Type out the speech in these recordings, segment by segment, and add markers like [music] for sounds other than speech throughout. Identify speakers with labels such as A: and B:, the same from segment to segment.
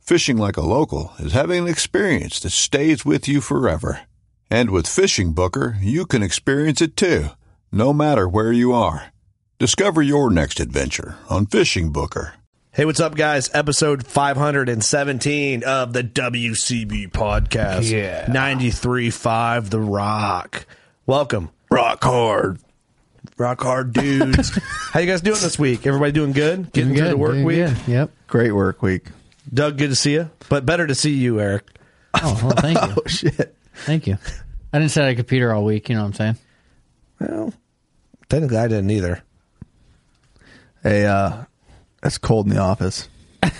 A: Fishing like a local is having an experience that stays with you forever. And with Fishing Booker, you can experience it too, no matter where you are. Discover your next adventure on Fishing Booker.
B: Hey, what's up, guys? Episode 517 of the WCB podcast.
C: Yeah.
B: 93.5 The Rock. Welcome. Rock hard. Rock hard dudes. [laughs] How you guys doing this week? Everybody doing good? Getting through the work
C: doing
B: week?
C: good. Yep.
D: Great work week.
B: Doug, good to see you. But better to see you, Eric.
C: Oh, well, thank
B: [laughs]
C: you.
B: Shit.
C: Thank you. I didn't sit at a computer all week. You know what I'm saying?
B: Well, technically I didn't either.
D: Hey, uh, it's cold in the office. I'm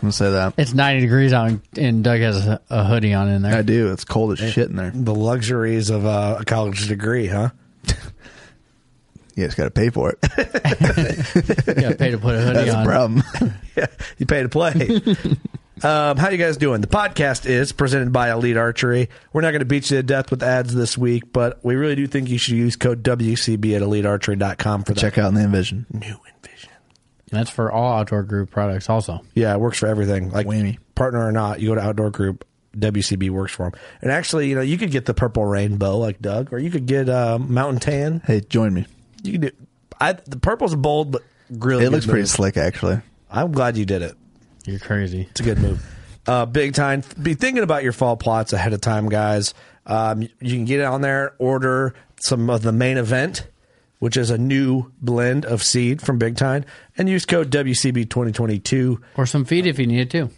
D: gonna say that.
C: It's 90 degrees out, and- and Doug has a, a hoodie on in
D: I
C: there.
D: do. It's cold as shit in there.
B: The luxuries of uh, a college degree, huh? [laughs]
D: You just gotta pay for it. That's
C: You got to pay to put
B: [laughs]
C: a hoodie
D: the
C: on.
D: problem.
B: you pay
D: [laughs]
B: to play. um, how you guys doing? The podcast is presented by Elite Archery. We're not going to beat you to death with ads this week, but we really do think you should use code WCB at EliteArchery.com for that
D: Check out the Envision.
B: new Envision.
C: And that's for all outdoor group products, also.
B: Yeah, it works for everything. Like
D: Whammy.
B: partner or not, you go to Outdoor Group. WCB works for them. And actually, you know, you could get the purple rainbow like Doug, or you could get uh, mountain tan.
D: Hey, join me.
B: You can do. I the purple's bold, but really
D: It
B: good
D: looks pretty
B: move.
D: slick, actually.
B: I'm glad you did it.
C: You're crazy.
B: It's a good move. Uh, big time. Be thinking about your fall plots ahead of time, guys. Um, you can get on there, order some of the main event, which is a new blend of seed from Big Time, and use code WCB2022
C: Or some feed if you needed to.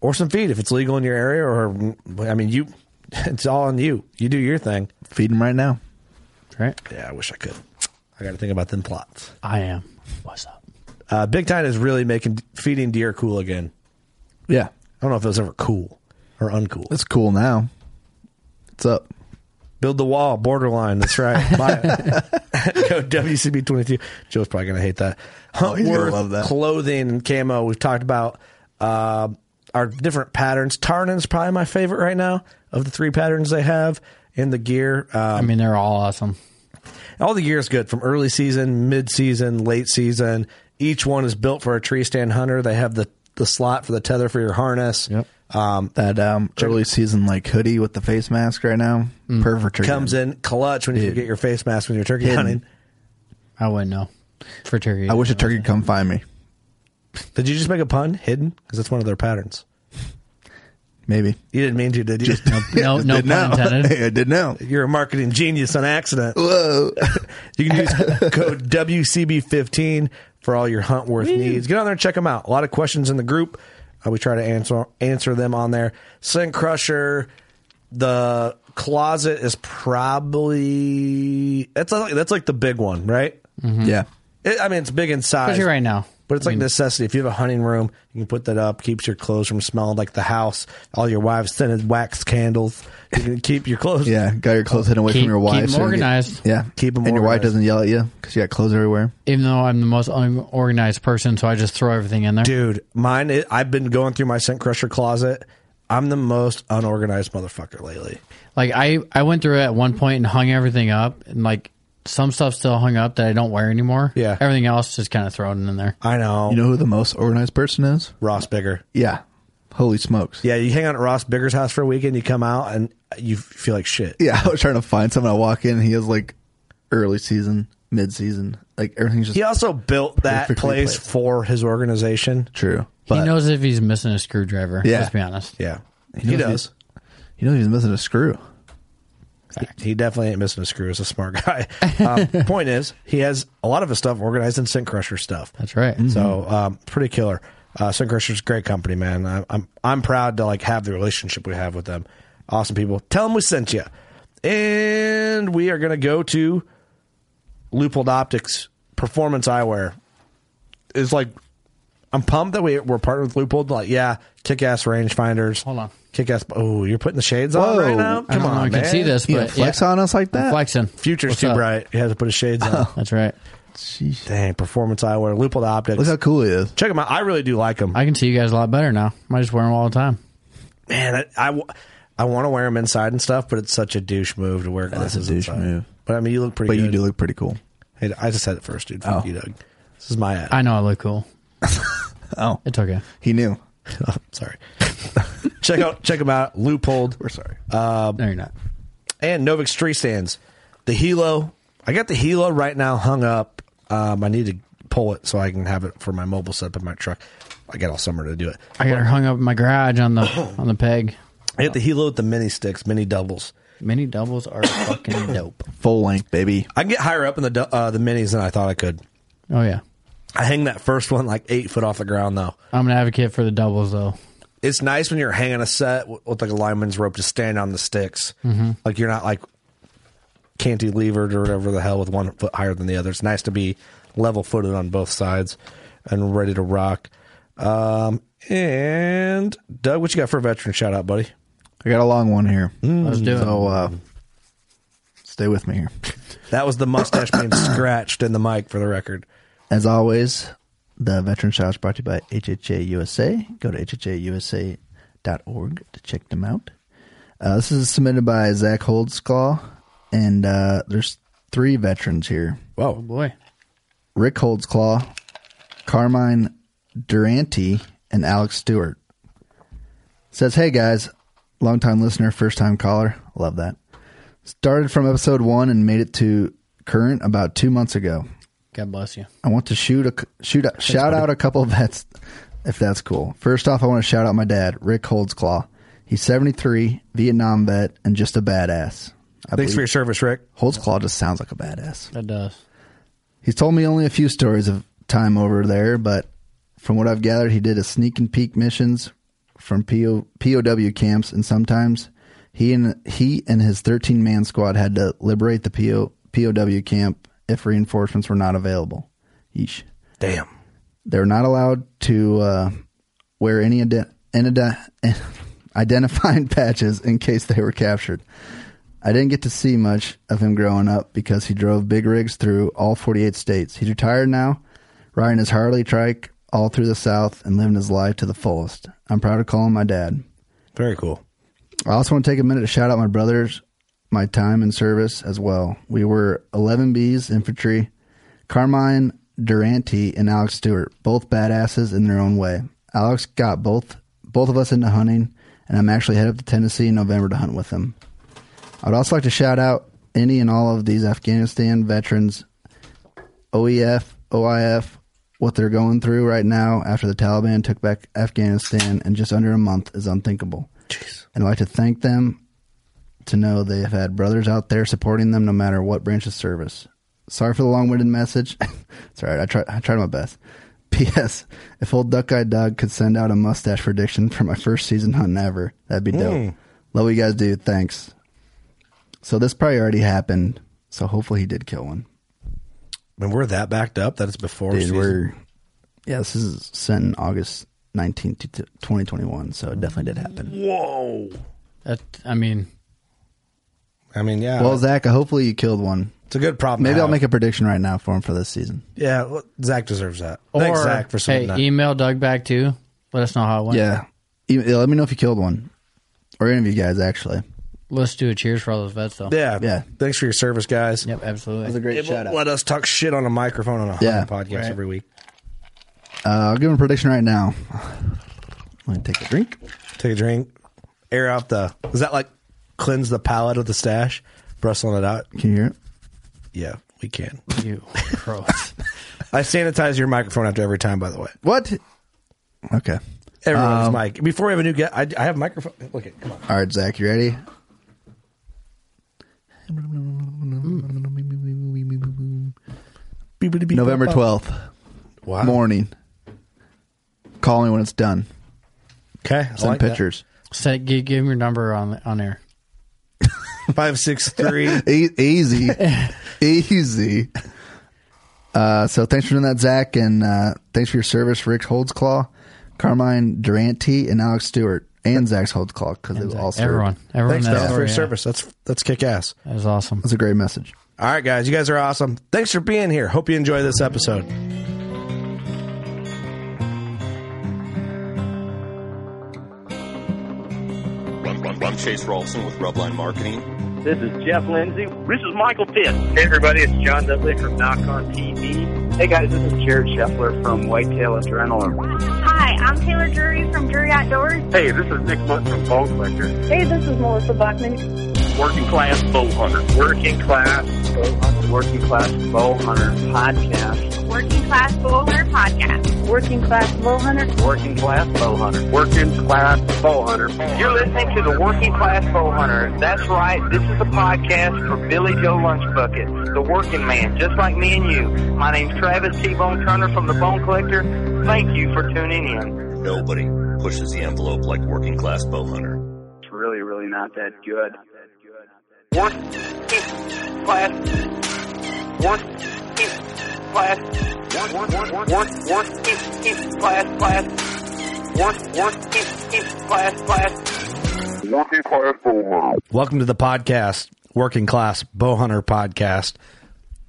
B: or some feed if it's legal in your area. Or, I mean, you, [laughs] it's all on you. You do your thing.
D: Feed him right now.
C: Right?
B: Yeah, I wish I could. I got to think about them plots.
C: I am. What's up?
B: Uh, Big Time is really making feeding deer cool again.
D: Yeah,
B: I don't know if it was ever cool or uncool.
D: it's cool now. What's up?
B: Build the wall, borderline. That's right.
D: [laughs]
B: Buy it. [laughs] Go WCB twenty two. Joe's probably gonna hate that.
D: Oh, he's gonna
B: Huntworth
D: love that.
B: clothing and camo. We've talked about uh, our different patterns. Tarnin's probably my favorite right now of the three patterns they have in the gear.
C: I
B: Um,
C: mean, they're all awesome.
B: all the gear is good from early season, mid season, late season. Each one is built for a tree stand hunter. They have the the slot for the tether for your harness.
C: Yep.
B: Um,
D: That um, early season like hoodie with the face mask right now. Perfect. for
B: comes
D: turkey.
B: in clutch when you
D: Dude.
B: get your face mask when you're turkey
D: Hidden.
B: hunting.
C: I wouldn't know. For turkey.
D: I wish a turkey could come find me.
B: Did you just make a pun? Hidden? Because that's one of their patterns.
D: Maybe.
B: You didn't mean to, did you?
C: No, Oh, no pun
D: Did now. [laughs]
C: intended.
D: Hey, I did now.
B: [laughs] You're a marketing genius on accident.
D: Whoa.
B: You can
C: [laughs]
B: use code WCB15 for all your Huntworth needs. Get on there and check them out. A lot of questions in the group. Uh, we try to answer answer them on there. Sin Crusher, the closet is probably that's like, that's like the big one, right?
D: Yeah.
B: It, I mean, it's big in size
C: Mm-hmm. Especially right now.
B: But it's like necessity. If you have a hunting room, you can put that up. Keeps your clothes from smelling like the house. All your wives scented wax candles. You can keep your clothes.
D: Yeah, got your clothes hidden away
C: Keep-
D: from your wife.
C: keep 'em
D: so you can get-
C: organized.
D: yeah,
B: Keep 'em
D: And your
B: organized.
D: wife doesn't yell at you because you got clothes everywhere.
C: Even though I'm the most unorganized person, so I just throw everything in there.
B: dude, mine. It, I've been going through my scent crusher closet. I'm the most unorganized motherfucker lately.
C: Like I, I went through it at one point and hung everything up, and like some stuff still hung up that I don't wear anymore.
B: Yeah.
C: everything else just kind of thrown in there.
B: I know.
D: You know who the most organized person is?
B: Ross Bigger.
D: Yeah. Holy smokes.
B: Yeah, you hang out at Ross Bigger's house for a weekend, you come out and you feel like shit.
D: Yeah, [laughs] I was trying to find someone. I walk in, he has like early season, mid season, like everything's just
B: He also built that
D: Perfectly
B: place
D: placed.
B: for his organization.
D: true. But
C: he knows if he's missing a screwdriver.
D: Yeah.
C: let's be honest.
B: Yeah. He,
D: knows
B: does.
D: he knows he's missing a screw.
B: He definitely ain't missing a screw. He's a smart guy.
D: [laughs]
B: Um, point is, he has a lot of his stuff organized in Sink Crusher stuff.
C: That's right.
D: Mm.
B: So um, pretty killer. Uh, Sun Crusher's a great company, man. I, I'm I'm proud to like have the relationship we have with them. Awesome people. Tell them we sent you. And we are going to go to Loophole Optics Performance Eyewear. It's like I'm pumped that we we're partnered with Loophole. Like, yeah, kick ass rangefinders.
C: Hold on.
B: kick ass. Oh, you're putting the shades on right now. Come
C: I don't
B: on,
C: know if you
B: man.
C: can see this,
D: You
C: but
D: gonna flex
C: yeah.
D: on us like that.
C: flexing.
B: Future's
C: What's
B: too
C: up?
B: bright. You have to put his shades on.
D: Oh.
C: That's right.
D: Sheesh.
B: Dang, Performance Eyewear, Loophole Optics.
D: Look how cool he is.
B: Check them out. I really do like them.
C: I can see you guys a lot better now. I just wear them all the time.
B: man, I, I, want to wear them inside and stuff, but it's such a douche move to wear glasses
D: a douche
B: inside.
D: move.
B: But I mean, you look pretty.
D: But
B: good.
D: you do look pretty cool.
B: Hey, I just said it first, dude. Fuck
D: Oh.
B: you, Doug. This is my ad.
C: I know I look cool.
D: [laughs] Oh.
C: It's okay.
D: He [laughs] knew.
B: Sorry. check out check them out. Loophole
D: We're sorry. Uh,
C: no, you're not.
B: and Novix tree stands. The Hilo. I got the Hilo right now hung up. Um, I need to pull it so I can have it for my mobile setup in my truck. I got all summer to do it.
C: I got her hung up in my garage on the [coughs] on the peg.
B: I hit the Hilo with the mini sticks, mini doubles.
C: Mini doubles are [coughs] fucking dope.
D: Full length, baby.
B: I can get higher up in the du- uh, the minis than I thought I could.
C: Oh yeah.
B: I hang that first one like eight foot off the ground though.
C: I'm an advocate for the doubles though.
B: it's nice when you're hanging a set with, with like a lineman's rope to stand on the sticks. Like you're not like cantilevered or whatever the hell with one foot higher than the other. It's nice to be level footed on both sides and ready to rock. Um, and Doug, what you got for a veteran shout out, buddy?
D: I got a long one here.
C: Let's do it.
D: So uh stay with me here.
B: That was the mustache being scratched in the mic for the record.
D: As always, the Veteran Shout is brought to you by HHA USA. Go to hhausa.org to check them out. Uh, this is submitted by Zach Holdsclaw, and uh, there's three veterans here
C: Oh boy.
D: Rick Holdsclaw, Carmine Durante, and Alex Stewart. Says, hey guys, longtime listener, first time caller. Love that. Started from episode one and made it to current about two months ago.
C: God bless you.
D: I want to shoot a shoot a, shout out a couple of vets, if that's cool. First off, I want to shout out my dad, Rick Holdsclaw. He's 73, Vietnam vet, and just a badass. I
B: Thanks
D: believe-
B: for your service, Rick.
D: Holdsclaw just sounds like a badass.
C: That does.
D: He's told me only a few stories of time over there, but from what I've gathered, he did a sneak and peek missions from PO, POW camps, and sometimes he and he and his 13 man squad had to liberate the PO, POW camp if reinforcements were not available. Yeesh.
B: Damn.
D: They're not allowed to uh, wear any ide- identi- [laughs] identifying [laughs] patches in case they were captured. I didn't get to see much of him growing up because he drove big rigs through all 48 states. He's retired now, riding his Harley trike all through the South and living his life to the fullest. I'm proud to call him my dad.
B: Very cool.
D: I also want to take a minute to shout out my brothers, my time in service as well. We were 11 B's infantry, Carmine Durante and Alex Stewart, both badasses in their own way. Alex got both both of us into hunting, and I'm actually headed up to Tennessee in November to hunt with him. I'd also like to shout out any and all of these Afghanistan veterans, OEF, OIF, what they're going through right now after the Taliban took back Afghanistan in just under a month is unthinkable. And I'd like to thank them to know they have had brothers out there supporting them no matter what branch of service. Sorry for the long winded message. [laughs] it's all right. I tried, I tried my best. [laughs] P.S. If old Duck Eye Doug could send out a mustache prediction for my first season hunting ever, that'd be dope. Love what you guys do. Thanks. So this probably already happened. So hopefully he did kill one.
B: When we're that backed up, that it's before
D: Dude,
B: season.
D: we're yeah. This is sent in August nineteenth, twenty twenty one. So it definitely did happen.
B: Whoa.
C: That I mean,
B: I mean, yeah.
D: Well, Zach, hopefully you killed one.
B: it's a good problem. to
D: Maybe I'll
B: have.
D: make a prediction right now for him for this season.
B: Yeah, well, Zach deserves that.
C: or
B: Thanks, Zach, for
C: hey,
B: saying that.
C: email Doug back too. Let us know how it went.
D: Yeah. E- yeah, Let me know if you killed one. or any of you guys actually. That
C: Let's do a cheers for all those vets, though.
E: Yeah.
D: Yeah.
E: Thanks for your service, guys.
C: Yep, absolutely.
D: was a great
E: It
D: shout
E: won't
D: out.
E: let us talk shit on a microphone on a
D: Yeah.
E: yeah, podcast every week.
D: Uh, I'll give him a prediction right now. [sighs] Let me take a drink.
E: Take a drink. Air out the. Is that like cleanse the palate of the stash? Brustling it out?
D: Can you hear it?
E: Yeah, we can. [laughs]
C: you [laughs] gross.
E: I sanitize your microphone after every time, by the way.
D: What? Okay.
E: Everyone's mic. Before we have a new guest, I, I have microphone. Look at come on.
D: All right, Zach, you ready? November 12th,
E: Wow.
D: morning. Call me when it's done.
E: Okay. I
D: Send
E: like that.
D: pictures.
C: Set, give, give him your number on on air.
E: Five six three.
D: E-
C: [laughs]
D: easy. easy. Uh, so thanks for doing that, Zach, and uh, thanks for your service, Rick Holdsclaw, Carmine Durante, and Alex Stewart, and Zach's Holdsclaw, because they all served.
C: Everyone, everyone.
E: Thanks
C: that
E: guys, for
C: story,
E: your
C: yeah.
E: service. That's that's kick ass.
C: That was awesome.
D: That's a great message.
E: All right, guys, you guys are awesome. Thanks for being here. Hope you enjoy this episode.
F: I'm Chase Rolfson with Rubline Marketing.
G: This is Jeff Lindsay. This is Michael Pitt. Hey, everybody, it's John Dudley from Knock on TV. Hey, guys, this is Jared Scheffler from Whitetail Adrenaline.
H: Hi, I'm Taylor Drury from Drury Outdoors.
G: Hey, this is Nick Munt from Bone Collector.
H: Hey, this is Melissa Buckman.
G: Working Class Bow Hunter. Working Class Bow Hunter. Working Class Bow Hunter Podcast.
H: Working Class Bowhunter Podcast. Working Class Bowhunter.
G: Working Class Bow Hunter. Working Class Bow Hunter. You're listening to the Working Class Bow Hunter. That's right. This is the podcast for Billy Joe Lunchbucket, the working man, just like me and you. My name's Travis T. Bone Turner from the Bone Collector. Thank you for tuning in.
F: Nobody pushes the envelope like working class bow hunter.
G: It's really, really not that good. Working class. Working class. Working working class class. Working working class class. Working class over.
E: Welcome to the podcast, Working Class Bowhunter Podcast.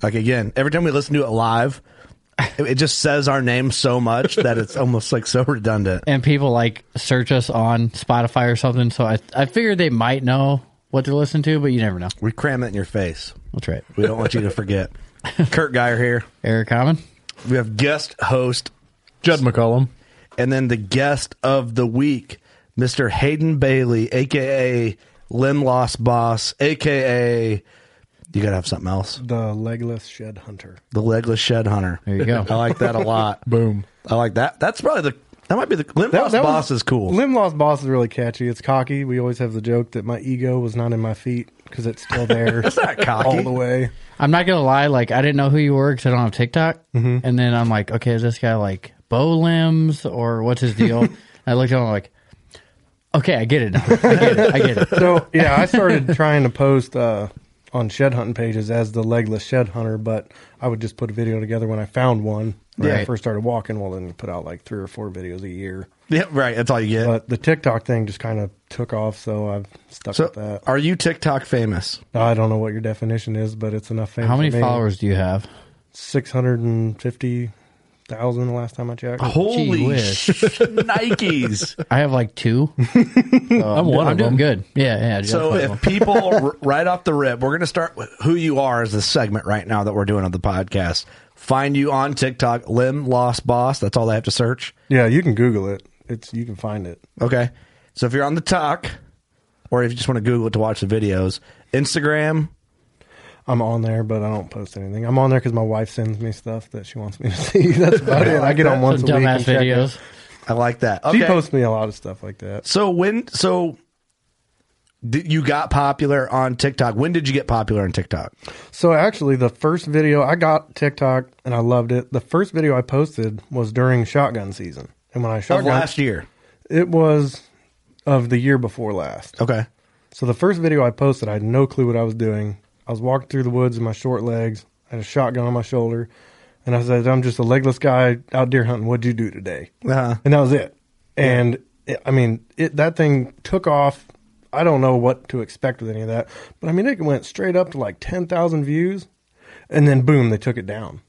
E: Like again, every time we listen to it live, it it just says our name so much that it's almost like so redundant.
C: And people like search us on Spotify or something. So I I figured they might know what to listen to, but you never know.
E: We cram it in your face.
C: That's right.
E: We don't want you to forget. Kurt Geyer here.
C: Eric Common.
E: We have guest host
I: Judd McCollum.
E: and then the guest of the week, Mr. Hayden Bailey, aka Limb Loss Boss, aka you gotta have something else.
I: The legless shed hunter.
E: The legless shed hunter.
C: There you go.
E: I like that a
C: [laughs]
E: lot.
I: Boom.
E: I like that. That's probably the that might be the Limb Loss
I: was-
E: Boss is cool.
I: Limb loss boss is really catchy. It's cocky. We always have the joke that my ego was not in my feet because it's
E: [laughs]
I: still there. That's
E: not cocky.
I: All the way.
C: I'm not gonna lie. Like I didn't know who you were because I don't have TikTok.
I: Mm-hmm.
C: And then I'm like, okay, is this guy like bow limbs or what's his
I: [laughs]
C: deal? And I looked at him I'm like, okay, I get it. Now. I get it. I get
I: [laughs]
C: it.
I: So yeah,
E: [laughs]
I: I started trying to post uh, on shed hunting pages as the legless shed hunter, but I would just put a video together when I found one. When I
C: Right.
I: first started walking, well, then you put out like three or four videos a year.
E: Yeah, right. That's all you get.
I: But the TikTok thing just kind of took off, so I've stuck with
E: so,
I: that.
E: are you TikTok famous?
I: I don't know what your definition is, but it's enough fame.
C: How many
I: for me.
C: followers do you have?
I: Six hundred and fifty thousand. The last time I checked.
C: Gee
E: Holy [laughs]
C: whiz.
E: sh- Nikes!
C: I have like
I: [laughs]
C: two.
I: I'm
C: I'm doing good. Yeah, yeah. Jeff's
E: So
C: one of
E: if people r- right off the rip, we're going to start with who you are as the segment right now that we're doing on the podcast. Find you on TikTok, Lim Lost Boss. That's all they have to search.
I: Yeah, you can Google it. It's you can find it.
E: Okay. So if you're on the talk, or if you just want to Google it to watch the videos, Instagram.
I: I'm on there, but I don't post anything. I'm on there because my wife sends me stuff that she wants me to [laughs] see. That's about it. I get on once
C: Some
I: a week.
C: dumbass
I: and check it.
C: videos.
E: I like that.
I: She
E: Okay.
I: posts me a lot of stuff like that.
E: so when so did- you got popular on TikTok. When did you get popular on TikTok?
I: So actually, the first video I got TikTok and I loved it. The first video I posted was during shotgun season, and when I
E: Of
I: shotgun
E: last year.
I: it was of the year before last.
E: Okay.
I: So the first video I posted, I had no clue what I was doing. I was walking through the woods in my short legs. I had a shotgun on my shoulder, and I said, "I'm just a legless guy out deer hunting. What'd you do today?"
E: Uh-huh.
I: And that was it. And it, I mean, it, that thing took off. I don't know what to expect with any of that, but I mean, it went straight up to like ten thousand views, and then boom, they took it down.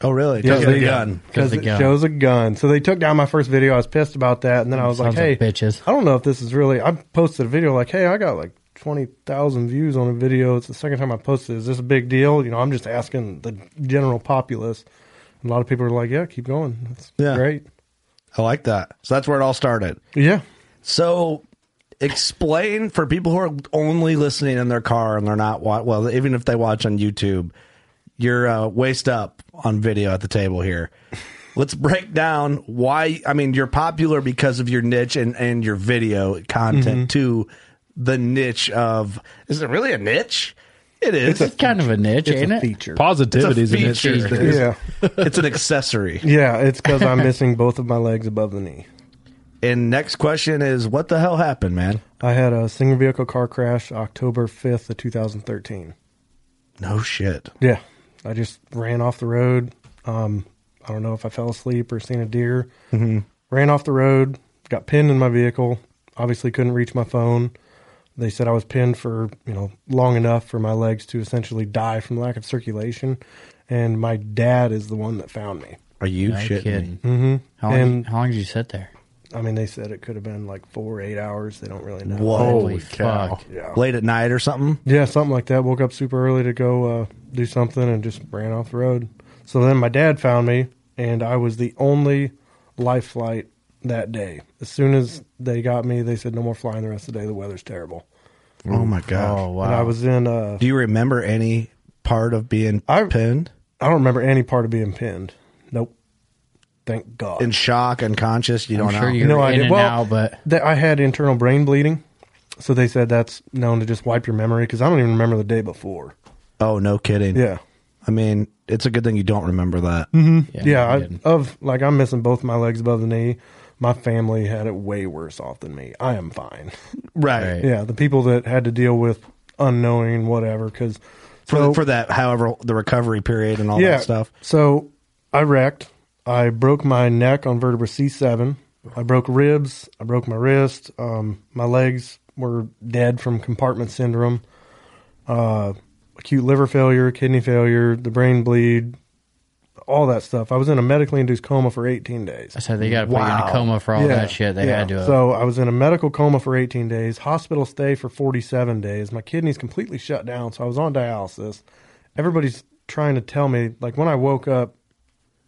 E: Oh, really?
I: Yeah,
E: Because
I: they-
E: of the gun.
C: Because
I: Because
C: the
I: it
C: gun.
I: shows a gun. So they took down my first video. I was pissed about that, and then I was like,
C: Sons of
I: "Hey,
C: bitches.
I: I don't know if this is really." I posted a video like, "Hey, I got like twenty thousand views on a video. It's the second time I posted. it. Is this a big deal?" You know, I'm just asking the general populace. And a lot of people are like, "Yeah, keep going. That's
E: Yeah.
I: great."
E: I like that. So that's where it all started.
I: Yeah,
E: So explain for people who are only listening in their car and they're not wa- well, even if they watch on YouTube, you're uh, waist up on video at the table here. Let's break down why. I mean, you're popular because of your niche and, and your video
C: Mm-hmm.
E: content to the niche of. Is it really a niche? It is.
C: It's kind of a niche, ain't it?
I: feature.
B: Positivity is an
E: It's a
B: issue.
E: feature.
I: Yeah,
E: [laughs] it's an accessory.
I: yeah. It's because I'm missing both of my legs above the knee.
E: And next question is, what the hell happened, man?
I: I had a single vehicle car crash October 5th of 2013.
E: No shit.
I: Yeah, I just ran off the road. Um, I don't know if I fell asleep or seen a deer. Mm-hmm. Ran off the road, got pinned in my vehicle. Obviously, couldn't reach my phone. They said I was pinned for you know long enough for my legs to essentially die from lack of circulation. And my dad is the one that found me.
E: Are you
C: No
E: shitting me?
C: kidding.
I: Mm-hmm.
C: How long,
I: And-
C: how long did you sit there?
I: I mean, they said it could have been like four, eight hours. They don't really know.
E: Whoa.
C: Holy
E: cow.
C: fuck.
I: Yeah.
E: Late at night or something?
I: Yeah, something like that. Woke up super early to go uh, do something and just ran off the road. So then my dad found me, and I was the only life flight that day. As soon as they got me, they said no more flying the rest of the day. The weather's terrible.
E: Oh my god!
C: Oh,
I: And I
C: wow.
I: was in. Uh,
E: Do you remember any part of being
I: I-
E: pinned
I: I don't remember any part of being pinned. Nope. Thank God.
E: in shock, unconscious? You
C: I'm
E: don't
C: sure
E: know.
C: you
I: No,
C: were
I: I
C: in
I: did-
C: and
I: well,
C: out, but
I: that I had internal brain bleeding, so they said that's known to just wipe your memory because I don't even remember the day before.
E: oh no, kidding.
I: Yeah.
E: I mean, it's a good thing you don't remember that.
C: yeah,
I: Yeah,
C: I
I: I,
C: didn't.
I: of like I'm missing both my legs above the knee. My family had it way worse off than me. I am fine. [laughs]
E: Right.
C: Right.
I: yeah, the people that had to deal with unknowing whatever because
E: For for that, however, the recovery period and all that stuff.
I: So I wrecked. I broke my neck on vertebra C7. I broke ribs. I broke my wrist. Um, my legs were dead from compartment syndrome, uh, acute liver failure, kidney failure, the brain bleed, all that stuff. I was in a medically induced coma for 18 days.
C: I said they got to put you in a coma for all that shit. They
I: yeah.
C: had to. Have,
I: So I was in a medical coma for 18 days, hospital stay for 47 days. My kidneys completely shut down, so I was on dialysis. Everybody's trying to tell me, like when I woke up,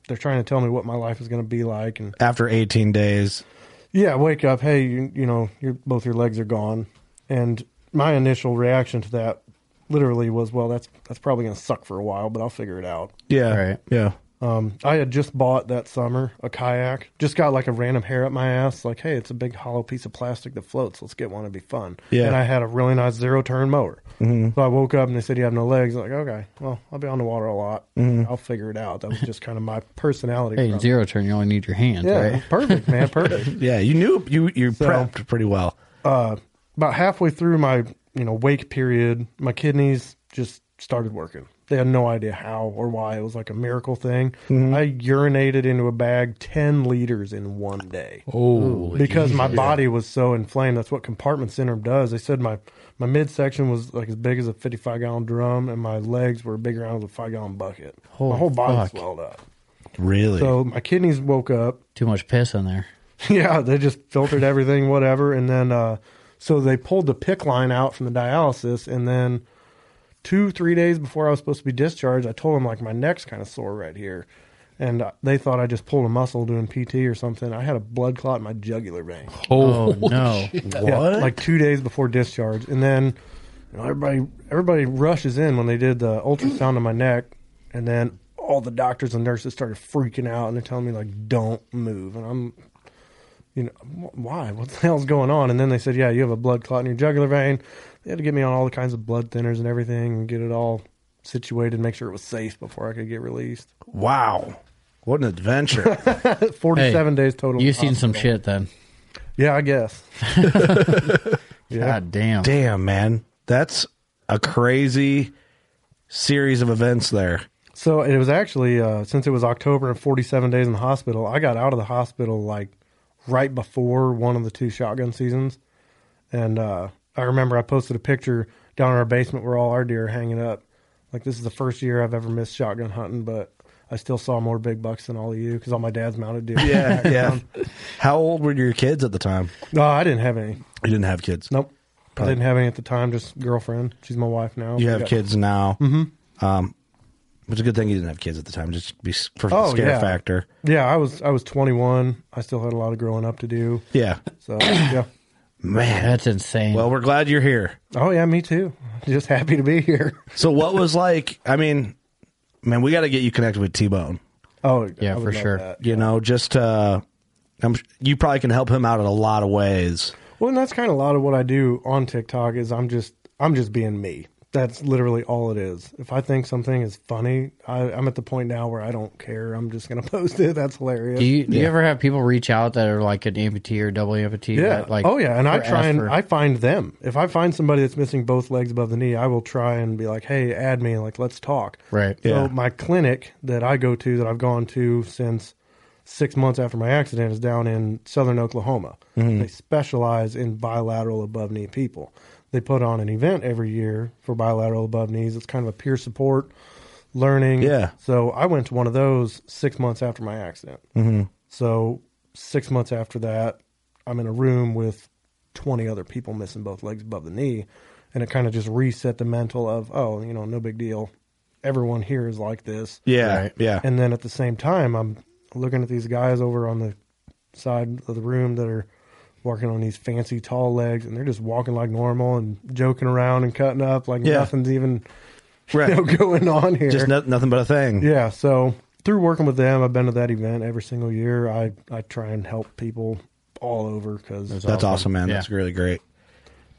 I: they're trying to tell me what my life is going to be like, and
E: After 18 days,
I: yeah, I wake up, hey, you, you know, your both your legs are gone, and my initial reaction to that literally was, well, that's that's probably going to suck for a while, but I'll figure it out.
E: yeah,
C: Right.
E: yeah.
I: Um, I had just bought that summer a kayak. Just got like a random hair up my ass. Like, hey, it's a big hollow piece of plastic that floats. Let's get one. It'd be fun.
E: Yeah.
I: And I had a really nice zero turn mower. Mm-hmm. So I woke up and they said you have no legs. I'm like, okay, well, I'll be on the water a lot. I'll figure it out. That was just kind of my personality.
C: hey,
I: from-
C: zero turn. You only need your hands,
I: Yeah,
C: right?
I: perfect,
C: [laughs]
I: man, perfect.
E: Yeah, you knew you you
I: So-
E: prepped pretty well.
I: uh, about halfway through my you know wake period, my kidneys just started working. They had no idea how or why. It was like a miracle thing.
C: Mm-hmm.
I: I urinated into a bag ten liters in one day
B: Oh,
I: because my body was so inflamed. That's what compartment syndrome does. They said my my midsection was like as big as a fifty five gallon drum, and my legs were big around as a five gallon bucket. my
C: Holy
I: whole body
C: fuck.
I: swelled up.
E: Really?
I: So my kidneys woke up
C: Too much piss in there.
I: yeah, they just filtered everything, whatever, and then uh, so they pulled the pick line out from the dialysis, and then two, three days before I was supposed to be discharged, I told them like my neck's kind of sore right here, and uh, they thought I just pulled a muscle doing PT or something. I had a blood clot in my jugular vein.
C: Oh, no!
I: Yeah, like two days before discharge, and then you know, everybody everybody rushes in when they did the ultrasound on my neck, and then all the doctors and nurses started freaking out and they're telling me like, "Don't move," and I'm, you know, "Wh- why? What the hell's going on? And then they said, "Yeah, you have a blood clot in your jugular vein." They had to get me on all the kinds of blood thinners and everything, and get it all situated, make sure it was safe before I could get released.
E: wow, what an
I: [laughs]
E: adventure!
I: Forty-seven days total.
C: You've seen some
I: hospital.
C: shit then.
I: Yeah, I guess.
C: God damn.
E: Damn, man, that's a crazy series of events there.
I: So it was actually uh, since it was October and 47 days in the hospital, I got out of the hospital like right before one of the two shotgun seasons, and uh, I remember I posted a picture down in our basement where all our deer are hanging up. Like this is the first year I've ever missed shotgun hunting, but I still saw more big bucks than all of you because all my dad's mounted deer. [laughs]
E: Yeah, yeah. [laughs] How old were your kids at the time?
I: No, I didn't have any.
E: You didn't have kids.
I: Nope. I didn't have any at the time. Just girlfriend. She's my wife now.
E: You have
I: Yeah.
E: kids now. Mm-hmm. Um, it's a good thing you didn't have kids at the time, just be for the
I: Oh,
E: scare
I: yeah.
E: factor.
I: Yeah, I was I was 21. I still had a lot of growing up to do.
E: Yeah,
I: So yeah.
E: man.
C: That's insane.
E: Well, we're glad you're here.
I: Oh yeah, me too. Just happy to be here. [laughs]
E: So, what was like? I mean, man, we got to get you connected with T Bone.
I: Oh
C: Yeah,
I: I would
C: for
I: love
C: sure.
I: that.
E: You know, just uh, I'm, you probably can help him out in a lot of ways.
I: Well, and that's kind of a lot of what I do on TikTok is I'm just I'm just being me. That's literally all it is. If I think something is funny, I, I'm at the point now where I don't care. I'm just gonna [laughs] post it. That's hilarious.
C: do you, do you ever have people reach out that are like an amputee or double amputee?
I: yeah.
C: that, like
I: oh yeah. And I
C: or
I: try
C: ask
I: and
C: for-
I: I find them. If I find somebody that's missing both legs above the knee, I will try and be like, hey, add me. Like let's talk.
C: right.
E: Yeah.
I: So my clinic that I go to, that I've gone to since six months after my accident, is down in southern Oklahoma.
C: Mm-hmm.
I: They specialize in bilateral above knee people. They put on an event every year for bilateral above knees. It's kind of a peer support learning.
E: Yeah.
I: So I went to one of those six months after my accident. Mm-hmm. So six months after that, I'm in a room with 20 other people missing both legs above the knee. And it kind of just reset the mental of, oh, you know, no big deal. Everyone here is like this.
E: Yeah, yeah,
I: And then at the same time, I'm looking at these guys over on the side of the room that are walking on these fancy tall legs and they're just walking like normal and joking around and cutting up like
E: Yeah.
I: nothing's even
E: [laughs]
I: [laughs]
E: right. [laughs]
I: you know, going on here.
E: just no, nothing but a thing.
I: Yeah, so through working with them, I've been to that event every single year. I, I try and help people all over because
E: That's awesome, man.
C: Yeah.
E: That's really great.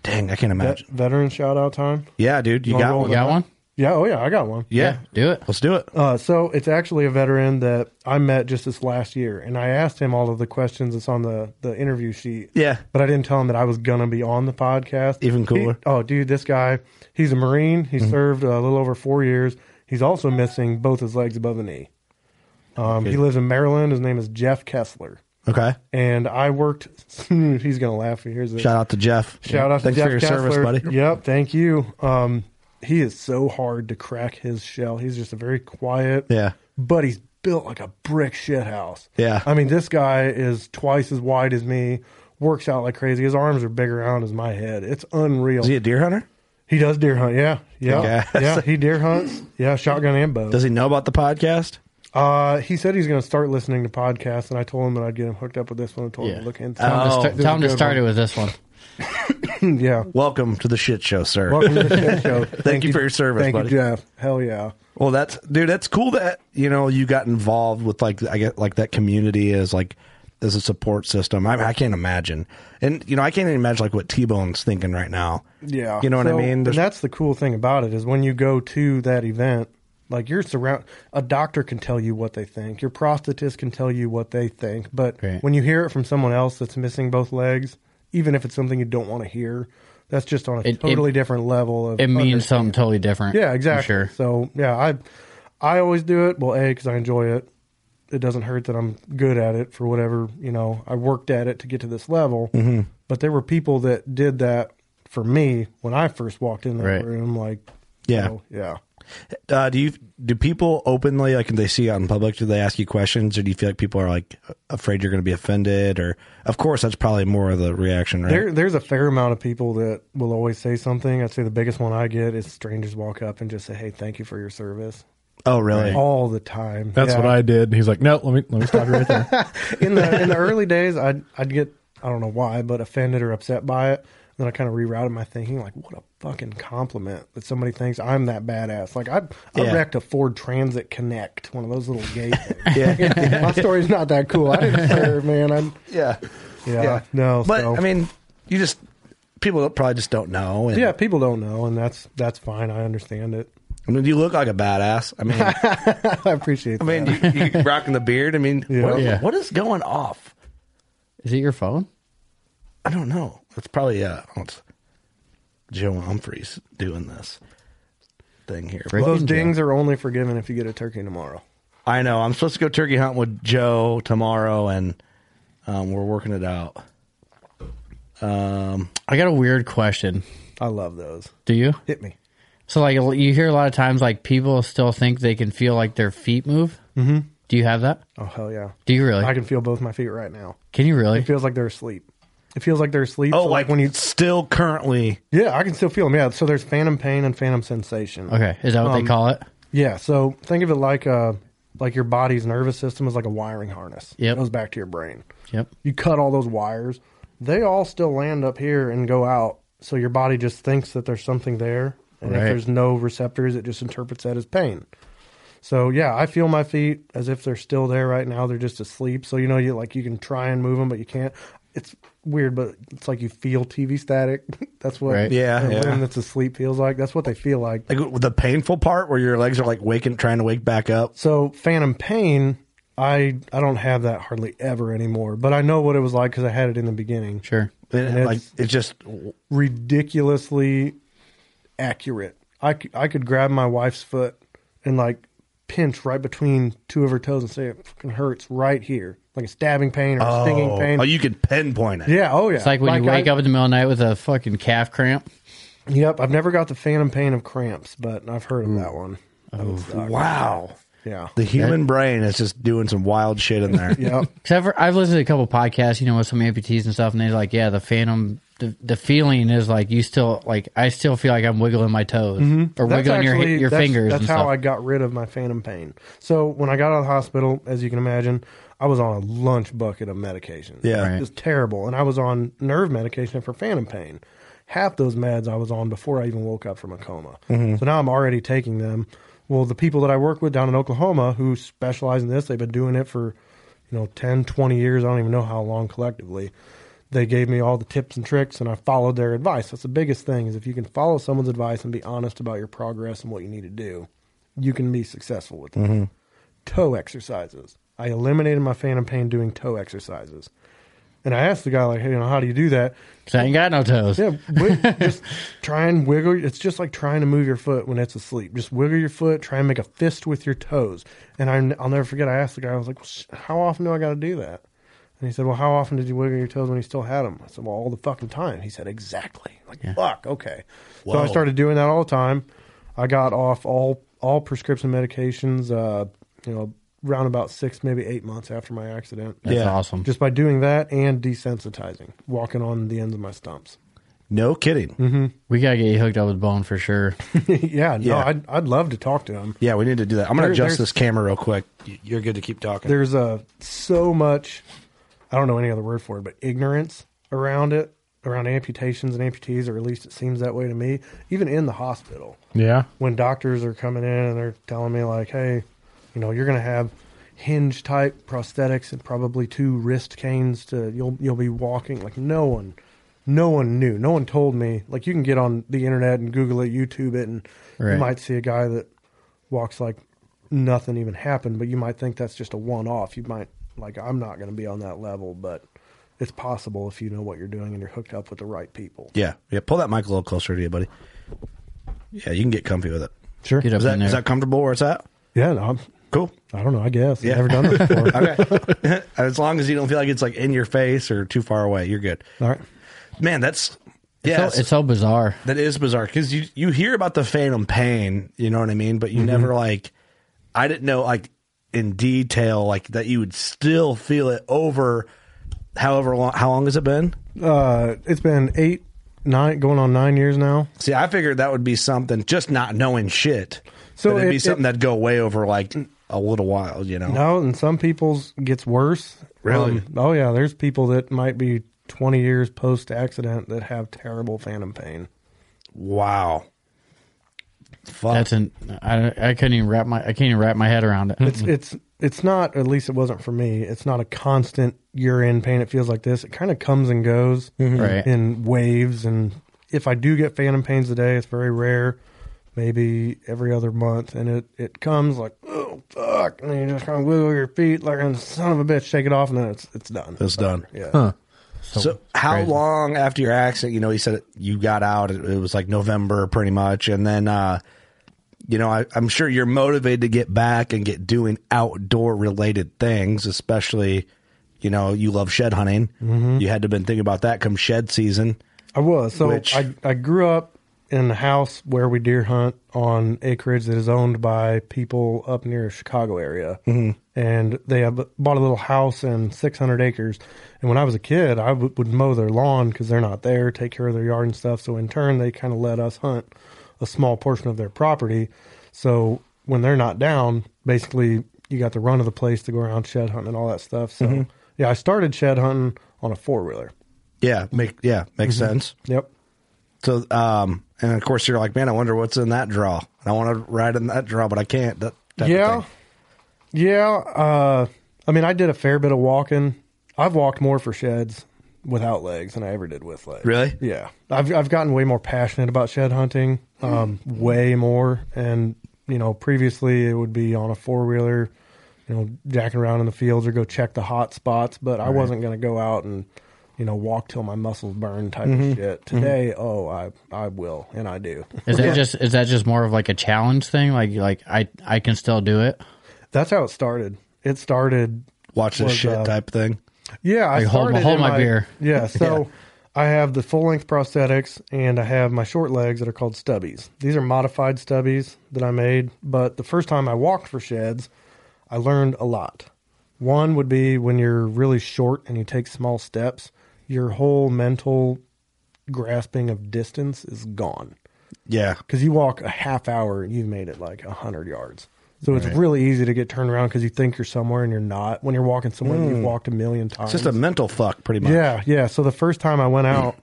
E: Dang, I can't imagine.
I: veteran shout out time.
E: yeah, dude, you
I: Wanna
E: got
I: roll
E: one.
C: You got one?
I: Yeah, oh yeah, I got one.
E: Yeah.
C: Do it.
E: let's do it.
I: Uh, so it's actually a veteran that I met just this last year, and I asked him all of the questions that's on the the interview sheet.
E: Yeah.
I: but I didn't tell him that I was gonna be on the podcast.
E: Even cooler. Mm-hmm.
I: He- oh, dude, this guy, he's a Marine. He served a little over four years. He's also missing both his legs above the knee. Um, he lives in Maryland. His name is Jeff Kessler.
E: Okay,
I: and I worked. [laughs] he's gonna laugh. Here's this.
E: shout out to Jeff.
I: Shout out
E: Thanks
I: to Jeff
E: for your service,
I: Kessler.
E: buddy.
I: Yep, thank you. Um, he is so hard to crack his shell. He's just a very quiet,
E: Yeah.
I: but he's built like a brick shit house.
E: Yeah.
I: I mean, this guy is twice as wide as me. Works out like crazy. His arms are big around as my head. It's unreal.
E: Is he a deer hunter?
I: He does deer hunt. Yeah, yeah,
E: Okay.
I: [laughs] yeah. He deer hunts. Yeah, shotgun and bow.
E: Does he know about the podcast?
I: Uh, he said he's going to start listening to podcasts, and I told him that I'd get him hooked up with this one. and told him
C: Yeah.
I: to look into.
C: Tell him to,
E: Oh.
C: start, tell him to start it with this one.
I: it. [laughs] yeah.
E: Welcome to the shit show, sir.
I: Welcome to the
E: [laughs]
I: shit show.
E: you for your service,
I: Thank
E: buddy.
I: you, Jeff. Hell yeah.
E: Well, that's dude. That's cool that you know you got involved with like I get like that community as like as a support system. I, I can't imagine, and you know I can't even imagine like what T Bone's thinking right now.
I: Yeah.
E: you know what I
I: So-
E: mean.
I: and
E: There's-
I: that's the cool thing about it is when you go to that event, like you're surround a doctor can tell you what they think. Your prosthetist can tell you what they think. But
C: Right.
I: when you hear it from someone else that's missing both legs, even if it's something you don't want to hear, that's just on a
C: It- it-
I: totally different level of
C: It means
I: understanding.
C: something totally different.
I: Yeah,
C: I'm
I: exactly.
C: Sure.
I: So yeah, I I always do it. Well, a because I enjoy it. It doesn't hurt that I'm good at it for whatever you know. I worked at it to get to this level. Mm-hmm. But there were people that did that for me when I first walked in that
C: Right.
I: room. Like
E: Yeah.
I: so, yeah.
E: Uh, do you do people openly like if they see you out in public do they ask you questions or do you feel like people are like afraid you're going to be offended or of course that's probably more of the reaction right
I: There, there's a fair amount of people that will always say something. I'd say the biggest one I get is strangers walk up and just say, "Hey, thank you for your service."
E: oh really
I: All the time.
B: That's
I: Yeah.
B: what I did. He's like, no, let me let
E: [laughs]
B: me stop you right there.
I: in the in the early days, I'd I'd get I don't know why, but offended or upset by it. And then I kind of rerouted my thinking, like, what a fucking compliment that somebody thinks I'm that badass. Like I I
E: Yeah.
I: wrecked a Ford Transit Connect, one of those little gate.
E: [laughs]
I: things.
E: yeah
I: [laughs] my story's not that cool. I didn't
E: [laughs]
I: care, man. I'm
E: yeah
I: yeah, no.
E: but
I: so-
E: I mean you just people probably just don't know and,
I: yeah, people don't know, and that's that's fine. I understand it. [laughs]
E: I mean you look like a badass I mean I
I: I appreciate. that.
E: mean you, you rocking the beard I mean what-
C: Yeah.
E: what is going off
C: Is it your phone?
E: I don't know it's probably uh oh, it's Joe Humphreys doing this thing here
C: Right.
I: those
C: Fucking
I: dings are only forgiven if you get a turkey tomorrow.
E: I know. I'm supposed to go turkey hunt with Joe tomorrow, and um, we're working it out. Um,
C: I got a weird question.
I: I love those.
C: Do you?
I: Hit me.
C: So like you hear a lot of times like people still think they can feel like their feet move. Mm-hmm. Do you have that?
I: Oh hell yeah!
C: Do you really?
I: I can feel both my feet right now.
C: Can you really?
I: It feels like they're asleep. It feels like they're asleep.
E: Oh,
I: so,
E: like when you still currently.
I: yeah, I can still feel them. Yeah, so there's phantom pain and phantom sensation.
C: Okay, is that what they
I: Um,
C: call it?
I: Yeah, so think of it like uh like your body's nervous system is like a wiring harness.
C: Yep.
I: It goes back to your brain.
C: Yep.
I: You cut all those wires, they all still land up here and go out. So your body just thinks that there's something there, and
C: Right.
I: if there's no receptors, it just interprets that as pain. So yeah, I feel my feet as if they're still there right now. They're just asleep. So you know, you like you can try and move them, but you can't. It's weird, but it's like you feel TV static. [laughs] that's what
C: Right.
E: Yeah,
I: a
E: yeah.
I: limb that's asleep feels like. That's what they feel like.
E: Like the painful part where your legs are like waking, trying to wake back up.
I: So Phantom Pain, I I don't have that hardly ever anymore, but I know what it was like because I had it in the beginning.
C: Sure.
E: And
I: And
E: like
I: it's-
E: it's just
I: Ridiculously accurate. I, c- I could grab my wife's foot and like pinch right between two of her toes and say it fucking hurts right here, like a stabbing pain or a stinging
E: oh,
I: pain.
E: oh, you could pinpoint it.
I: yeah, oh yeah.
C: It's like when you wake
I: I-
C: up in the middle of the night with a fucking calf cramp.
I: Yep, I've never got the phantom pain of cramps, but I've heard
E: Hmm.
I: of that one.
E: Wow.
I: Yeah.
E: The human brain is just doing some wild shit in [laughs] there.
I: Yep.
C: Except for I've listened to a couple podcasts, you know, with some amputees and stuff, and they're like, yeah, the phantom, the, the feeling is like you still like I still feel like I'm wiggling my toes or
I: Mm-hmm. That's
C: wiggling your
I: actually-
C: your
I: that's-
C: fingers.
I: That's
C: and
I: how
C: stuff.
I: I got rid of my phantom pain. So when I got out of the hospital, as you can imagine, I was on a lunch bucket of medication.
E: Yeah.
C: Right.
I: it was terrible, and I was on nerve medication for phantom pain. Half those meds I was on before I even woke up from a coma. So now I'm already taking them. Well, the people that I work with down in Oklahoma who specialize in this, they've been doing it for, you know, 10, 20 years. I don't even know how long collectively they gave me all the tips and tricks and I followed their advice. That's the biggest thing is if you can follow someone's advice and be honest about your progress and what you need to do, you can be successful with it. Toe exercises. I eliminated my phantom pain doing toe exercises. And I asked the guy, like, hey, you know, how do you do that?
C: 'Cause I ain't got no toes.
I: Yeah, wi- just try and wiggle. It's just like trying to move your foot when it's asleep. Just wiggle your foot. Try and make a fist with your toes. And I, I'll never forget. I asked the guy. I was like, well, sh- "How often do I got to do that?" And he said, "Well, how often did you wiggle your toes when you still had them?" I said, "Well, all the fucking time." He said, "Exactly." Like, fuck. Okay. So I started doing that all the time. I got off all all prescription medications. Uh, you know, around about six, maybe eight months after my accident.
C: That's
E: Yeah.
C: awesome.
I: Just by doing that and desensitizing, walking on the ends of my stumps. [laughs]
E: No kidding.
C: we gotta get you hooked up with Bone for sure.
I: yeah, no,
E: Yeah.
I: I'd, I'd love to talk to him.
E: Yeah, we need to do that. I'm going
I: There-
E: to adjust this
I: there's-
E: camera real quick. Y- You're good to keep talking.
I: There's uh, so much, I don't know any other word for it, but ignorance around it, around amputations and amputees, or at least it seems that way to me, even in the hospital.
B: Yeah.
I: When doctors are coming in and they're telling me, like, hey, you know, you're going to have hinge type prosthetics and probably two wrist canes to you'll you'll be walking like no one no one knew no one told me like you can get on the internet and google it youtube it and you
C: Right.
I: might see a guy that walks like nothing even happened, but you might think that's just a one off. You might like I'm not going to be on that level, but it's possible if you know what you're doing and you're hooked up with the right people.
E: Yeah, yeah. Pull that mic a little closer to you, buddy. Yeah, you can get comfy with it.
I: Sure.
C: Get up
E: Is that
C: in there.
E: is that comfortable where it's at?
I: Yeah, no, I'm,
E: Cool.
I: I don't know. I guess
E: Yeah.
I: I've never done this before.
E: Okay. as long as you don't feel like it's like in your face or too far away, you're good.
I: All right.
E: Man, that's
C: It's so-
E: yeah,
C: it's, so, bizarre.
E: that is bizarre because you you hear about the phantom pain, you know what I mean, but you
C: Mm-hmm.
E: never like I didn't know like in detail like that you would still feel it over however long how long has it been?
I: Uh, it's been eight, nine, going on nine years now.
E: See, I figured that would be something just not knowing shit.
I: So
E: So it'd
I: it-
E: be something
I: it-
E: that'd go way over like a little while, you know.
I: No, Oh, and some people's gets worse.
E: Really?
I: oh yeah, there's people that might be 20 years post accident that have terrible phantom pain.
E: Wow. Fuck.
C: That's an I, I couldn't even wrap my I can't even wrap my head around it.
I: it's it's it's not at least it wasn't for me it's not a constant year in pain it feels like this it kind of comes and goes
C: Right.
I: in waves and if i do get phantom pains today it's very rare maybe every other month and it it comes like oh fuck and then you just kind of wiggle your feet like a son of a bitch shake it off and then it's it's done
E: That's done.
I: yeah
E: So, how long after your accident, you know, you said you got out, it, it was like November pretty much. And then, uh, you know, I, I'm sure you're motivated to get back and get doing outdoor related things, especially, you know, you love shed
I: Mm-hmm.
E: hunting. You had to have been thinking about that come shed season.
I: I was. So
E: Which-
I: I I grew up in the house where we deer hunt on acreage that is owned by people up near Chicago area, mm-hmm. and they have bought a little house and 600 acres. And when I was a kid, I w- would mow their lawn because they're not there, take care of their yard and stuff. So in turn, they kind of let us hunt a small portion of their property. So when they're not down, basically you got the run of the place to go around shed hunting and all that stuff. So yeah, I started shed hunting on a four wheeler.
E: Yeah, make yeah, makes
I: Mm-hmm.
E: sense.
I: Yep.
E: So, um, and of course you're like, man, I wonder what's in that draw. And I want to ride in that draw, but I can't. That, type of
I: yeah
E: thing.
I: yeah uh i mean i did a fair bit of walking i've walked more for sheds without legs than i ever did with legs
E: Really?
I: yeah i've, I've gotten way more passionate about shed hunting um way more and you know previously it would be on a four-wheeler you know jacking around in the fields or go check the hot spots but i wasn't going to go out and you know walk till my muscles burn type of shit today oh i i will and i do
C: Is that just is that just more of like a challenge thing? Like like I I can still do it.
I: that's how it started it started
E: Watch this
I: was,
E: shit
I: uh,
E: type thing.
I: Yeah, I
C: Like, hold-
I: started
C: hold
I: in
C: my beer. [laughs]
I: Yeah, so I have the full length prosthetics and I have my short legs that are called stubbies. These are modified stubbies that I made, but the first time I walked for sheds, I learned a lot. One would be when you're really short and you take small steps, your whole mental grasping of distance is gone
E: Yeah.
I: because you walk a half hour and you've made it like a hundred yards. So it's really easy to get turned around because you think you're somewhere and you're not. When you're walking somewhere, that
C: Mm.
I: you've walked a million times.
E: It's just a mental fuck, pretty much.
I: Yeah, yeah. So the first time I went out,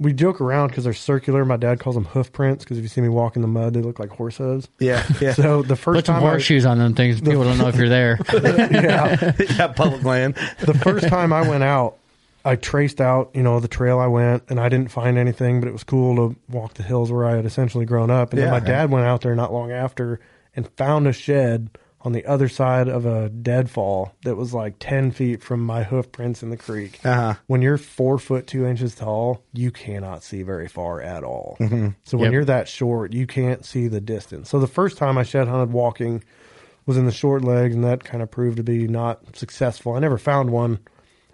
I: we joke around because they're circular. My dad calls them hoof prints because if you see me walk in the mud, they look like horse hooves.
E: Yeah.
B: [laughs]
E: Yeah.
I: So the first
C: Put some
I: time I, [laughs]
C: horseshoes on them things. People don't know if you're there.
E: [laughs] yeah. Public land.
I: the first time I went out, I traced out, you know, the trail I went, and I didn't find anything, but it was cool to walk the hills where I had essentially grown up. And
E: Yeah.
I: then my dad went out there not long after and found a shed on the other side of a deadfall that was like 10 feet from my hoof prints in the creek.
E: Uh-huh.
I: When you're four foot two inches tall, you cannot see very far at all.
C: Mm-hmm.
I: So when
C: Yep.
I: you're that short, you can't see the distance. So the first time I shed hunted walking, was in the short legs, and that kind of proved to be not successful. I never found one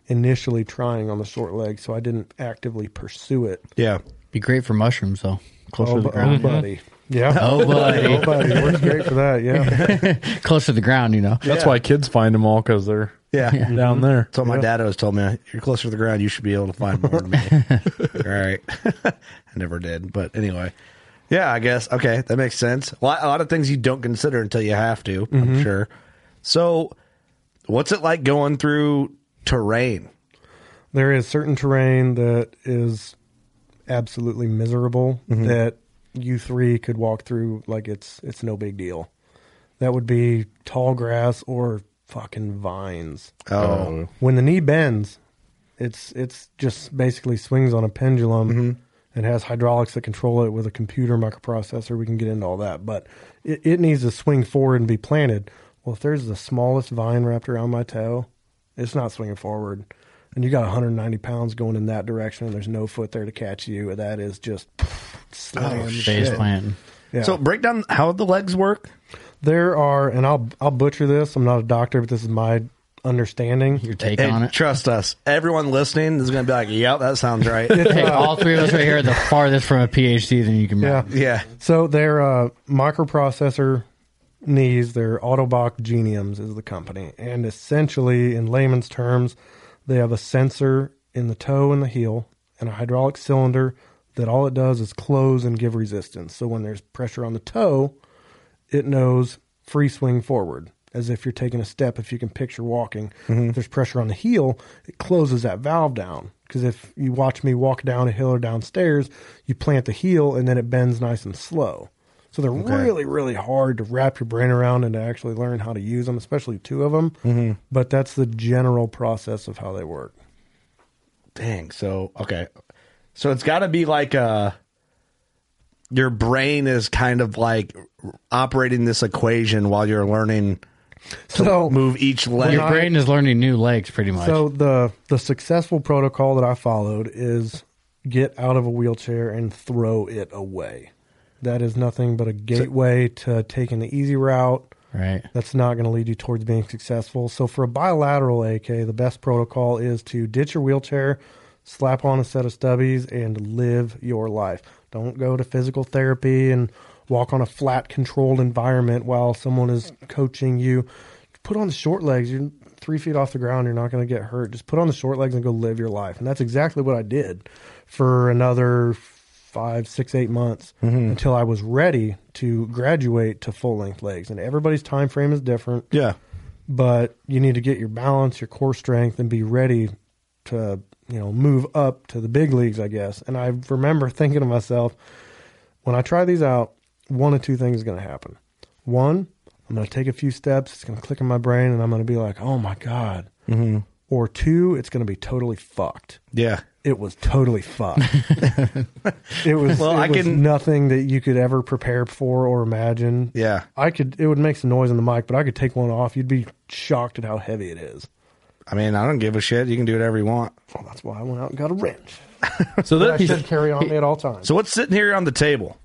I: initially trying on the short legs, so I didn't actively pursue it.
E: Yeah.
C: Be great for mushrooms though. Closer
I: Oh,
C: to the
I: bu- oh,
C: ground.
I: buddy.
C: [laughs]
I: Yeah.
C: Oh, buddy.
I: [laughs] Oh, buddy. Works great for that. Yeah.
C: Closer to the ground, you know.
B: That's why kids find them all because they're
E: Yeah. That's
B: down there.
E: what my dad always told me. You're closer to the ground. You should be able to find more than me. All right. [laughs] I never did. But anyway. Yeah, I guess. Okay. That makes sense. A lot, a lot of things you don't consider until you have to,
B: Mm-hmm.
E: I'm sure. So, what's it like going through terrain?
I: there is certain terrain that is absolutely miserable that you three could walk through like it's it's no big deal. That would be tall grass or fucking vines.
E: Oh,
I: when the knee bends, it's it's just basically swings on a pendulum and has hydraulics that control it with a computer microprocessor. We can get into all that, but it, it needs to swing forward and be planted. Well, if there's the smallest vine wrapped around my toe, it's not swinging forward. And you got 190 pounds going in that direction, and there's no foot there to catch you. That is just slam
C: Base
I: Oh, shit.
C: planting.
I: Yeah.
E: so break down how the legs work.
I: there are, and I'll I'll butcher this. I'm not a doctor, but this is my understanding.
C: Your take
E: Hey,
C: on it.
E: trust us. Everyone listening is going to be like, "Yep, that sounds [laughs] right."
C: Hey, all three of us right here are
I: [laughs]
C: the farthest from a PhD than you can.
I: uh, Yeah.
C: remember.
E: yeah,
I: So they're uh, microprocessor knees. They're Autobach Geniums is the company, and essentially, in layman's terms, they have a sensor in the toe and the heel, and a hydraulic cylinder that all it does is close and give resistance. So when there's pressure on the toe, it knows free swing forward as if you're taking a step if you can picture walking if there's pressure on the heel it closes that valve down because if you watch me walk down a hill or downstairs you plant the heel and then it bends nice and slow so they're really really hard to wrap your brain around and to actually learn how to use them especially two of them but that's the general process of how they work
E: dang. So okay, so it's got to be like uh your brain is kind of like operating this equation while you're learning to
I: So-
E: move each leg.
C: Your brain is learning new legs, pretty much.
I: So the the successful protocol that I followed is get out of a wheelchair and throw it away. That is nothing but a gateway to taking the easy route.
C: right.
I: That's not going to lead you towards being successful. So for a bilateral AK, the best protocol is to ditch your wheelchair, slap on a set of stubbies, and live your life. Don't go to physical therapy and walk on a flat, controlled environment while someone is coaching you. Put on the short legs. You're three feet off the ground. You're not going to get hurt. Just put on the short legs and go live your life. And that's exactly what I did for another five, six, eight months until I was ready to graduate to full length legs. And everybody's time frame is different
E: Yeah.
I: but you need to get your balance, your core strength, and be ready to you know move up to the big leagues, I guess. And I remember thinking to myself, when I try these out, one of two things is going to happen. One, I'm going to take a few steps, it's going to click in my brain, and I'm going to be like, oh my god. Mm-hmm. Or two, it's going to be totally fucked.
E: Yeah.
I: It was totally [laughs] fucked. it was,
E: Well,
I: it
E: I
I: was
E: can-
I: nothing that you could ever prepare for or imagine.
E: Yeah.
I: I could it would make some noise on the mic, but I could take one off. You'd be shocked at how heavy it is.
E: I mean, I don't give a shit. You can do whatever you want.
I: Well, that's why I went out and got a wrench.
B: So
I: That I
B: that
I: should carry on me at all times.
E: So what's sitting here on the table?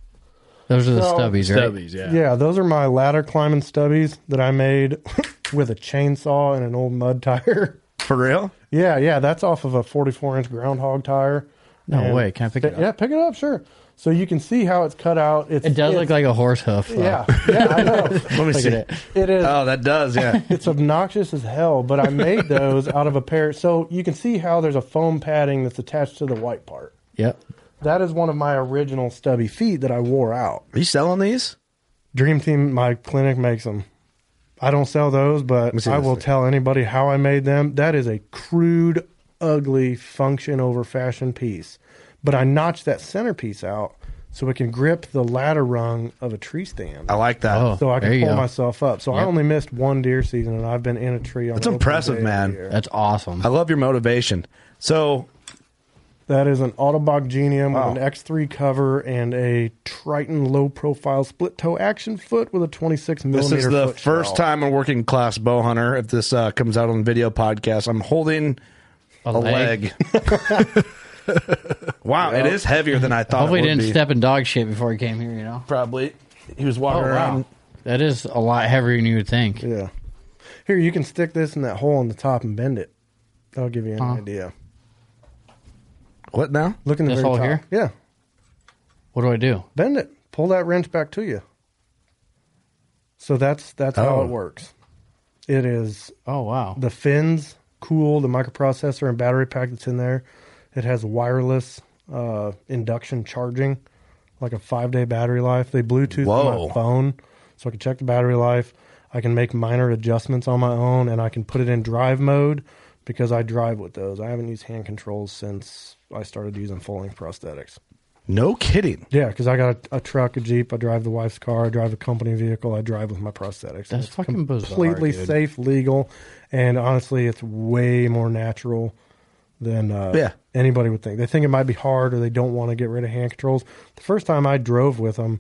C: Those are the
I: So-
C: stubbies, right?
B: stubbies, yeah.
I: yeah, those are my ladder climbing stubbies that I made [laughs] with a chainsaw and an old mud tire. [laughs]
E: For real?
I: yeah, yeah, that's off of a 44 inch groundhog tire.
C: No
I: And-
C: way. Can I pick it up?
I: Yeah, pick it up, sure. So you can see how it's cut out. It's,
C: It does
I: it's-
C: look like a horse hoof. though.
I: Yeah, yeah, I know.
B: [laughs]
E: Let me
C: Look
E: see.
C: at it.
I: It is.
E: Oh, that does.
C: [laughs]
E: Yeah.
I: it's obnoxious as hell, but
E: [laughs]
I: I made those out of a pair. So you can see how there's a foam padding that's attached to the white part.
C: Yep.
I: That is one of my original stubby feet that I wore out.
E: Are you selling these?
I: Dream Team, my clinic makes them. I don't sell those,
E: me
I: but
E: see
I: I
E: this
I: will
E: thing.
I: tell anybody how I made them. That is a crude, ugly function over fashion piece. But I notched that centerpiece out so it can grip the ladder rung of a tree stand.
E: I like that.
C: Oh.
I: so I
C: there
I: can
C: you
I: pull
C: go.
I: myself up. So I only missed one deer season, and I've been in a tree. On
E: That's
I: an open
E: impressive,
I: day every
E: man.
I: year.
C: That's awesome.
E: I love your motivation. So
I: That is an Autobog Genium
E: Wow.
I: with an X3 cover and a Triton low profile split toe action foot with a 26 millimeter.
E: this is the
I: foot
E: first
I: trowel.
E: time a working class bow hunter. If this uh, comes out on video podcast, I'm holding a, leg. wow, it is heavier than I thought.
C: Hopefully,
E: it
C: he
E: would
C: didn't
E: be.
C: step in dog shit before he came here. You know.
E: Probably he was walking around.
C: That is a lot heavier than you would think.
I: Yeah. Here, you can stick this in that hole on the top and bend it. That'll give you an idea.
E: What now?
I: Look in the
C: This
I: very
C: hole
I: top.
C: here?
I: Yeah.
C: What do I do?
I: Bend it. Pull that wrench back to you. So that's that's how
E: Oh.
I: it works. It is
C: Oh wow.
I: the fins cool the microprocessor and battery pack that's in there it has wireless uh, induction charging like a five day battery life they bluetooth
E: Whoa.
I: my phone so i can check the battery life i can make minor adjustments on my own and i can put it in drive mode because i drive with those i haven't used hand controls since i started using full length prosthetics
E: No kidding.
I: yeah because i got a, a truck a jeep i drive the wife's car i drive a company vehicle i drive with my prosthetics
C: That's
I: It's
C: fucking bizarre.
I: completely
C: dude.
I: safe, legal, and honestly, it's way more natural than uh,
E: Yeah.
I: anybody would think. They think it might be hard, or they don't want to get rid of hand controls. The first time I drove with them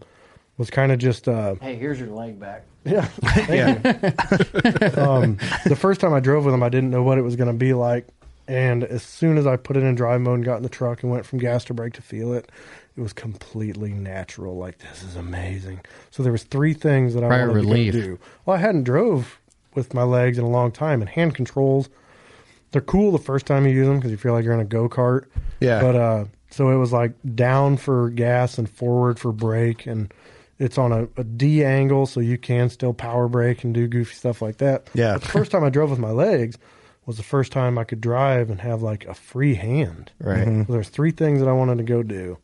I: was kind of just uh,
C: Hey, here's your leg
I: [laughs]
C: back.
I: yeah. [laughs] um, the first time I drove with them, I didn't know what it was going to be like, and as soon as I put it in drive mode and got in the truck and went from gas to brake to feel it. It was completely natural. Like this is amazing. So there was three things that I
C: Prior
I: wanted
C: relief.
I: to go do. Well, I hadn't drove with my legs in a long time, and hand controls they're cool the first time you use them because you feel like you're in a go kart.
E: Yeah.
I: But uh, so it was like down for gas and forward for brake, and it's on a, a D angle, so you can still power brake and do goofy stuff like that.
E: Yeah.
I: But the first time I drove with my legs was the first time I could drive and have like a free hand.
C: Right.
I: So there's three things that I wanted to go do,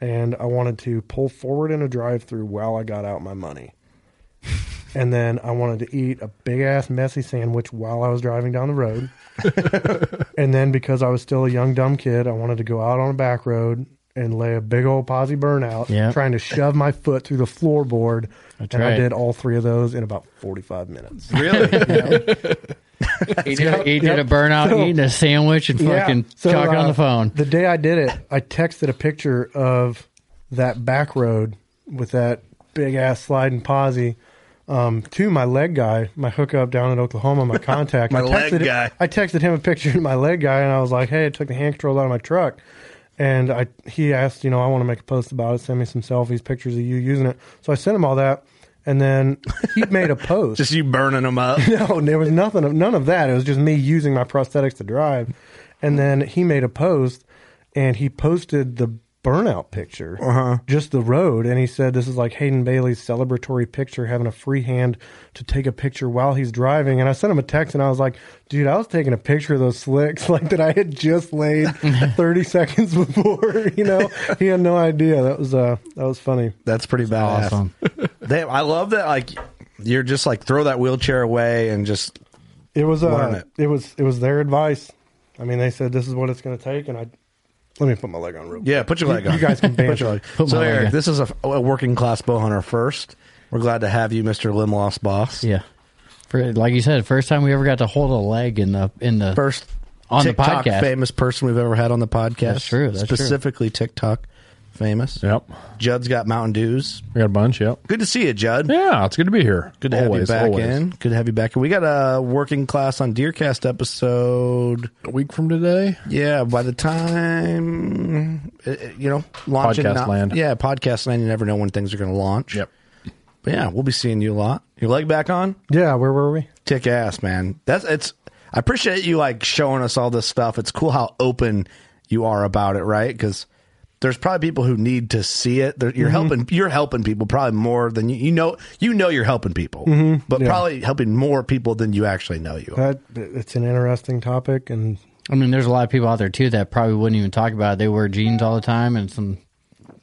I: and I wanted to pull forward in a drive through while I got out my money. And then I wanted to eat a big ass messy sandwich while I was driving down the road. and then because I was still a young dumb kid, I wanted to go out on a back road and lay a big old posse burnout,
C: Yeah.
I: trying to shove my foot through the floorboard.
C: That's
I: and I
C: right.
I: did all three of those in about forty five minutes.
B: [laughs]
E: Really?
C: He did, he did
I: Yep.
C: a burnout,
I: So-
C: eating a sandwich, and fucking
I: So,
C: talking on
I: uh,
C: the phone.
I: The day I did it, I texted a picture of that back road with that big ass sliding posse um, to my leg guy, my hookup down in
C: [laughs]
I: Oklahoma, my contact.
E: My
I: I texted,
E: leg guy.
I: I texted him a picture of my leg guy, and I was like, "Hey, I took the hand controls out of my truck." And I, he asked, you know, I want to make a post about it. Send me some selfies, pictures of you using it. So I sent him all that, and then he made
C: [laughs]
I: a post.
E: Just you burning them up.
I: [laughs] No, there was nothing of none of that. It was just me using my prosthetics to drive. And then he made a post and he posted the burnout picture, uh-huh. just the road. And he said this is like Hayden Bailey's celebratory picture, having a free hand to take a picture while he's driving. And I sent him a text and I was like, dude, I was taking a picture of those slicks [laughs] like that I had just laid 30 seconds [laughs] before, you know, he had no idea. That was, uh, that was funny.
E: That's pretty badass.
C: awesome.
E: Damn, I love that. Like you're just like throw that wheelchair away and just
I: It was,
E: Learn
I: uh,
E: it.
I: it. was, it was their advice. I mean, they said this is what it's going to take. And I, let me put my leg on real quick.
E: yeah, put your leg
I: You-
E: on.
I: you guys
E: [laughs]
I: can
E: put
I: banter.
E: your leg.
C: Put
E: so
C: my leg
E: Eric,
C: on.
E: this is a, a working class bow hunter first. We're glad to have you, Mister Limloff's boss.
C: [laughs] Yeah. For, like you said, first time we ever got to hold a leg in the in the
E: first
C: On the
E: TikTok
C: podcast.
E: famous person we've ever had on the podcast.
C: That's true, that's true.
E: Specifically TikTok famous.
B: Yep.
E: Judd's got Mountain Dews.
B: We got a bunch. Yep.
E: Good to see you, Judd.
B: Yeah, it's good to be here.
E: Good to have you back in. Good to have you back in. We got a working class on Deercast episode.
B: A week from today.
E: Yeah, by the time uh, uh, you know launching
B: Podcast
E: not-
B: land.
E: Yeah, podcast land. You never know when things are going to launch. But yeah, we'll be seeing you a lot. Your leg back on?
I: Yeah. Where were we?
E: Kick ass, man. That's it's. I appreciate you like showing us all this stuff. It's cool how open you are about it, right? Because there's probably people who need to see it. They're- You're helping. You're helping people probably more than you, you know. You know you're helping people, but probably helping more people than you actually know you. Are.
I: That it's an interesting topic and
C: I mean, there's a lot of people out there too that probably wouldn't even talk about it. They wear jeans all the time and some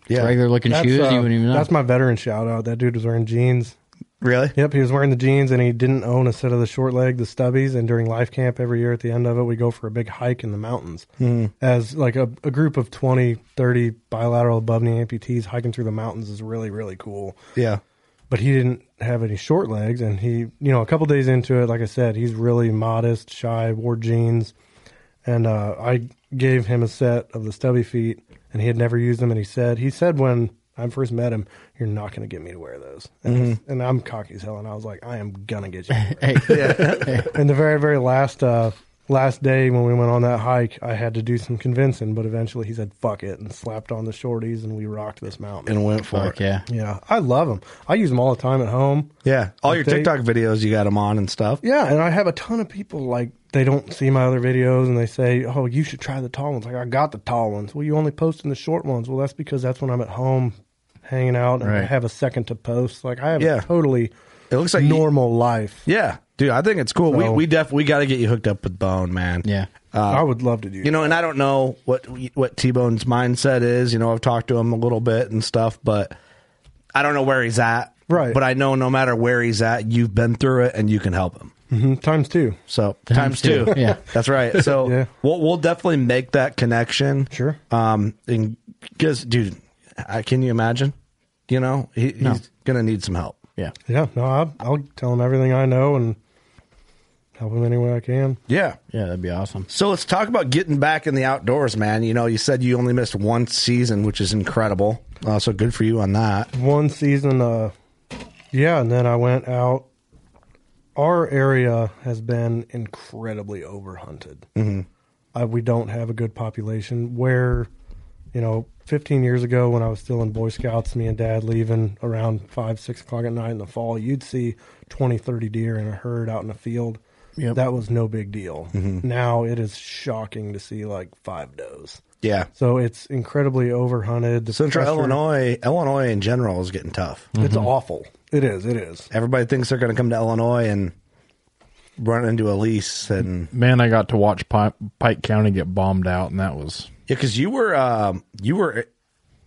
C: regular looking
I: That's,
C: shoes.
I: uh,
C: you wouldn't even know.
I: That's my veteran shout out. That dude was wearing jeans.
E: Really?
I: Yep, he was wearing the jeans and he didn't own a set of the short leg, the stubbies. And during life camp every year at the end of it, we go for a big hike in the mountains as like a, a group of 20, 30 bilateral above knee amputees hiking through the mountains is really, really cool.
E: Yeah.
I: But he didn't have any short legs. And he, you know, a couple days into it, like I said, he's really modest, shy, wore jeans. And uh, I gave him a set of the stubby feet and he had never used them. And he said, he said when I first met him, you're not going to get me to wear those. And, I- and I'm cocky as hell. And I was like, I am going to get you. [laughs] to wear
C: hey,
I: and the very very last uh last day when we went on that hike i had to do some convincing but eventually he said fuck it and slapped on the shorties and we rocked this mountain
E: And went for
C: fuck
E: it.
C: yeah.
I: yeah i love them i use them all the time at home
E: Yeah. All
I: Like
E: your
I: they-
E: TikTok videos, you got them on and stuff.
I: yeah and i have a ton of people like they don't see my other videos and they say oh you should try the tall ones like i got the tall ones well you only post in the short ones well that's because that's when i'm at home hanging out and i
C: Right.
I: have a second to post like i have
E: Yeah.
I: a totally
E: It looks like you-
I: normal life
E: Yeah, dude, I think it's cool. we
I: So-
E: we def we got to get you hooked up with Bone, man.
C: Yeah.
I: i would love to do
E: Uh, You know, and I don't know what what T Bone's mindset is. You know, I've talked to him a little bit and stuff, but I don't know where he's at.
I: Right.
E: But I know no matter where he's at, you've been through it and you can help him.
I: Mhm, times two
E: So times, two.
C: two, yeah.
E: [laughs] that's right. So
I: [laughs] Yeah.
E: we'll we'll definitely make that connection.
I: Sure.
E: Um, and because, dude, I, can you imagine? You know, he, he's gonna need some help.
C: Yeah.
I: Yeah, no, I'll, I'll tell him everything I know and help him any way I can.
E: Yeah.
C: Yeah, that'd be awesome.
E: So let's talk about getting back in the outdoors, man. You know, you said you only missed one season, which is incredible. Uh, so good for you on that.
I: One season, uh, yeah, and then I went out. Our area has been incredibly overhunted. Mm-hmm. Uh, we don't have a good population. Where, you know, 15 years ago when I was still in Boy Scouts, me and Dad leaving around five, six o'clock at night in the fall, you'd see 20, 30 deer in a herd out in the field. That was no big deal.
E: Mm-hmm.
I: Now it is shocking to see like five does.
E: Yeah.
I: So it's incredibly overhunted. The
E: Central
I: pressure-
E: Illinois, Illinois in general is getting tough.
I: It's awful. Mm-hmm. It is. It is.
E: Everybody thinks they're going to come to Illinois and run into a lease. And
B: Man, I got to watch Pike, Pike County get bombed out, and that was
E: yeah, because you were, um, you were,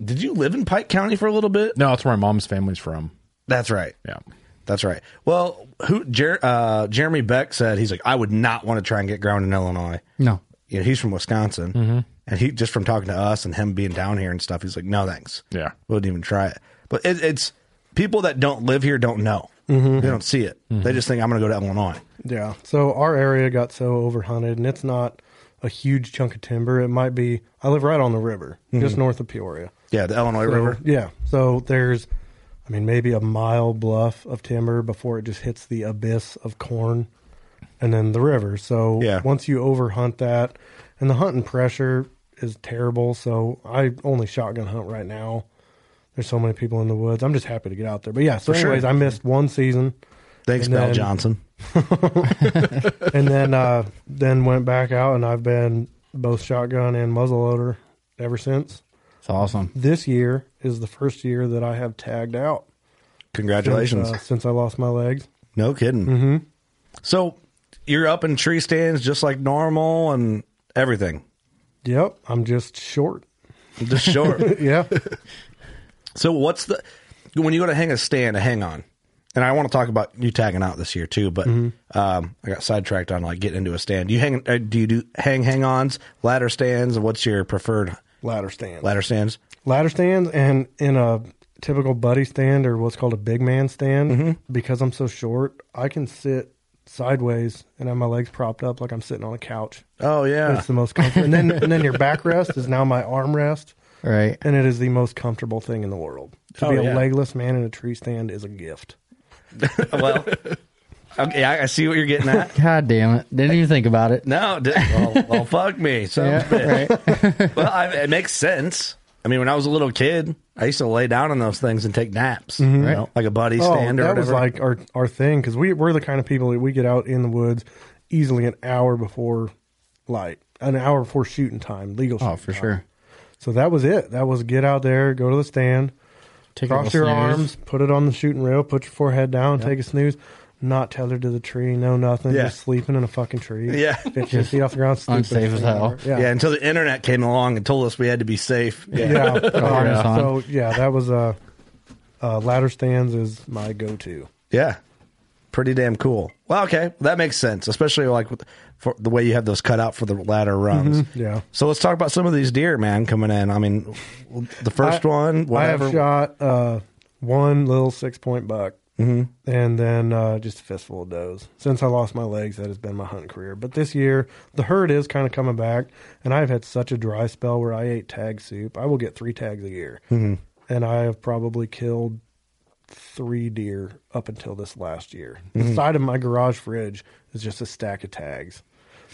E: did you live in Pike County for a little bit?
B: no. That's where my mom's family's from.
E: That's right.
B: Yeah.
E: That's right. Well, who, Jer- uh, Jeremy Beck said, he's like, I would not want to try and get ground in Illinois.
C: No.
E: you know, he's from Wisconsin,
I: Mm-hmm.
E: and he just from talking to us and him being down here and stuff, he's like, no thanks,
B: Yeah.
E: wouldn't even try it. But it, it's people that don't live here don't know,
I: Mm-hmm.
E: they don't see it, they just think I'm going to go to Illinois.
I: Yeah. So our area got so overhunted, and it's not a huge chunk of timber. It might be. I live right on the river, just north of Peoria.
E: Yeah, Mm-hmm. the Illinois
I: So,
E: River.
I: Yeah. So there's, I mean, maybe a mile bluff of timber before it just hits the abyss of corn and then the river. So
E: Yeah.
I: once you overhunt that, and the hunting pressure is terrible. So I only shotgun hunt right now. There's so many people in the woods. I'm just happy to get out there. But yeah, so
E: For sure.
I: anyways, I missed one season
E: Thanks,
I: And
E: Bell
I: then-
E: Johnson.
I: and then uh then went back out and I've been both shotgun and muzzleloader ever since.
C: It's awesome.
I: This year is the first year that I have tagged out.
E: Congratulations.
I: Since, uh, since I lost my legs.
E: No kidding. Mm-hmm. So you're up in tree stands just like normal and everything.
I: Yep, I'm just short.
E: Just
I: [laughs]
E: short.
I: Yeah.
E: so what's the when you go to hang a stand, a hang on, and I want to talk about you tagging out this year too, but um, I got sidetracked on like getting into a stand. Do you hang? uh, Do you do hang hang ons, ladder stands? What's your preferred
I: Ladder stand.
E: ladder stands?
I: ladder stands and in a typical buddy stand or what's called a big man stand because I'm so short, I can sit sideways and have my legs propped up like I'm sitting on a couch.
E: Oh yeah,
I: It's the most comfortable. and then and then your backrest is now my armrest
C: Right.
I: and it is the most comfortable thing in the world. To
E: Oh,
I: be a
E: yeah.
I: legless man in a tree stand is a gift.
E: [laughs] well, okay, I, I see what you're getting at.
C: God damn it. Didn't even think about it.
E: No, d- well, well, fuck me. So,
C: [laughs] Yeah, right.
E: well, I, it makes sense. I mean, when I was a little kid, I used to lay down on those things and take naps, you know, like a buddy stand or
I: that
E: whatever.
I: was like our our thing because we we're the kind of people that we get out in the woods easily an hour before light, an hour before shooting time, legal. Shooting
C: Oh, for
I: time.
C: sure.
I: So that was it. That was get out there, go to the stand,
C: Take a
I: cross
C: little
I: your
C: snooze.
I: arms, put it on the shooting rail, put your forehead down, take a snooze. Not tethered to the tree, no nothing.
E: Yeah.
I: Just sleeping in a fucking tree.
E: [laughs] Yeah.
I: just off the ground.
C: [laughs]
I: sleeping
C: unsafe as
I: for an
C: hell.
I: hour.
E: yeah. until the internet came along and told us we had to be safe. [laughs] Yeah.
I: [laughs] yeah.
C: a harness
I: Oh, Yeah.
C: on.
I: So yeah, that was uh, uh, ladder stands is my go-to.
E: Yeah. Pretty damn cool. Well, okay. that makes sense, especially like with- for the way you have those cut out for the ladder runs.
I: Mm-hmm. yeah.
E: So let's talk about some of these deer, man, coming in. I mean, the first
I: I-
E: one, whatever.
I: I have shot uh, one little six point buck, mm-hmm. and then uh, just a fistful of does. Since I lost my legs, that has been my hunting career. But this year, the herd is kind of coming back, and I've had such a dry spell where I ate tag soup. I will get three tags a year, mm-hmm. and I have probably killed three deer up until this last year.
E: Mm-hmm.
I: The side of my garage fridge is just a stack of tags.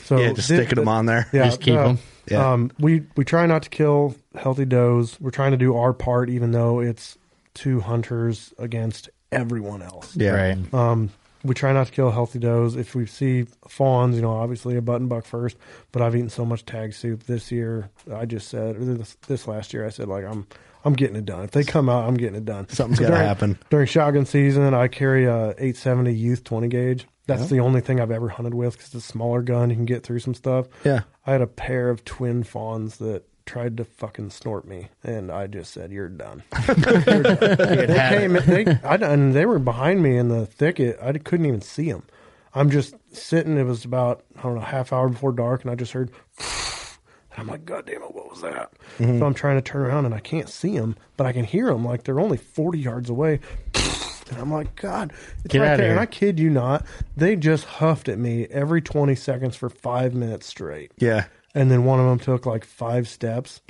I: So
E: Yeah, just
I: thi-
E: sticking 'em on there.
I: Yeah,
C: Just keep 'em.
E: Yeah.
I: Um, we we try not to kill healthy does. We're trying to do our part, even though it's two hunters against everyone else.
E: yeah.
C: Right.
I: Um, we try not to kill healthy does. If we see fawns, you know, obviously a button buck first. But I've eaten so much tag soup this year. I just said or this, this last year. I said like I'm I'm getting it done. If they come out, I'm getting it done.
E: Something's
I: So
E: gotta
I: during-
E: happen.
I: during shotgun season. I carry a 870 Youth 20 gauge. That's the only thing I've ever hunted with because it's a smaller gun. You can get through some stuff.
E: Yeah.
I: I had a pair of twin fawns that tried to fucking snort me, and I just said, "You're done." You're done. they came. They, I, and they were behind me in the thicket. I couldn't even see them. I'm just sitting. It was about I don't know half hour before dark, and I just heard. And I'm like, God damn it, what was that?
C: Mm-hmm.
I: So I'm trying to turn around and I can't see them, but I can hear them. Like they're only 40 yards away. And I'm like, God, it's
C: Get
I: right
C: outta
I: there. And
C: here.
I: I kid you not, they just huffed at me every 20 seconds for five minutes straight.
E: Yeah.
I: And then one of them took like five steps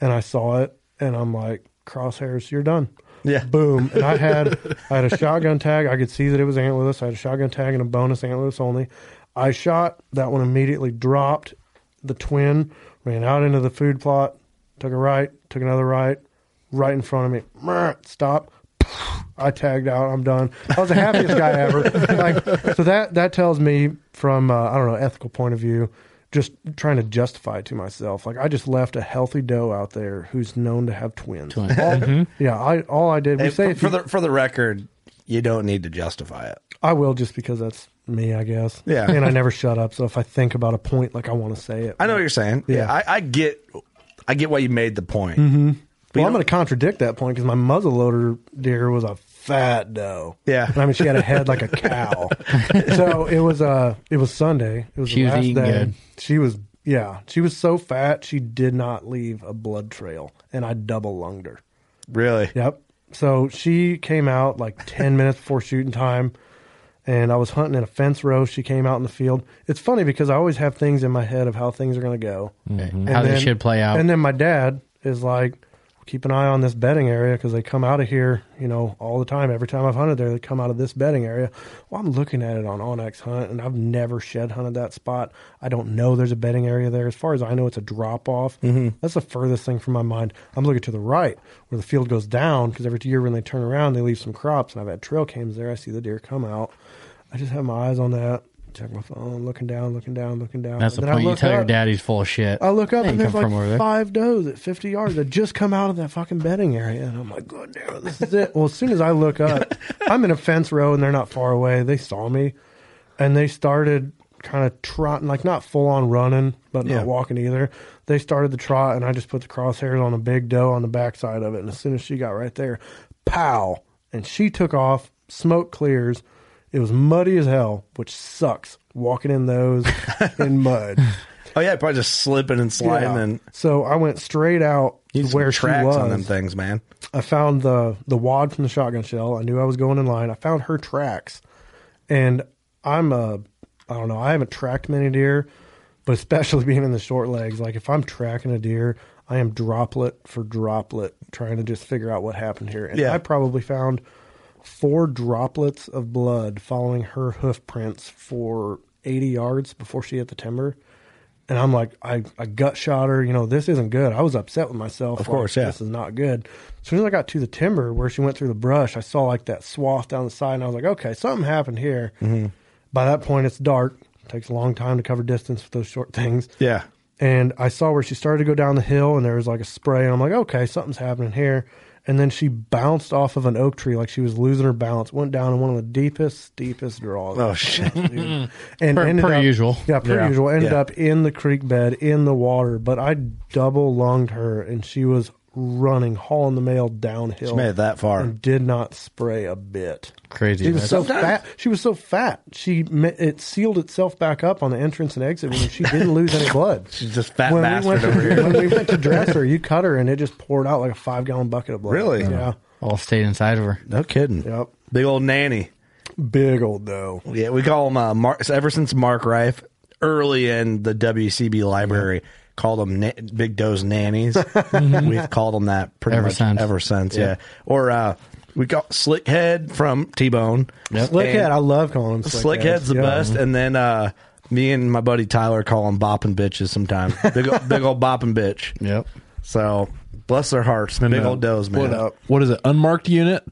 I: and I saw it and I'm like, crosshairs, you're done.
E: Yeah.
I: Boom. And I had I had a shotgun tag. I could see that it was antlerless. I had a shotgun tag and a bonus antlerless only. I shot that one immediately dropped the twin, ran out into the food plot, took a right, took another right, right in front of me. Mer, Stop. I tagged out. I'm done. I was the happiest guy
E: [laughs]
I: ever. Like, so that that tells me from uh, I don't know ethical point of view, just trying to justify to myself. Like I just left a healthy doe out there who's known to have twins. All- [laughs] Yeah, I all I did. We
E: Hey,
I: say
E: for,
I: if
E: for
I: you-
E: the, for the record, you don't need to justify it.
I: I will just because that's me, I guess.
E: Yeah.
I: and I never shut up. So if I think about a point, like I want to say it.
E: I know what you're saying.
I: Yeah. Mm-hmm.
E: I, I get, I get why you made the point.
I: Well, I'm going to contradict that point because my muzzleloader deer was a fat doe.
E: Yeah.
I: And I mean, she had a head like
C: [laughs]
I: a cow. so it was uh, it was Sunday. It was
C: She
I: the
C: was
I: last
C: eating
I: day.
C: good.
I: She was yeah. She was so fat she did not leave a blood trail, and I double lunged her.
E: Really?
I: Yep. So she came out like 10 minutes before shooting time, and I was hunting in a fence row. She came out in the field. It's funny because I always have things in my head of how things are going to go,
C: Mm.
I: And
C: Mm-hmm. How they should play out.
I: And then my dad is like, keep an eye on this bedding area because they come out of here, you know, all the time. Every time I've hunted there, they come out of this bedding area. Well, I'm looking at it on Onyx Hunt, and I've never shed hunted that spot. I don't know there's a bedding area there. As far as I know, it's a drop off.
C: Mm-hmm.
I: That's the furthest thing from my mind. I'm looking to the right where the field goes down because every year when they turn around, they leave some crops, and I've had trail cams there. I see the deer come out. I just have my eyes on that. check my phone, looking down, looking down, looking down.
C: That's the
I: And then I
C: point. You
I: look
C: tell your
I: up.
C: dad he's full of shit.
I: I look up
C: They
I: and
C: didn't
I: there's
C: come
I: like
C: from over there.
I: five does at 50 yards that just come out of that fucking bedding area. And I'm like, God damn, this is it. Well, as soon as I
C: [laughs]
I: look up, I'm in a fence row and they're not far away. They saw me and they started kind of trotting, like not full on running, but
E: Yeah.
I: not walking either. They started the trot and I just put the crosshairs on a big doe on the backside of it. And as soon as she got right there, pow. And she took off, smoke clears. It was muddy as hell, which sucks walking
C: [laughs]
I: in those in mud.
E: Oh yeah, probably just slipping and sliding
I: Yeah.
E: and
I: So I went straight out to
E: Need some
I: where she
E: tracks
I: was.
E: on them things, man.
I: I found the the wad from the shotgun shell. I knew I was going in line. I found her tracks, and I'm a I don't know. I haven't tracked many deer, but especially [laughs] being in the short legs, like if I'm tracking a deer, I am droplet for droplet trying to just figure out what happened here. And
E: Yeah.
I: I probably found four droplets of blood following her hoof prints for 80 yards before she hit the timber. And I'm like, I, I gut shot her. You know, this isn't good. I was upset with myself.
E: Of
I: like,
E: course, yeah.
I: This is not good. As soon as I got to the timber where she went through the brush, I saw like that swath down the side. And I was like, okay, something happened here. By that point, it's dark. takes a long time to cover distance with those short things
E: Yeah.
I: and I saw where she started to go down the hill, and there was like a spray, and I'm like, okay, something's happening here. And then she bounced off of an oak tree like she was losing her balance, went down in one of the deepest, steepest draws.
E: Oh shit.
I: [laughs] Dude. and
C: Per-
I: ended
C: per
I: up-
C: usual.
I: Yeah, per
E: Yeah.
I: usual. Ended
E: Yeah.
I: up in the creek bed in the water, but I double lunged her, and she was running, hauling the mail downhill.
E: She made it that far.
I: and did not spray a bit.
C: Crazy.
I: She was
C: That's-
I: so fat. She was so fat. She ma- it sealed itself back up on the entrance and exit, and she didn't lose any blood.
E: [laughs] She's just fat
I: When we
E: bastard
I: went to-
E: over here.
I: [laughs] When we went to dress her, you cut her, and it just poured out like a five gallon bucket of blood.
E: Really?
I: Yeah.
C: all stayed inside of her.
E: No kidding.
I: Yep.
E: Big old nanny.
I: Big old though.
E: Yeah, we call him uh, Mark. so Ever since Mark Rife, early in the WCB library, called him na- Big Doe's
I: [laughs]
E: nannies. We've called him that pretty
C: Ever
E: much
C: since.
E: ever since. Yeah, or uh, we got Slickhead from T Bone.
I: Slickhead, I love calling him Slickhead.
E: Slickhead's the
I: Yeah.
E: best, and then uh, me and my buddy Tyler call him bopping bitches
I: [laughs]
E: sometimes. Big, ol- big old bopping bitch.
C: Yep.
E: So bless their hearts, big
B: uh,
E: old does, man.
B: What is it? Unmarked unit,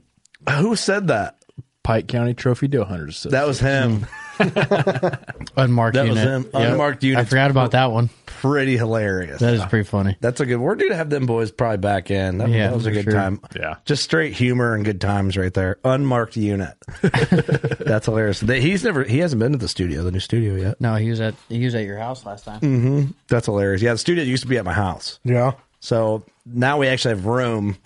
E: Who said that?
B: Pike County Trophy Doe Hunters. Association.
E: That was
C: Hmm.
E: him.
C: Unmarked
E: That was them.
C: unit.
E: Unmarked
C: I
E: units.
C: forgot about that one.
E: Pretty hilarious.
C: That is pretty funny.
E: That's a good. We're due to have them boys probably back in. That,
C: Yeah,
E: that was a
C: for
E: good
C: sure.
E: time.
B: Yeah.
E: just straight humor and good times right there. Unmarked
C: [laughs]
E: unit. That's hilarious. They, he's never. He hasn't been to the studio, the new studio yet.
C: No, he was at he was at your house last time.
I: Mm.
E: That's hilarious. Yeah, the studio used to be at my house,
I: Yeah.
E: so now we actually have room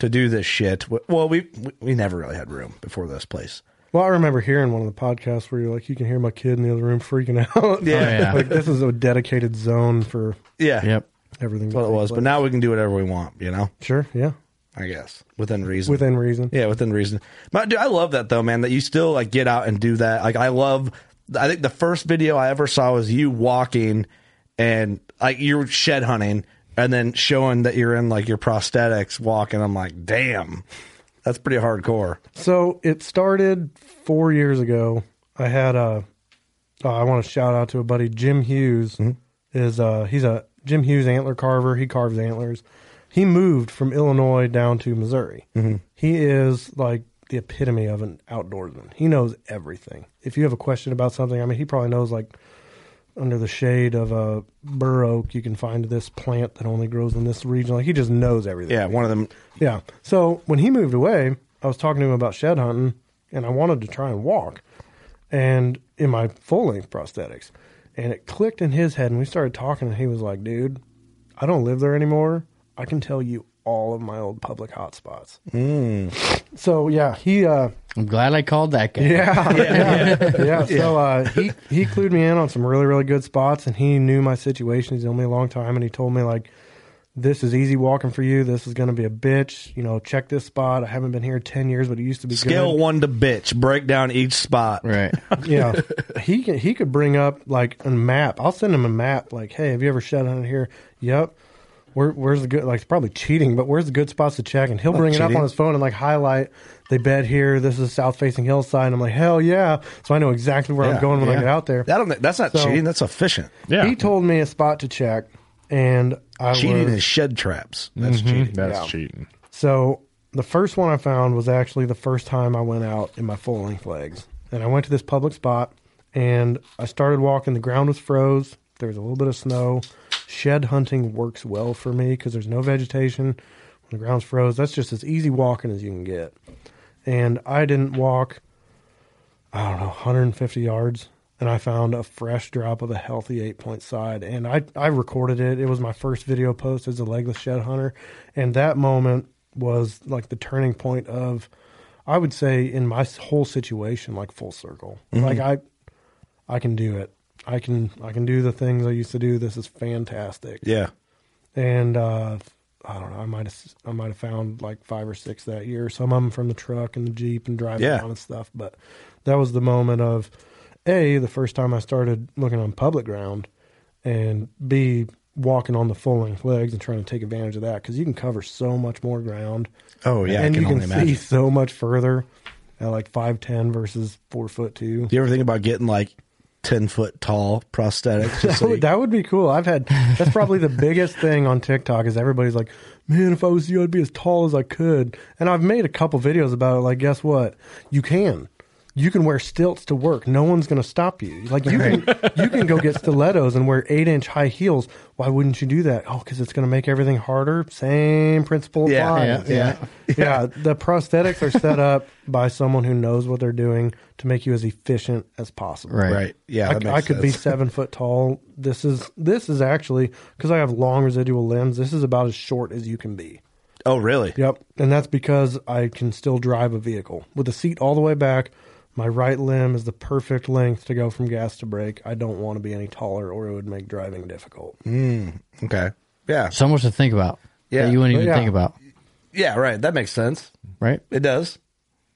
E: to do this shit. Well, we we, we never really had room before this place.
I: Well, I remember hearing one of the podcasts where you're like, you can hear my kid in the other room freaking out.
E: Yeah.
C: Oh, yeah.
I: [laughs] like this is a dedicated zone for
E: Yeah,
C: Yep.
I: everything.
E: That's what it was. But now we can do whatever we want. You know,
I: sure, yeah,
E: I guess within reason.
I: within reason.
E: Yeah, within reason. But dude, I love that though, man. That you still like get out and do that. Like I love. I think the first video I ever saw was you walking, and like you're shed hunting, and then showing that you're in like your prosthetics walking. I'm like, damn, that's pretty hardcore.
I: So it started four years ago. I had a. oh, I want to shout out to a buddy, Jim Hughes. Is uh, he's a Jim Hughes antler carver. He carves antlers. He moved from Illinois down to Missouri. He is like the epitome of an outdoorsman. He knows everything. If you have a question about something, I mean, he probably knows like under the shade of a bur oak, you can find this plant that only grows in this region. Like he just knows everything.
E: Yeah, one of them.
I: Yeah. So when he moved away, I was talking to him about shed hunting and I wanted to try and walk and in my full length prosthetics. And it clicked in his head and we started talking and he was like, dude, I don't live there anymore. I can tell you all of my old public hotspots. Mm. So yeah, he uh
C: I'm glad I called that guy. Yeah.
I: [laughs] yeah. So uh, he he clued me in on some really really good spots, and he knew my situation. He's known me a long time, and he told me like, "This is easy walking for you. This is going to be a bitch. You know, check this spot. I haven't been here ten years, but it used to be
E: Scale
I: good.
E: one to bitch. Break down each spot.
C: [laughs] Right.
E: [laughs]
I: Yeah, he can, he could bring up like a map. I'll send him a map. Like, hey, have you ever shut hunted here? Yep. Where, where's the good? Like, it's probably cheating, but where's the good spots to check? And he'll bring it up
E: cheating.
I: on his phone and like highlight. They bed here. This is a south facing hillside. And I'm like, hell yeah! So I know exactly where
E: Yeah,
I: I'm going when
E: yeah.
I: I get out there.
E: I don't. think- That's not
I: So-
E: cheating. That's efficient.
B: yeah.
I: He told me a spot to check, and I Mm-hmm.
E: Cheating
I: was,
E: is shed traps. That's cheating.
B: That's
I: Yeah.
B: cheating.
I: so the first one I found was actually the first time I went out in my full length legs, and I went to this public spot, and I started walking. The ground was froze. There was a little bit of snow. Shed hunting works well for me because there's no vegetation. When the ground's froze, that's just as easy walking as you can get. And I didn't walk, I don't know, 150 yards, and I found a fresh drop of a healthy eight point side. And I, I recorded it. It was my first video post as a legless shed hunter. And that moment was like the turning point of, I would say, in my s- whole situation, like full circle.
J: Mhm.
I: Like I, I can do it. I can I can do the things I used to do. This is fantastic.
E: Yeah.
I: And uh, I don't know. I might have I might have found like five or six that year. Some of them from the truck and the jeep and driving
E: Yeah.
I: around and stuff. But that was the moment of a the first time I started looking on public ground, and b walking on the full length legs and trying to take advantage of that because you can cover so much more ground.
E: Oh, yeah, I
I: and
E: can
I: you can
E: only imagine.
I: see so much further at like five ten versus four foot two.
E: Do you ever think about getting like ten foot tall
I: [laughs]
E: prosthetics? Just
I: That
E: so
I: would, that would be cool. I've had that's probably the biggest thing on TikTok is everybody's like, "Man, if I was you, I'd be as tall as I could." And I've made a couple videos about it. Like, guess what? You can. You can wear stilts to work. No one's going to stop you. Like you can, you can go get stilettos and wear eight inch high heels. Why wouldn't you do that? Oh, because it's going to make everything harder. Same principle
E: Yeah,
I: applies.
E: yeah, yeah.
I: Yeah, the prosthetics are set up by someone who knows what they're doing to make you as efficient as possible.
E: Right. Right. Yeah,
I: I,
E: that makes
I: I could be
E: sense.
I: seven foot tall. This is this is actually because I have long residual limbs. This is about as short as you can be.
E: oh, really?
I: Yep, and that's because I can still drive a vehicle with the seat all the way back. My right limb is the perfect length to go from gas to brake. I don't want to be any taller, or it would make driving difficult.
E: Mm, okay. Yeah.
C: So much to think about.
E: Yeah.
C: That you wouldn't
E: But
C: even
E: yeah.
C: think about.
E: Yeah. Right. That makes sense.
C: Right.
E: It does.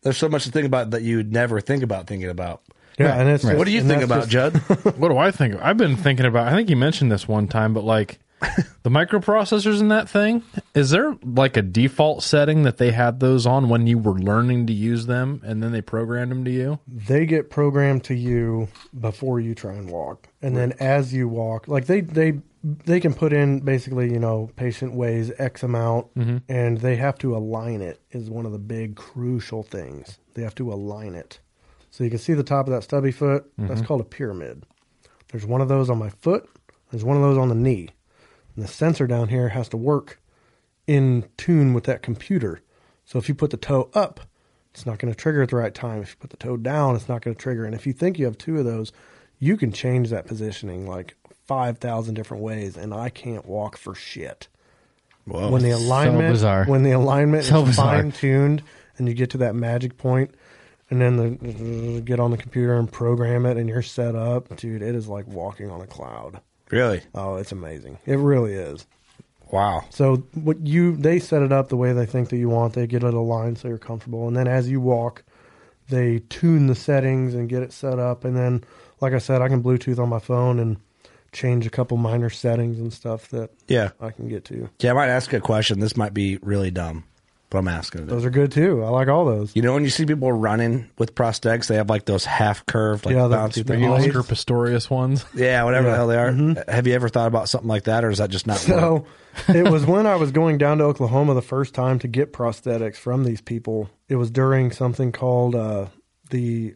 E: There's so much to think about that you would never think about thinking about.
I: Yeah, and it's
E: what
I: just-
E: do you
I: and
E: think
I: that's
E: about,
I: just-
E: Judd?
I: [laughs]
B: what do I think? I've been thinking about. I think you mentioned this one time, but like the microprocessors in that thing, is there like a default setting that they had those on when you were learning to use them, and then they programmed them to you?
I: they get programmed to you before you try and walk and then as you walk like they they they can put in basically you know patient weighs x amount
B: Mhm.
I: and they have to align it is one of the big crucial things they have to align it so you can see the top of that stubby foot that's
B: Mhm.
I: called a pyramid there's one of those on my foot there's one of those on the knee and the sensor down here has to work in tune with that computer so if you put the toe up it's not going to trigger at the right time. If you put the toe down, it's not going to trigger. And if you think you have two of those, you can change that positioning like 5,000 different ways. And I can't walk for shit.
E: Whoa.
I: When the
C: So
I: alignment,
C: bizarre.
I: when the alignment
C: So
I: is
C: bizarre.
I: fine tuned and you get to that magic point and then the, get on the computer and program it and you're set up, dude, it is like walking on a cloud.
E: Really?
I: Oh, it's amazing. It really is.
E: Wow.
I: So what you they set it up the way they think that you want. They get it aligned so you're comfortable, and then as you walk, they tune the settings and get it set up. And then, like I said, I can Bluetooth on my phone and change a couple minor settings and stuff that
E: Yeah.
I: I can get to.
E: Yeah. I might ask a question. This might be really dumb, but I'm asking it.
I: Those are good too. I like all those.
E: You know, when you see people running with prosthetics, they have like those half curved, like
I: Yeah, the
E: bouncy
I: Are
B: Are
E: things.
B: you Oscar Pistorius ones?
E: Yeah, whatever the
I: Yeah. Mm-hmm.
E: hell they are. Have you ever thought about something like that, or is that just not? work?
I: So it was when I was going down to Oklahoma the first time to get prosthetics from these people. It was during something called uh, the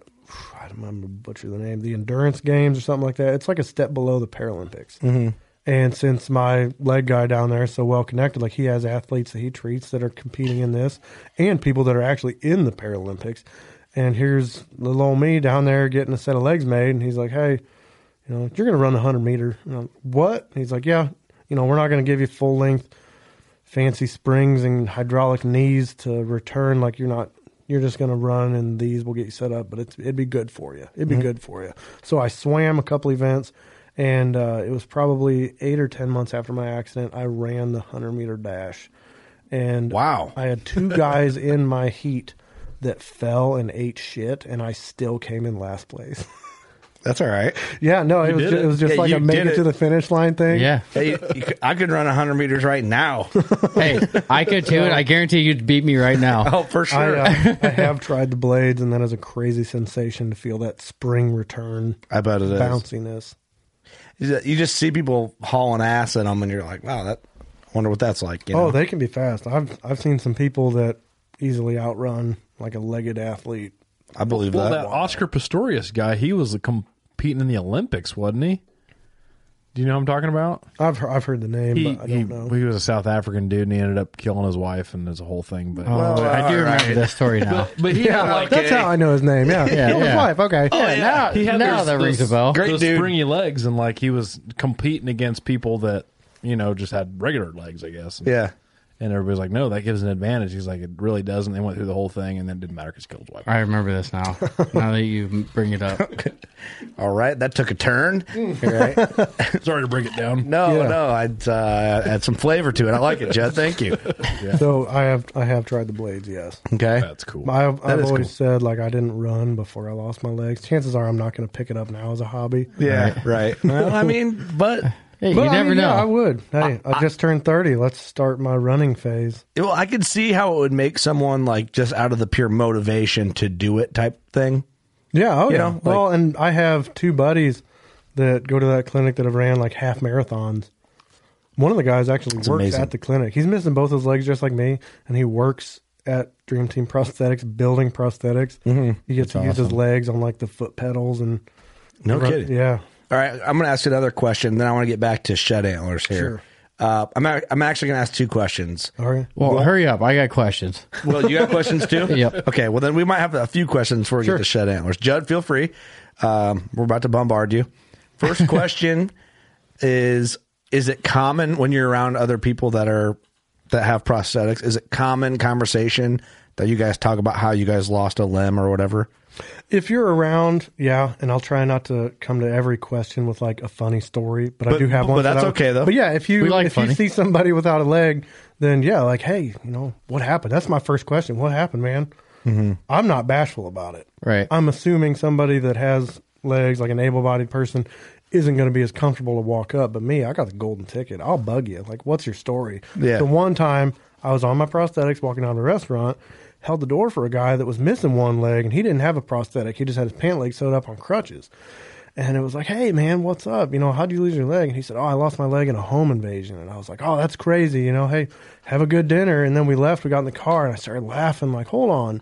I: I don't remember butcher the name, the endurance games or something like that. It's like a step below the Paralympics.
E: Mhm.
I: And since my leg guy down there is so well connected, like he has athletes that he treats that are competing in this, and people that are actually in the Paralympics. And here's little old me down there getting a set of legs made, and he's like, "Hey, you know, you're going to run the 100 meter. And I'm, what? And he's like, yeah, you know, we're not going to give you full length fancy springs and hydraulic knees to return. Like you're not, you're just going to run and these will get you set up, but it's, it'd be good for you. It'd be
E: Mhm.
I: good for you. So I swam a couple events and uh, it was probably eight or 10 months after my accident. I ran the 100 meter dash and
E: wow,
I: I had two
E: [laughs]
I: guys in my heat that fell and ate shit and I still came in last place. [laughs]
E: that's all right.
I: Yeah, no,
E: You
I: it was,
E: did
I: just,
E: it.
I: it was just
E: Yeah,
I: like
E: you
I: a make
E: did
I: it,
E: it.
I: to the finish line thing.
C: Yeah.
E: Hey, you, you could- I could run hundred meters right now. [laughs]
C: Hey, I could too, and I guarantee you'd beat me right now.
E: Oh, for
I: I,
E: sure. I,
I: uh, I have tried the blades, and that is a crazy sensation to feel that spring return
E: bet it is.
I: bounciness.
E: You ju- You just see people hauling ass in them, and you're like, wow, that. I wonder what that's like. You know?
I: Oh, they can be fast. I've I've seen some people that easily outrun like a legged athlete.
E: I believe
B: Well,
E: that.
B: that Oscar Pistorius guy, he was a com- competing in the Olympics, wasn't he? Do you know who I'm talking about?
I: I've heard, I've heard the name,
B: He,
I: but I don't
B: he,
I: know.
B: he was a South African dude, and he ended up killing his wife, and there's a whole thing. But
C: Oh, I do remember that story now.
B: But, but he had like
I: that's
B: a- Oh,
I: how I know his
B: [laughs]
I: name. Yeah,
C: Yeah,
I: Killed his
C: yeah.
I: wife, Okay.
C: yeah, now,
B: he had
C: now
B: those,
C: that rings a
B: those-
C: bell.
B: those springy legs, and like he was competing against people that you know just had regular legs, I guess. And,
E: Yeah.
B: and everybody's like, "No, that gives an advantage." He's like, "It really doesn't." They went through the whole thing, and then it didn't matter because killed his wife.
C: I remember this now. now that you bring it up,
E: All right, that took a turn. All right.
B: Sorry to break it down.
E: No,
I: Yeah.
E: no, I'd uh, add some flavor to it. I like it, Judd. Thank you.
I: So I have I have tried the blades. Yes,
E: Okay.
B: That's cool.
I: I've, I've
E: is
I: always
E: cool.
I: said like I didn't run before I lost my legs. Chances are I'm not going to pick it up now as a hobby.
E: Yeah, right. Well, I mean, but
C: hey,
I: But,
C: you
I: I
C: never
I: mean,
C: know.
I: yeah, I would. Hey, I, just turned thirty. Let's start my running phase.
E: well, I could see how it would make someone like just out of the pure motivation to do it type thing.
I: Yeah. Oh
E: You
I: yeah.
E: know, like-
I: well, and I have two buddies that go to that clinic that have ran like half marathons. One of the guys actually works
E: amazing.
I: at the clinic. He's missing both his legs just like me, and he works at Dream Team Prosthetics, building prosthetics. Mm-hmm. He gets to use his legs on like the foot pedals and
E: No
I: Right,
E: kidding.
I: Yeah.
E: All right, I'm going to ask you another question. Then I want to get back to shed antlers here.
I: Sure.
E: Uh, I'm ac- I'm actually going to ask two questions.
I: All right.
C: well, hurry up. I got questions.
E: Well, you got questions
I: [laughs]
E: too.
C: Yep.
E: Okay. Well, then we might have a few questions before we get to shed antlers. Judd, feel free. Um, we're about to bombard you.
I: [laughs]
E: First question is: Is it common when you're around other people that are that have prosthetics? Is it common conversation that you guys talk about how you guys lost a limb or whatever?
I: If you're around, yeah, and I'll try not to come to every question with like a funny story, but, I
E: But-
I: do have
E: but
I: one.
E: that's
I: that I-
E: okay, though.
I: But yeah, if you
C: We like
I: if
C: funny.
I: you see somebody without a leg, then yeah, like hey, you know what happened? That's my first question. What happened, man? I'm not bashful about it.
C: Right.
I: I'm assuming somebody that has legs, like an able-bodied person, isn't going to be as comfortable to walk up. But me, I got the golden ticket. I'll bug you. Like, what's your story?
E: Yeah.
I: The one time I was on my prosthetics walking out of a restaurant, held the door for a guy that was missing one leg, and he didn't have a prosthetic. He just had his pant leg sewed up on crutches. And it was like, hey man, what's up? You know, how'd you lose your leg? And he said, oh, I lost my leg in a home invasion. And I was like, oh, that's crazy. You know, hey, have a good dinner. And then we left. We got in the car, and I started laughing. Like, hold on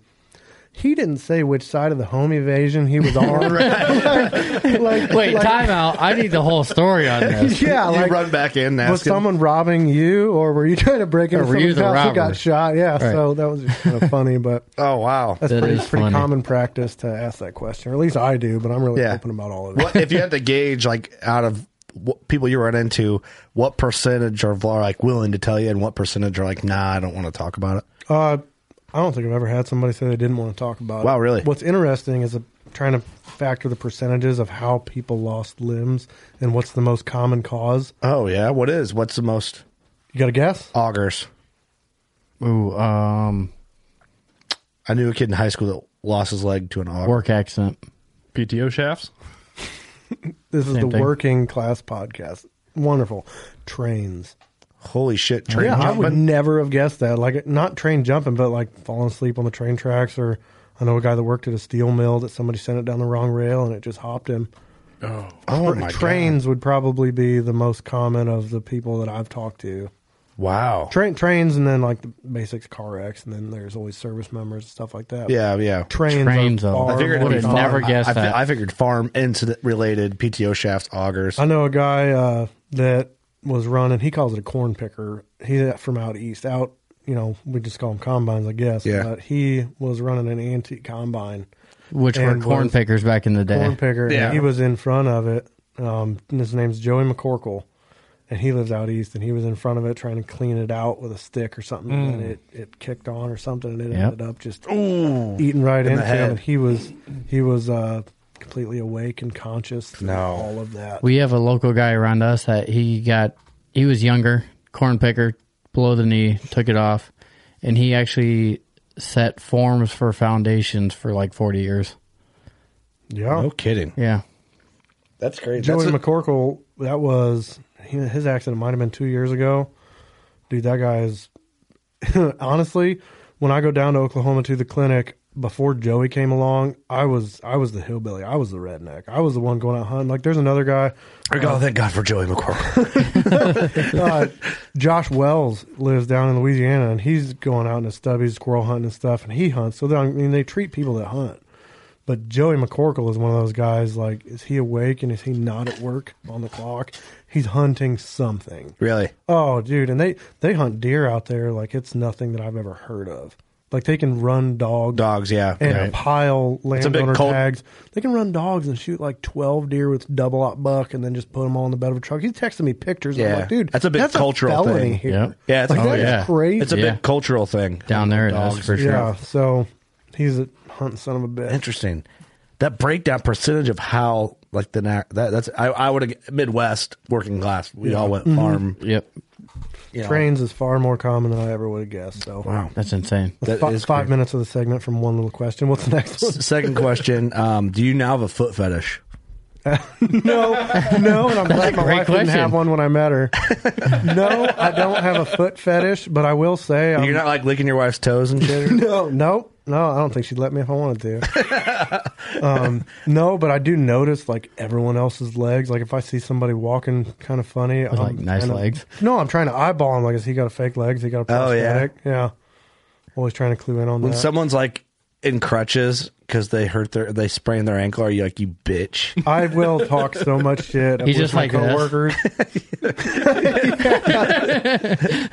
I: he didn't say which side of the home invasion he
E: [laughs]
I: was on. [laughs] [laughs] like,
C: Wait,
I: like,
C: time out. I need the whole story
I: [laughs]
C: on this.
I: Yeah,
E: you
I: like
E: run back in.
I: was
E: Ask him.
I: someone robbing you, or were you trying to break
C: Or
I: into
C: were you
I: someone's
C: the
I: house and
C: robber?
I: got shot? Yeah,
C: Right.
I: so that was just kind of funny, but
E: Oh wow!
C: [laughs]
I: that's
C: That
I: pretty,
C: is
I: pretty
C: funny.
I: common practice to ask that question, or at least I do. But I'm really
E: Yeah.
I: open about all of it.
E: what, if you had to gauge like out of what people you run into, what percentage are like willing to tell you, and what percentage are like, nah, I don't want to talk about it.
I: Uh, I don't think I've ever had somebody say they didn't want to talk about it.
E: Wow, really?
I: What's interesting is uh, trying to factor the percentages of how people lost limbs and what's the most common cause.
E: Oh yeah, what is? What's the most
I: You got a guess?
E: augers?
C: Ooh, um,
E: I knew a kid in high school that lost his leg to an auger.
C: work accent.
B: PTO shafts.
I: This is
C: Same
I: the
C: thing.
I: working class podcast. Wonderful. Trains.
E: Holy shit! Train
I: yeah, I would
E: jumping?
I: never have guessed that. Like, not train jumping, but like falling asleep on the train tracks. Or I know a guy that worked at a steel mill that somebody sent it down the wrong rail and it just hopped him.
E: oh
I: Tra-
E: my train.
I: trains would probably be the most common of the people that I've talked to.
E: Wow.
I: Train, trains, and then like the basics, car wrecks, and then there's always service members and stuff like that.
E: yeah, yeah.
I: trains.
C: Trains,
I: trains
C: though.
I: are
C: I
I: I
C: figured
I: figured
C: it would
I: farm.
C: never guessed
E: I, I fi-
C: that.
E: I figured farm incident related PTO shafts augers.
I: I know a guy uh, that was running. He calls it a corn picker. He's from out east. Out, you know, we just call them combines, I guess.
E: Yeah.
I: But he was running an antique combine,
C: Which were
I: And
C: corn
I: was-
C: pickers back in the day.
I: corn picker. and
E: Yeah.
I: he was in front of it. Um, and his name's Joey McCorkle, and he lives out east. And he was in front of it trying to clean it out with a stick or something, and it it kicked on or something, and it
C: Mm. Yep.
I: ended up just eating right into
E: head.
I: him. And he was he was uh, completely awake and conscious. and
E: No.
I: all of that.
C: We have a local guy around us that he got, he was younger, corn picker, below the knee, took it off, and he actually set forms for foundations for like 40 years.
I: yeah.
E: no kidding.
C: Yeah.
E: That's crazy.
I: Joey
E: That's a-
I: McCorkle, that was he, his accident might have been two years ago. Dude, that guy is [laughs] honestly. When I go down to Oklahoma to the clinic before Joey came along, I was I was the hillbilly. I was the redneck. I was the one going out hunting. Like there's another guy,
E: oh, thank God for Joey [laughs] McCorkle.
I: uh, Josh Wells lives down in Louisiana, and he's going out in the stubbies, squirrel hunting and stuff, and he hunts. So then, I mean, they treat people that hunt. But Joey McCorkle is one of those guys. Like, is he awake and is he not at work on the clock? He's hunting something.
E: Really?
I: Oh, dude, and they they hunt deer out there like it's nothing that I've ever heard of. Like they can run dogs,
E: dogs, yeah,
I: and
E: right.
I: pile
E: It's a big
I: landowner
E: cult-
I: tags. They can run dogs and shoot like twelve deer with double up buck, and then just put them all in the bed of a truck. He texted me pictures. Yeah,
E: Yeah.
I: like, dude,
E: That's a big cultural
I: felony
E: thing.
I: Here.
E: Yeah. Yeah, it's a
I: like,
E: big-
I: that is
E: yeah.
I: crazy.
E: It's a big cultural thing
C: down there. It is
E: Dogs.
C: for sure.
I: Yeah, so he's a hunting son of a bitch.
E: Interesting. That breakdown percentage of how like the na- that that's I, I would have Midwest working class. We all
I: Mm-hmm.
E: went farm.
C: Yep,
E: You know.
I: Trains is far more common than I ever would have guessed. So
E: Wow.
C: that's insane.
I: That's uh,
E: That
I: fi-
E: is
I: five
E: crazy.
I: minutes of the segment from one little question. What's the next one?
E: S- [laughs] Second question: um, Do you now have a foot fetish?
I: No, no, and I'm glad my
C: great
I: wife didn't
C: question.
I: have one when I
E: [laughs]
I: met her. No, I don't have a foot fetish, but I will say,
C: Um,
I: I'm,
E: You're not like licking your wife's toes and shit.
I: [laughs] no, no, no, I don't think she'd let me if I wanted to. um, no, but I do notice like everyone else's legs. Like if I see somebody walking kind of funny, I'm
C: like, nice
I: trying to-
C: legs?
I: No, I'm trying to eyeball him. Like, has he got a fake legs? He got a
E: Oh, yeah?
I: prosthetic? yeah, Always trying to clue in on
E: When
I: that.
E: someone's like in crutches because they hurt their they sprain their ankle, are you like you bitch?
I: I will talk
C: [laughs]
I: so much shit.
C: He's
I: with
C: just
I: my
C: like this. [laughs]
I: coworkers. [laughs]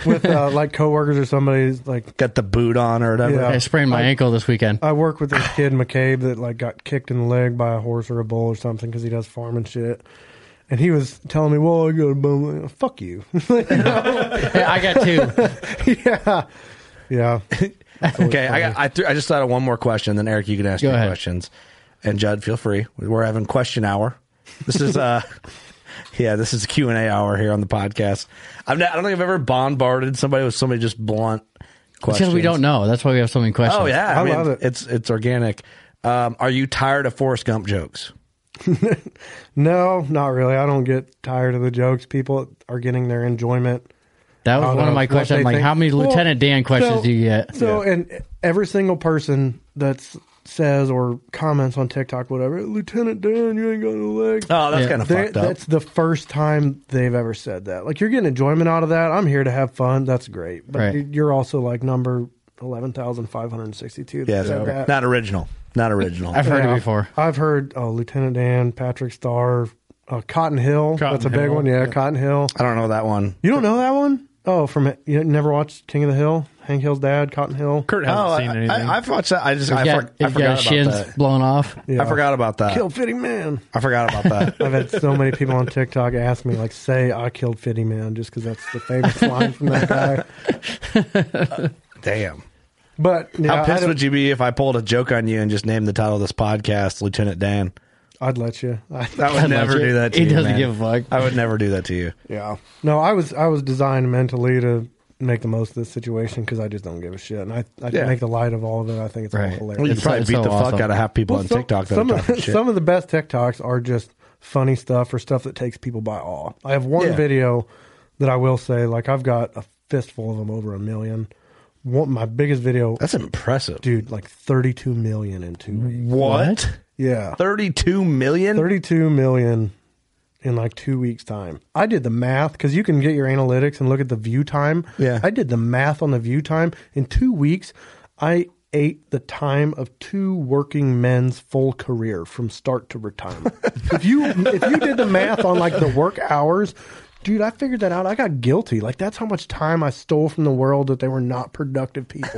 I: with uh, like coworkers or somebody's like
E: Got the boot on or whatever.
I: Yeah.
C: I sprained my ankle this weekend.
I: I work with this kid McCabe that like got kicked in the leg by a horse or a bull or something because he does farm and shit. And he was telling me, "Well, I got a bone. Fuck you." [laughs]
C: Yeah, I got [laughs] two.
I: yeah, yeah.
E: Okay, I got, I, threw I just thought of one more question. Then Eric, you can ask
C: Go
E: your
C: ahead.
E: questions, and Judd, feel free. We're having question hour. This is uh, [laughs] yeah, this is Q and A hour here on the podcast. I've not, I don't think I've ever bombarded somebody with so many just blunt questions
C: Because we don't know. That's why we have so many questions.
E: Oh yeah, I,
I: I
E: mean,
I: love it.
E: It's it's organic. Um, are you tired of Forrest Gump jokes?
I: No, not really. I don't get tired of the jokes. People are getting their enjoyment.
C: That was
I: out
C: one of my
I: what they
C: questions. Like,
I: think.
C: how many
I: Oh, Well,
C: Lieutenant Dan questions
I: so-
C: do you get?
I: So, and every single person that says or comments on TikTok, whatever, Lieutenant Dan, you ain't got no legs.
E: Oh, that's
C: Yeah.
E: kind of
I: They-
E: fucked up.
I: That's the first time they've ever said that. Like you're getting enjoyment out of that. I'm here to have fun. That's great. But
C: Right.
I: you- you're also like number eleven thousand five hundred sixty-two.
E: yeah,
I: that said
E: so-
I: that.
E: not original. Not original.
C: I've heard
I: Yeah.
C: it before.
I: I've heard uh, Lieutenant Dan, Patrick Starr, uh, Cotton Hill.
B: Cotton
I: that's a big
B: Hill.
I: one. Yeah, Cotton Hill.
E: I don't know that one.
I: You don't know that one? Oh, from you never watched King of the Hill? Hank Hill's dad, Cotton Hill.
B: Kurt hasn't seen
E: Oh, I,
B: anything.
E: I, I've watched that. I just
C: He's
E: I,
C: got,
E: for, I
C: he's got
E: forgot
C: his
E: about
C: shins
E: that.
C: blown off.
I: Yeah.
E: I forgot about that.
I: Kill Fitting Man.
E: I forgot about [laughs] that.
I: I've had so many people on TikTok ask me, like, say I killed Fitty Man just because that's the famous line from that
E: [laughs]
I: guy.
E: Damn.
I: But yeah,
E: How
I: I
E: pissed
I: don't-
E: would you be if I pulled a joke on you and just named the title of this podcast Lieutenant Dan?
I: I'd let you.
E: [laughs]
I: I,
E: I would
C: I'd
E: never
C: like it.
E: do that to
C: He
E: you.
C: doesn't
E: man.
C: give a fuck.
E: I would never do that to you.
I: yeah. No, I was I was designed mentally to make the most of this situation because I just don't give a shit, and I, I
E: Yeah.
I: make the light of all of it. I think it's all
C: Right.
I: hilarious.
E: Well, you
C: It's
E: probably
C: so-
E: beat
C: so
E: the fuck
C: awesome.
E: out of half people
I: Well,
E: on
I: some-
E: TikTok that
I: Some
E: are
I: of,
E: talking
I: [laughs]
E: shit.
I: some of the best TikToks are just funny stuff or stuff that takes people by awe. I have one
E: Yeah.
I: video that I will say, like I've got a fistful of them over a million. One, my biggest video,
E: That's impressive.
I: dude, like thirty-two million in two
E: Mm-hmm.
I: weeks.
E: What?
I: Yeah,
E: Thirty-two million.
I: 32 million in like two weeks time i did the math because you can get your analytics and look at the view time
E: Yeah.
I: i did the math on the view time in two weeks i ate the time of two working men's full career from start to retirement if you if you did the math on like the work hours dude i figured that out i got guilty like that's how much time i stole from the world that they were not productive people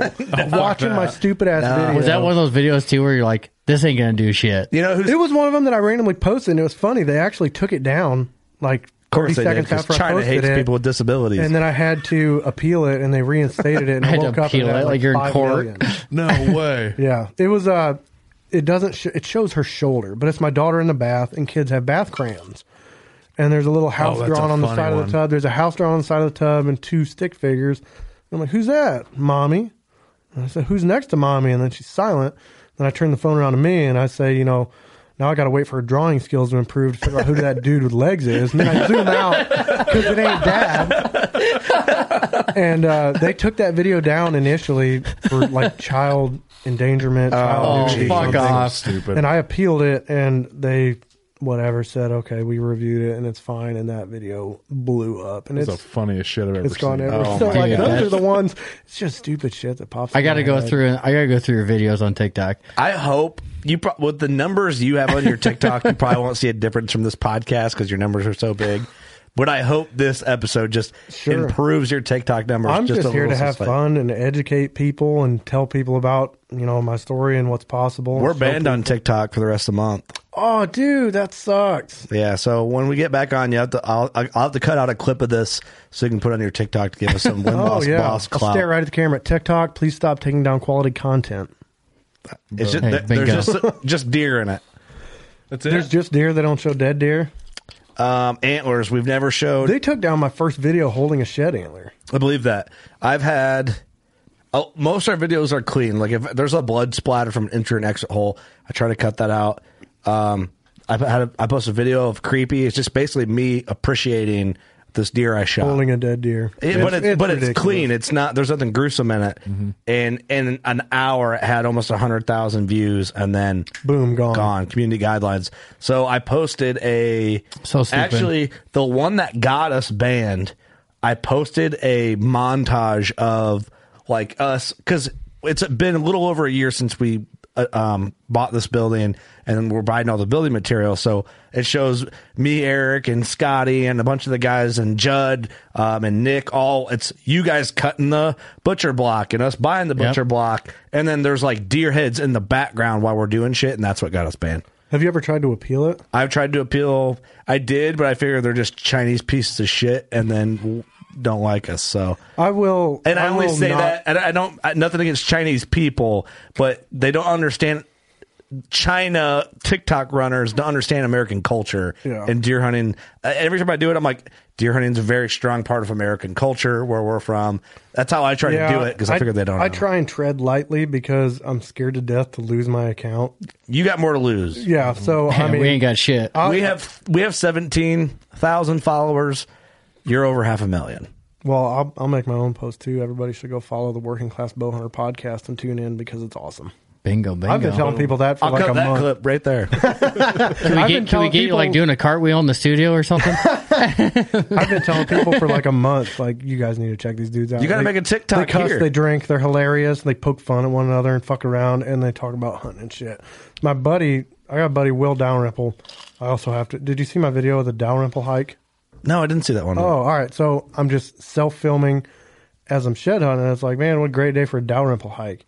I: watching my stupid ass video
C: Was that one of those videos too where you're like, this ain't gonna do shit?
E: You know who's
I: it was one of them that I randomly posted, and it was funny. They actually took it down like
E: course
I: 30
E: they did,
I: seconds
E: 'cause
I: after I
E: China
I: posted
E: hates
I: it.
E: people with disabilities.
I: and then I had to appeal it, and they reinstated it.
C: [laughs]
I: And
C: I
I: I,
C: had to
I: woke up and
C: appeal
I: it
C: it
I: had,
C: like you're in
I: 5
C: court. [laughs]
I: million.
B: no way.
I: Yeah, it was. Uh, it doesn't. Sh- it shows her shoulder, but it's my daughter in the bath, and kids have bath crayons. And there's a little house
B: Oh, that's
I: drawn
B: a
I: on the
B: funny
I: side of
B: one.
I: the tub. There's a house drawn on the side of the tub and two stick figures. And I'm like, "Who's that, mommy?" And I said, "Who's next to mommy?" And then she's silent. Then I turn the phone around to me and I say, "You know." Now I got to wait for her drawing skills to improve to figure out who that [laughs] dude with legs is, and then I zoom out because it ain't dad and uh, they took that video down initially for like child endangerment. Child
E: Oh,
I: nudity,
C: fuck
I: something.
C: off.
B: Stupid.
I: And I appealed it, and they whatever said, okay, we reviewed it and it's fine, and that video blew up, and
B: It's
I: it's
B: the funniest shit I've ever
I: it's gone
B: seen.
I: everywhere.
B: Oh,
I: so
B: my
I: [laughs] like
B: God.
I: those are the ones. It's just stupid shit that pops.
C: I
I: in
C: got to
I: my
C: go
I: head.
C: through. I got to go through your videos on TikTok.
E: I hope you pro- with the numbers you have on [laughs] your TikTok, you probably won't see a difference from this podcast because your numbers are so big. But I hope this episode just
I: Sure.
E: improves your TikTok numbers.
I: I'm just,
E: a
I: here to
E: little
I: have
E: slight.
I: fun and educate people and tell people about you know my story and what's possible.
E: We're
I: Show
E: banned
I: people-
E: on TikTok for the rest of the month.
I: Oh, dude, that sucks.
E: Yeah, so when we get back on, you have to. I'll, I'll have to cut out a clip of this so you can put it on your TikTok to give us
I: [laughs]
E: some win
I: Oh
E: loss
I: yeah,
E: boss
I: I'll
E: clout.
I: stare right at the camera. TikTok, please stop taking down quality content.
E: It's just
C: Hey,
E: there-
C: bingo.
E: there's just just deer in it.
B: That's it.
I: There's just deer. They don't show dead deer.
E: Um, antlers we've never showed.
I: They took down my first video holding a shed antler.
E: I believe that. I've had oh, most of our videos are clean. Like if there's a blood splatter from an enter and exit hole, I try to cut that out. Um, I had a, I post a video of creepy. It's just basically me appreciating this deer I shot.
I: Holding a dead deer.
E: It- but it's, but it's
I: ridiculous.
E: clean. It's not. There's nothing gruesome in it. And in an hour, it had almost hundred thousand views, and then
I: Boom, gone.
E: gone. Community guidelines. So I posted a.
C: So stupid.
E: actually, the one that got us banned, I posted a montage of like us because it's been a little over a year since we. Uh, um, bought this building and we're buying all the building material. So it shows me, Eric, and Scotty, and a bunch of the guys, and Judd, um, and Nick. All it's you guys cutting the butcher block and us buying the butcher block, and then there's like deer heads in the background while we're doing shit, and that's what got us banned.
I: Have you ever tried to appeal it?
E: I've tried to appeal. I did, but I figure they're just Chinese pieces of shit, and then w- don't like us. So,
I: I will.
E: and I, only
I: will
E: say
I: not-
E: that, and I don't I, nothing against Chinese people, but they don't understand. China TikTok runners don't understand American culture
I: Yeah.
E: and deer hunting. Uh, every time I do it, I'm like, deer hunting's a very strong part of American culture where we're from. That's how I try to do it because I, figure they don't.
I: I
E: know.
I: try and tread lightly because I'm scared to death to lose my account.
E: You got more to lose.
I: Yeah, so Oh, I mean,
C: we ain't got shit.
I: I-
E: we have we have seventeen thousand followers. You're over half a million.
I: well, I'll, I'll make my own post too. Everybody should go follow the Working Class Bowhunter podcast and tune in because it's awesome.
C: bingo, bingo.
I: I've been telling people that for
E: I'll
I: like
E: cut
I: a
E: that
I: month.
E: clip right there. [laughs]
C: can we get,
I: I've
C: can
I: been
C: we
I: telling
C: get you like
I: people-
C: doing a cartwheel in the studio or
I: [laughs]
C: something?
I: I've been telling people for like a month, like you guys need to check these dudes out.
E: You gotta
I: They-
E: make a TikTok
I: They cuss,
E: here.
I: they drink, they're hilarious, they poke fun at one another and fuck around, and they talk about hunting and shit. My buddy, I got a buddy Will Downrimple. I also have to. Did you see my video of the Downrimple hike?
E: no, I didn't see that one.
I: Oh, all right. So I'm just self filming as I'm shed hunting. and It's like, man, what a great day for a Dalrymple hike.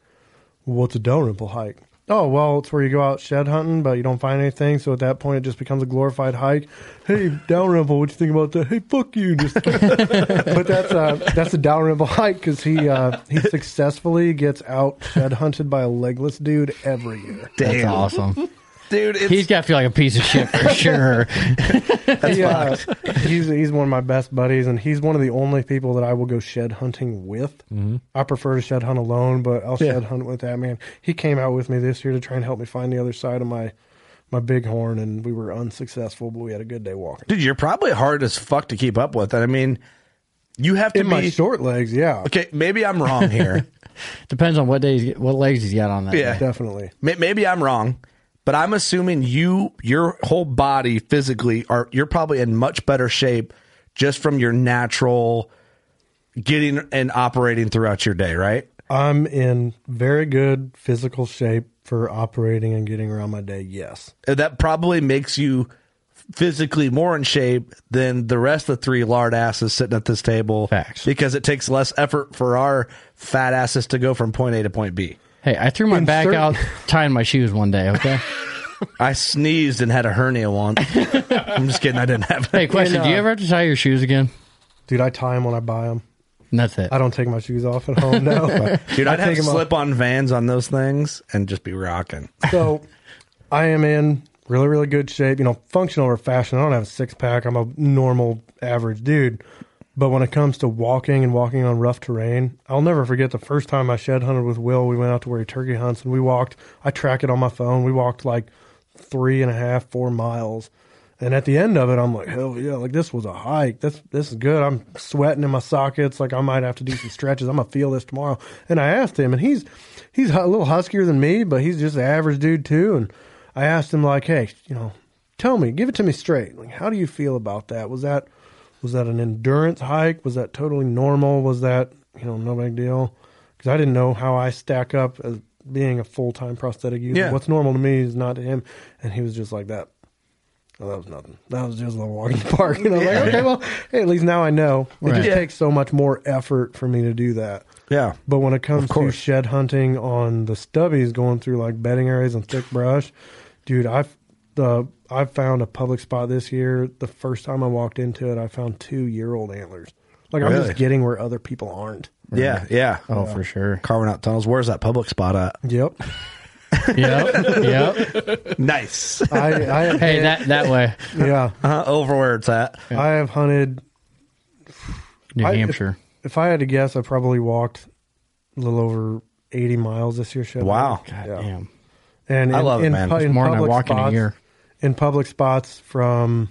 I: What's a Dalrymple hike? Oh, well, it's where you go out shed hunting, but you don't find anything. So at that point, it just becomes a glorified hike. Hey, Dalrymple, what you think about that? Hey, fuck you. Just, [laughs] but that's uh, that's a Dalrymple hike because he uh, he successfully gets out shed hunted by a legless dude every year.
C: That's awesome.
E: dude, it's,
C: He's got to feel like a piece of shit
I: [laughs]
C: for sure.
I: He, uh, [laughs] he's he's one of my best buddies, and he's one of the only people that I will go shed hunting with. I prefer to shed hunt alone, but I'll shed hunt with that man. He came out with me this year to try and help me find the other side of my my bighorn, and we were unsuccessful, but we had a good day walking.
E: dude, you're probably hard as fuck to keep up with. And I mean, you have to
I: In
E: be.
I: my short legs, yeah,
E: okay, maybe I'm wrong
I: [laughs]
E: here.
C: Depends on what days, what legs he's got on that.
E: Yeah.
C: day.
I: definitely.
E: May- maybe I'm wrong, but I'm assuming you, your whole body physically, are you're probably in much better shape just from your natural getting and operating throughout your day, right?
I: I'm in very good physical shape for operating and getting around my day. Yes,
E: And That probably makes you physically more in shape than the rest of the three lard asses sitting at this table.
C: Facts.
E: Because it takes less effort for our fat asses to go from point A to point B.
C: Hey, I threw my
I: In
C: back
I: certain-
C: out
I: [laughs]
C: tying my shoes one day. Okay.
E: I sneezed and had a hernia once. I'm just kidding. I didn't have it.
C: Hey, question:
I: uh,
C: Do you ever have to tie your shoes again?
I: dude, I tie them when I buy them.
C: And that's it.
I: I don't take my shoes off at home. No,
E: Dude, I'd
I: I
E: have
I: take 'em off.
E: slip on vans on those things and just be rocking.
I: So I am in really, really good shape. You know, functional or fashion. I don't have a six pack. I'm a normal, average dude. But when it comes to walking and walking on rough terrain, I'll never forget the first time I shed hunted with Will. We went out to where he turkey hunts and we walked. I track it on my phone. We walked like three and a half, four miles. And at the end of it, I'm like, hell yeah, like this was a hike. This this is good. I'm sweating in my sockets. Like I might have to do some stretches. I'm gonna feel this tomorrow. And I asked him, and he's he's a little huskier than me, but he's just an average dude too. And I asked him like, hey, you know, tell me, give it to me straight. Like, how do you feel about that? Was that was that an endurance hike? Was that totally normal? Was that you know no big deal? Because I didn't know how I stack up as being a full time prosthetic user.
E: Yeah.
I: What's normal to me is not to him. And he was just like that. Oh, that was nothing. That was just a little walk in the [laughs] park. And I was like, okay, well, hey, at least now I know. It
C: Right.
I: just
C: Yeah.
I: takes so much more effort for me to do that.
E: Yeah.
I: But when it comes to
E: course.
I: shed hunting on the stubbies, going through like bedding areas and thick brush, dude, I've the I found a public spot this year. The first time I walked into it, I found two year old antlers. Like I'm
E: Really?
I: just getting where other people aren't.
E: Yeah, yeah.
C: Oh, for
I: [laughs]
C: sure.
E: Carving out tunnels. Where's that public spot
B: Mhm.
E: at?
I: Yep.
C: Yep. Yep.
E: nice.
I: I, I have,
C: Hey, that that way.
I: yeah.
E: uh, [laughs] over where it's at.
I: I have hunted
C: New
I: I-
C: Hampshire.
I: If I had to guess, I probably walked a little over 80 miles this year. Shed
E: Wow.
C: God
I: [laughs] Yeah.
C: damn.
I: And in,
E: I love it,
I: in,
E: man.
I: pu-
E: It's
I: in
C: more than I
I: public
C: walk in a
I: spots,
C: year.
I: in public spots from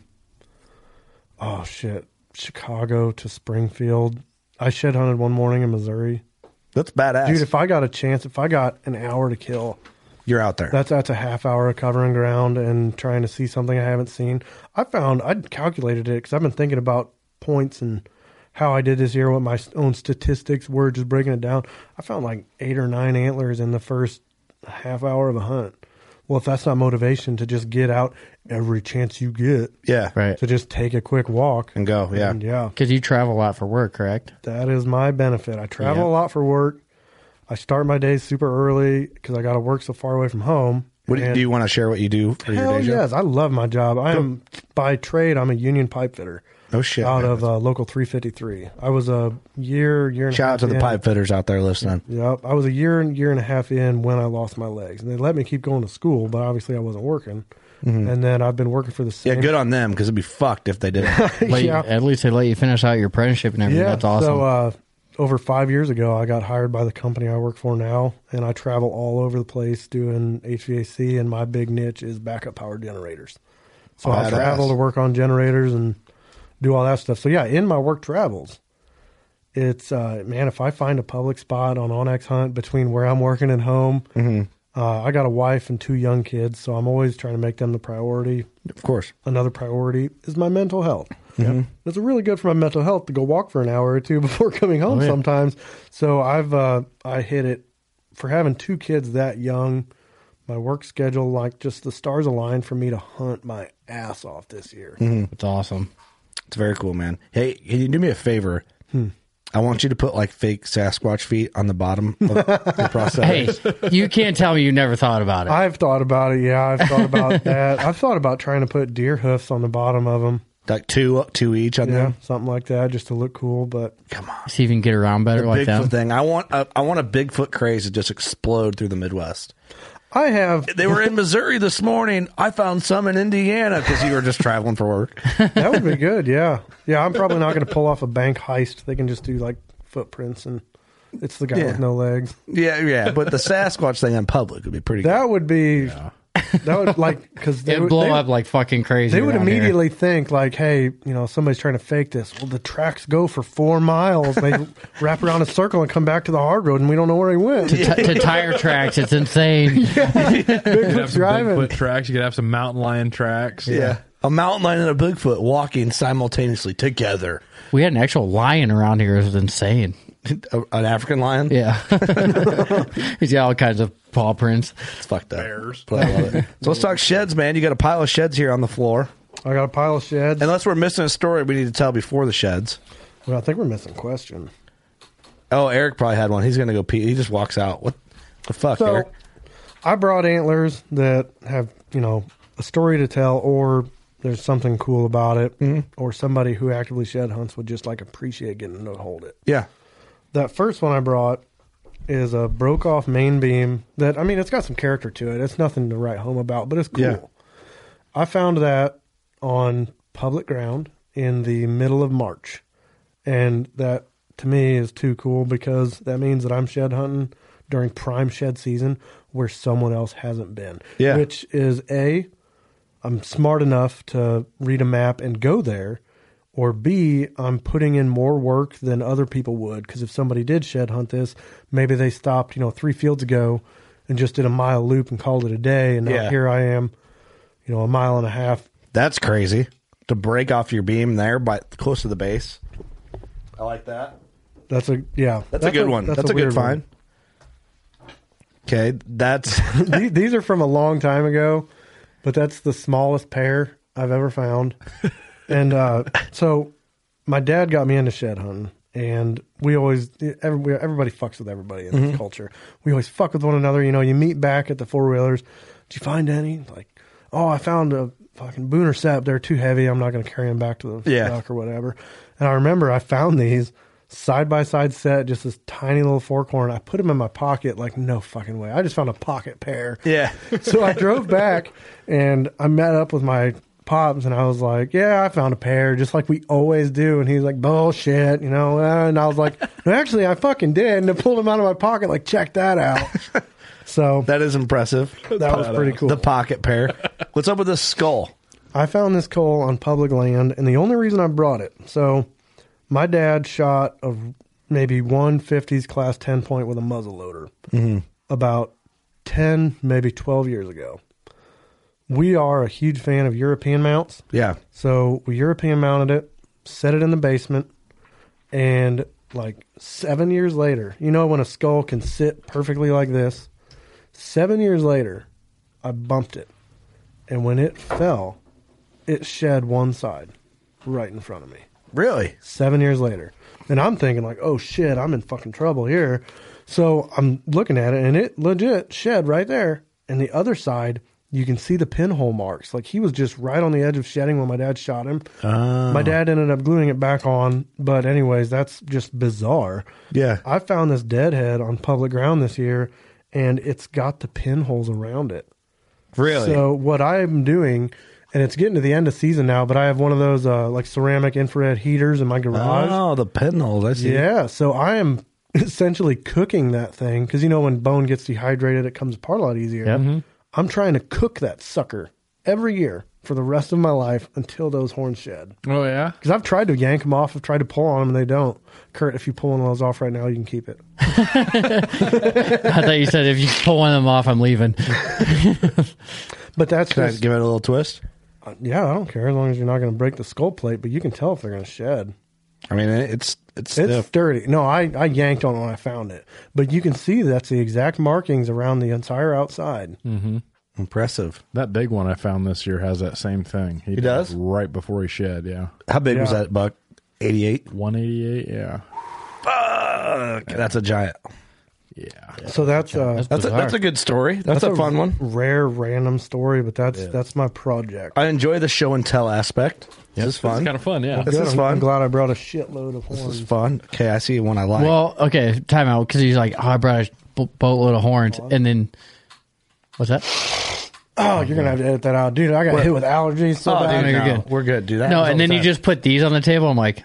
I: oh shit, Chicago to Springfield. I shed hunted one morning in Missouri.
E: That's badass.
I: Dude, if I got a chance, if I got an hour to kill,
E: You're out there.
I: that's that's a half hour of covering ground and trying to see something I haven't seen. I found I calculated it because I've been thinking about points and how I did this year, what my own statistics were, just breaking it down. I found like eight or nine antlers in the first half hour of a hunt. Well, if that's not motivation to just get out every chance you get,
E: yeah.
C: Right.
I: to just take a quick walk
E: And go. Yeah.
I: And yeah,
C: Because you travel a lot for work,
I: [laughs]
C: correct?
I: that is my benefit. I travel
C: Yep.
I: a lot for work. I start my days super early because I got to work so far away from home.
E: What do you,
I: And-
E: do you want to share what you do for your
I: Hell
E: day job?
I: yes, I love my job. I am by trade. I'm a union pipe fitter.
E: No shit,
I: Out
E: man.
I: of uh, local 353. I was a year, year and a
E: Shout
I: half
E: out to the
I: in-
E: pipe fitters out there listening.
I: Yep, I was a year and year and a half in when I lost my legs, and they let me keep going to school, but obviously I wasn't working. And then I've been working for the
E: Mm-hmm. Yeah,
I: same.
E: good on them because it'd be fucked if they didn't.
C: Let you-
I: Yeah.
C: at least they let you finish out your apprenticeship and everything.
I: Yeah,
C: That's awesome.
I: So uh, over five years ago, I got hired by the company I work for now, and I travel all over the place doing HVAC, and my big niche is backup power generators. So I
E: Badass.
I: travel to work on generators and do all that stuff. So yeah, in my work travels, it's uh, man, if I find a public spot on Onyx Hunt between where I'm working and home.
C: Mm-hmm.
I: Uh, I got a wife and two young kids, so I'm always trying to make them the priority
E: of course.
I: another priority is my mental health. It's really good for my mental health to go walk for an hour or two [laughs] before coming home sometimes. So I've uh, I hit it for having two kids that young. My work schedule, like just the stars aligned for me to hunt my ass off this year.
C: That's awesome.
E: It's very cool, man. Hey, can you do me a favor? I want you to put like fake Sasquatch feet on the bottom of the process.
C: Hey, you can't tell me you never thought about it.
I: I've thought about it. Yeah, I've thought about that. I've thought about trying to put deer hoofs on the bottom of them.
E: Like two two each on
I: Yeah,
E: them.
I: something like that, just to look cool. But
C: See if you can get around better like
E: Bigfoot
C: that.
E: thing. I want a, I want a Bigfoot craze to just explode through the Midwest.
I: I have
E: They were in Missouri this morning. I found some in Indiana because you were just traveling for work.
I: that would be good. Yeah, yeah. I'm probably not going to pull off a bank heist. They can just do like footprints, and it's the guy
E: Yeah.
I: with no legs.
E: [laughs] Yeah, yeah. But the Sasquatch thing in public would be pretty.
I: That would be that would like because they
C: It'd
I: would
C: blow
I: they,
C: up like fucking crazy.
I: They would
C: around here.
I: immediately think like, hey, you know, somebody's trying to fake this. Well, the tracks go for four miles. They [laughs] wrap around a circle and come back to the hard road, and we don't know where
B: [laughs]
I: he went.
C: T- [laughs] to
I: [laughs]
C: tire tracks. It's insane.
B: You could have some
I: driving.
B: Bigfoot tracks. You could have some mountain lion tracks.
E: Good. Yeah. A mountain lion and a Bigfoot walking simultaneously together. [laughs]
C: We had an actual lion around here. It was insane.
E: A- An African lion?
C: Yeah, [laughs] he's got all kinds of paw prints.
E: It's fucked up. But I [laughs] love it. so let's talk sheds, man. You got a pile of sheds here on the floor.
I: I got a pile of sheds.
E: Unless we're missing a story we need to tell before the sheds.
I: Well, I think we're missing a question.
E: Oh, Eric probably had one. He's going to go pee. He just walks out. What the fuck,
I: So,
E: Eric?
I: I brought antlers that have, you know, a story to tell, or there's something cool about it, or somebody who actively shed hunts would just like appreciate getting to hold it.
E: Yeah.
I: That first one I brought is a broke off main beam that, I mean, it's got some character to it. It's nothing to write home about, but it's cool.
E: Yeah.
I: I found that on public ground in the middle of March. And that to me is too cool because that means that I'm shed hunting during prime shed season where someone else hasn't been.
E: Yeah.
I: Which is A, I'm smart enough to read a map and go there, or B, I'm putting in more work than other people would because if somebody did shed hunt this, maybe they stopped, you know, three fields ago and just did a mile loop and called it a day. And now
E: Yeah.
I: here I am, you know, a mile and a half
E: That's crazy to break off your beam there, but close to the base. I like that.
I: That's a yeah.
E: That's, a good one. That's, a, good
I: weird one.
E: find. Okay, that's
I: The- [laughs] These are from a long time ago, but that's the smallest pair I've ever found. and uh, so, my dad got me into shed hunting, and we always every, we- everybody fucks with everybody in this culture. We always fuck with one another. You know, you meet back at the four wheelers. Did you find any? Like, oh, I found a fucking booner sap. They're too heavy. I'm not going to carry them back to the
E: Yeah.
I: truck or whatever. And I remember I found these side by side set, just this tiny little fork horn. I put them in my pocket, like no fucking way. I just found a pocket pair.
E: yeah.
I: [laughs] so I drove back and I met up with my pops and I was like, "Yeah, I found a pair, just like we always do." And he's like, "Bullshit," you know. And I was like, "No, actually, I fucking did." And I pulled them out of my pocket, like, "Check that out." So
E: That is impressive.
I: [laughs] that was pretty cool.
E: The pocket pair. What's up with the skull?
I: I found this coal on public land, and the only reason I brought it, so my dad shot a maybe 150s class 10 point with a muzzle loader about 10, maybe 12 years ago. We are a huge fan of European mounts.
E: Yeah.
I: So we European mounted it, set it in the basement, and like seven years later, you know when a skull can sit perfectly like this? Seven years later, I bumped it. And when it fell, it shed one side right in front of me.
E: Really?
I: Seven years later. And I'm thinking like, oh shit, I'm in fucking trouble here. So I'm looking at it and it legit shed right there. And the other side, you can see the pinhole marks. Like he was just right on the edge of shedding when my dad shot him. My dad ended up gluing it back on. But anyways, that's just bizarre.
E: Yeah.
I: I found this deadhead on public ground this year and it's got the pinholes around it.
E: Really?
I: So what I'm doing, and it's getting to the end of season now, but I have one of those uh, like ceramic infrared heaters in my garage.
E: oh, the pinholes. I see.
I: yeah, so I am [laughs] essentially cooking that thing because you know when bone gets dehydrated, it comes apart a lot easier.
E: Mm-hmm.
I: I'm trying to cook that sucker every year for the rest of my life until those horns shed.
B: Oh yeah.
I: Because I've tried to yank them off, I've tried to pull on them, and they don't. Kurt, if you pull one of those off right now, you can keep it.
C: I thought you said if you pull one of them off, I'm leaving.
I: But that's
E: Can I
I: just- uh,
E: give it a little twist?
I: yeah, I don't care as long as you're not going to break the skull plate. But you can tell if they're going to shed.
E: I mean, it- it's it's
I: It's
E: stiff.
I: dirty. No, I, I yanked on it when I found it. But you can see that's the exact markings around the entire outside.
C: Hmm.
E: impressive.
B: That big one I found this year has that same thing. He,
E: does?
B: died right before he shed. Yeah,
E: How big was
I: Yeah.
E: that buck? Eighty-eight.
B: one eighty eight. Yeah,
E: Fuck, that's a giant.
B: yeah.
I: So that's uh,
E: That's a,
C: Bizarre.
E: that's a good story. That's, a fun one.
I: rare random story, but that's that's my project.
E: I enjoy the show and tell aspect. This is
B: It's
E: fun.
B: kind of fun. Yeah.
E: this
I: Good,
E: is
I: I'm- I'm
E: fun.
I: glad I brought a shitload of horns.
E: This is fun. Okay, I see one I like.
C: well, okay, time out because he's like, oh, I brought a bo- boatload of horns, and then what's that?
I: oh, you're gonna have to edit that out, dude. I got hit with allergies. So
E: Oh,
I: bad.
C: dude,
E: dude,
C: you're
E: no,
C: good.
E: We're good. Do that.
C: No, and then you
E: just.
C: just put these on the table. I'm like,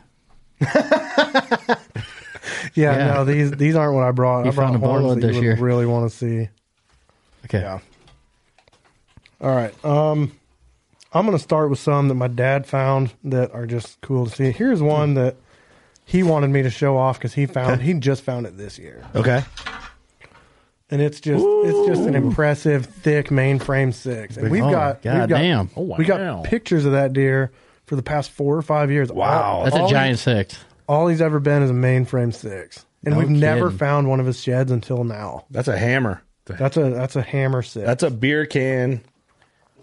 I: yeah,
C: yeah.
I: no, these these aren't what I brought.
C: You
I: I brought
C: found a
I: horns
C: boatload
I: that you
C: this
I: would
C: year.
I: really want to see.
C: okay,
I: Yeah. All right. Um, I'm going to start with some that my dad found that are just cool to see. Here's one that he wanted me to show off because he found he just found it this year,
E: Okay.
I: and it's just it's just an impressive thick mainframe six. And we've
C: Oh,
I: got we've got,
C: goddamn.
B: Oh,
I: we
B: wow.
I: got pictures of that deer for the past four or five years. Wow,
C: that's a giant six.
I: all he's ever been is a mainframe six, and
C: No
I: we've never
C: kidding.
I: found one of his sheds until now.
E: That's a hammer.
I: That's a that's a hammer six.
E: That's a beer can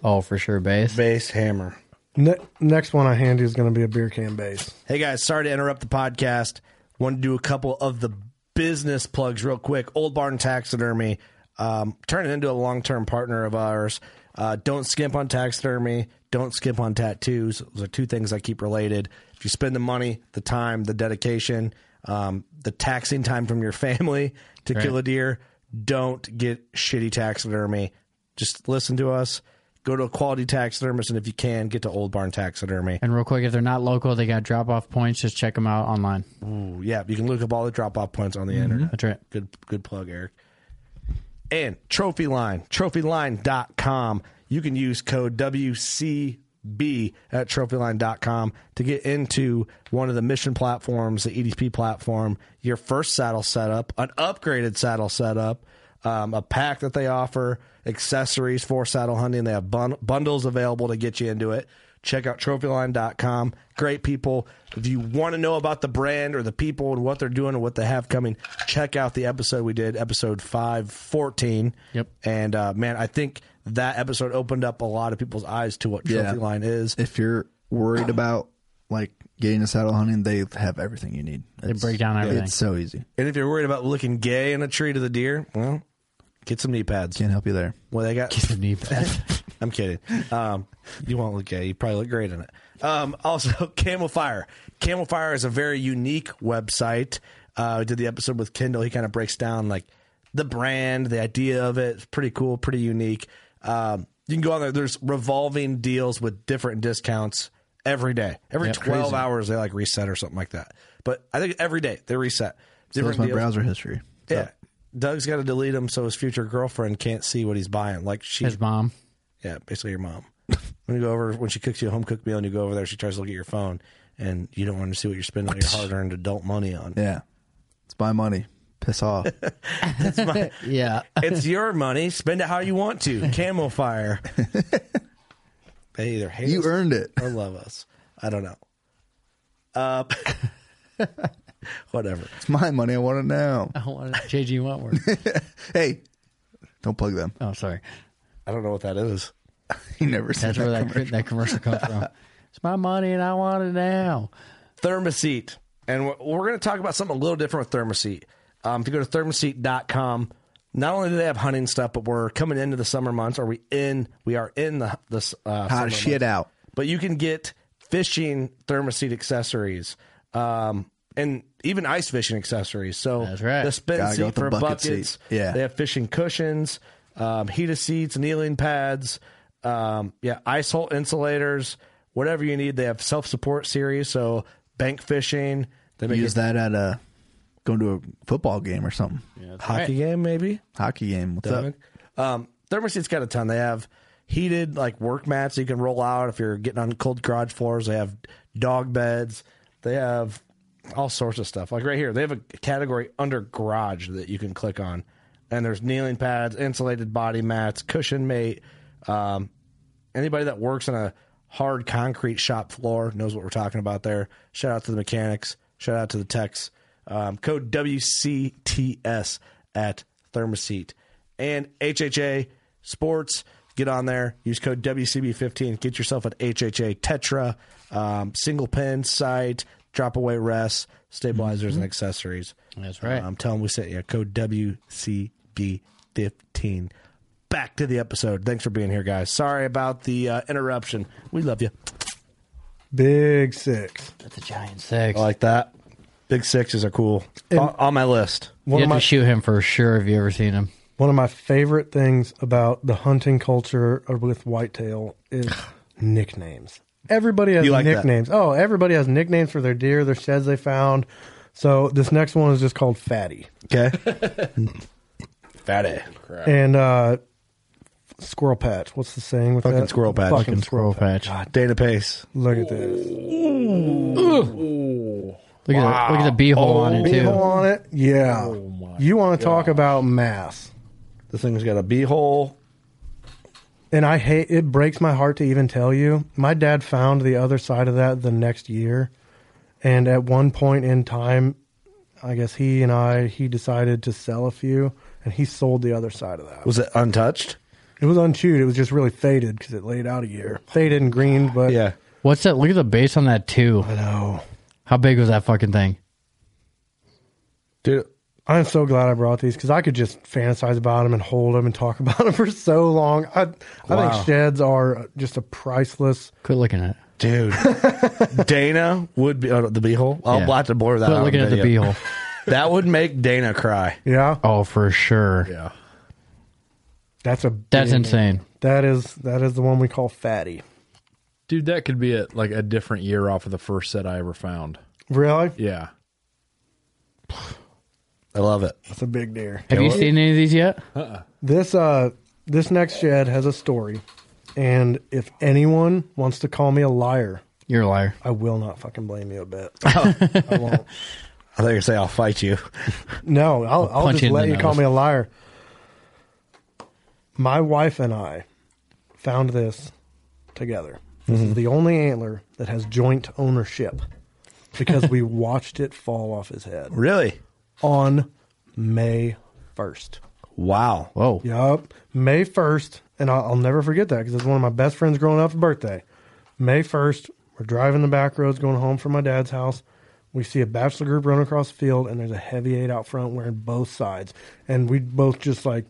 C: Oh, for sure, base.
E: base hammer.
I: Ne- next one I hand you is going to be a beer can base.
E: Hey guys, sorry to interrupt the podcast. Wanted to do a couple of the business plugs real quick. Old Barn Taxidermy, um, turning into a long term partner of ours. Uh, don't skimp on taxidermy. Don't skimp on tattoos. Those are two things I keep related. If you spend the money, the time, the dedication, um, the taxing time from your family to kill a deer, don't get shitty taxidermy. Just listen to us. Go to a quality taxidermist, and if you can, get to Old Barn Taxidermy.
C: And real quick, if they're not local, they got drop off points. Just check them out online.
E: Yeah, you can look up all the drop off points on the internet.
C: That's right.
E: Good good plug, Eric. And Trophy Line, trophyline.com. You can use code WCB at trophyline.com to get into one of the mission E platforms, the EDP platform, your first saddle setup, an upgraded saddle setup, um, a pack that they offer, accessories for saddle hunting. They have bun- bundles available to get you into it. Check out trophyline.com. Great people. If you want to know about the brand or the people and what they're doing and what they have coming, check out the episode we did, episode 514.
C: Yep.
E: And uh, man, I think that episode opened up a lot of people's eyes to what Trophy
D: Yeah.
E: Line is.
D: If you're worried about like getting to saddle hunting, they have everything you need. They
C: break down everything.
D: It's so easy.
E: And if you're worried about looking gay in a tree to the deer, well, get some knee pads.
D: Can't help you there.
E: Well, they got.
C: knee pad.
E: I'm kidding. Um, you won't look gay. You probably look great in it. Um, also, [laughs] Camel Fire. Camel Fire is a very unique website. Uh, we did the episode with Kendall. He kind of breaks down like the brand, the idea of it. It's pretty cool, pretty unique. Um, you can go on there. There's revolving deals with different discounts every day. Every
C: Yep,
E: 12
C: crazy.
E: hours, they like reset or something like that. But I think every day they reset.
D: So that's
E: Different
D: my
E: deals.
D: browser history.
E: Yeah. Doug's got to delete him so his future girlfriend can't see what he's buying. Like she,
C: His mom.
E: yeah, basically your mom. [laughs] when you go over, when she cooks you a home cooked meal and you go over there, she tries to look at your phone and you don't want her to see what you're spending all your hard earned adult money on.
D: Yeah. It's my money. Piss off.
C: Yeah.
E: it's your money. Spend it how you want to. Camel fire. they either hate
D: [laughs] you
E: us
D: earned it.
E: or love us. I don't know. Uh, [laughs] whatever.
D: It's my money. I want
C: [laughs]
D: it now.
C: I want it. JG Wentworth.
D: Hey, don't plug them. [laughs]
C: Oh, sorry.
E: I don't know what that is.
D: You never said
C: That's where
D: that.
C: that commercial. that commercial comes from. It's my money and I want it now.
E: Thermoset. And we're, we're going to talk about something a little different with Thermoset. Um, if you go to thermoset.com, not only do they have hunting stuff, but we're coming into the summer months. Are we in? We are in the this uh,
D: Hot
E: summer
D: as shit
E: months.
D: out.
E: But you can get fishing Thermoset accessories, um, and even ice fishing accessories. So
C: That's right.
E: The spin
D: Gotta go
E: seat
D: with the
E: for
D: bucket
E: buckets.
D: seat. Yeah.
E: they have fishing cushions, um, heated seats, kneeling pads, um, yeah, ice hole insulators, whatever you need. They have self support series, so bank fishing. They make
D: Use
E: a
D: that at a going to a football game or something.
E: hockey game, maybe.
D: Hockey game. What's up?
E: Devin. Um, Thermoset's got a ton. They have heated like work mats you can roll out if you're getting on cold garage floors. They have dog beds. They have all sorts of stuff. Like right here, they have a category under garage that you can click on, and there's kneeling pads, insulated body mats, cushion mate. Um, anybody that works on a hard concrete shop floor knows what we're talking about there. Shout out to the mechanics. Shout out to the techs. Um, code WCTS at Thermoset and HHA Sports. Get on there. Use code WCB15. Get yourself an HHA Tetra um, single pin sight, drop away rests, stabilizers, and accessories.
C: That's right.
E: Um, tell them we sent you code WCB15 back to the episode. Thanks for being here, guys. Sorry about the uh, interruption. We love you.
I: Big six.
C: That's a giant six.
E: I like that. Big sixes are cool. on, on my list.
C: you
I: One
C: have
I: of
C: to
I: my
C: shoot him for sure. Have you ever seen him?
I: one of my favorite things about the hunting culture with whitetail is nicknames. Everybody has
E: You like that?
I: nicknames. Oh, everybody has nicknames for their deer, their sheds they found. So this next one is just called Fatty.
E: Okay.
B: [laughs]
E: Fatty.
I: And uh Squirrel Patch. What's the saying with
E: Fucking
I: that?
E: Squirrel Patch.
I: Fucking
E: Fucking
I: Squirrel Patch.
E: Ah, Dana Pace.
I: Look at this.
C: Look at the, look at the beehole on it too.
I: Beehole on it. Yeah. you want to talk about mass.
E: This thing's got a beehole.
I: And I hate it breaks my heart to even tell you. My dad found the other side of that the next year. And at one point in time, I guess he and I he decided to sell a few and he sold the other side of that.
E: Was it untouched?
I: It was unchewed. It was just really faded because it laid out a year. Faded and green, but
C: What's that? Look at the base on that too.
I: I know.
C: How big was that fucking thing?
E: Dude.
I: I'm so glad I brought these because I could just fantasize about them and hold them and talk [laughs] about them for so long. I I
E: Wow.
I: think sheds are just a priceless.
C: Quit looking at it.
B: [laughs]
E: Dude. Dana would be oh, the beehole. I'll
C: Yeah.
E: have to blur that
C: Quit
E: out.
C: looking
E: on
C: at the
E: video.
C: beehole.
E: That would make Dana cry.
I: Yeah,
C: Oh, for sure.
E: Yeah.
I: that's a
C: That's
I: big-
C: insane.
I: That is that is the one we call fatty.
B: Dude, that could be a, like a different year off of the first set I ever found.
I: Really,
B: Yeah.
E: I love it.
I: that's a big deer.
C: Have you seen any of these yet?
I: This uh this next shed has a story, and if anyone wants to call me a liar,
C: You're a liar.
I: I will not fucking blame you a bit.
E: I thought you were gonna say I'll fight you.
I: No, I'll, I'll
C: punch
I: just
C: you in
I: let
C: the
I: you call
C: nose.
I: me a liar. My wife and I found this together. This is the only antler that has joint ownership because we watched it fall off his head
B: Really?
I: on May 1st.
B: Wow.
C: Whoa.
I: Yup. May 1st. And I'll, I'll never forget that because it's one of my best friends growing up's birthday. May 1st, we're driving the back roads going home from my dad's house. We see a bachelor group run across the field, and there's a heavy eight out front wearing both sides. And we both just like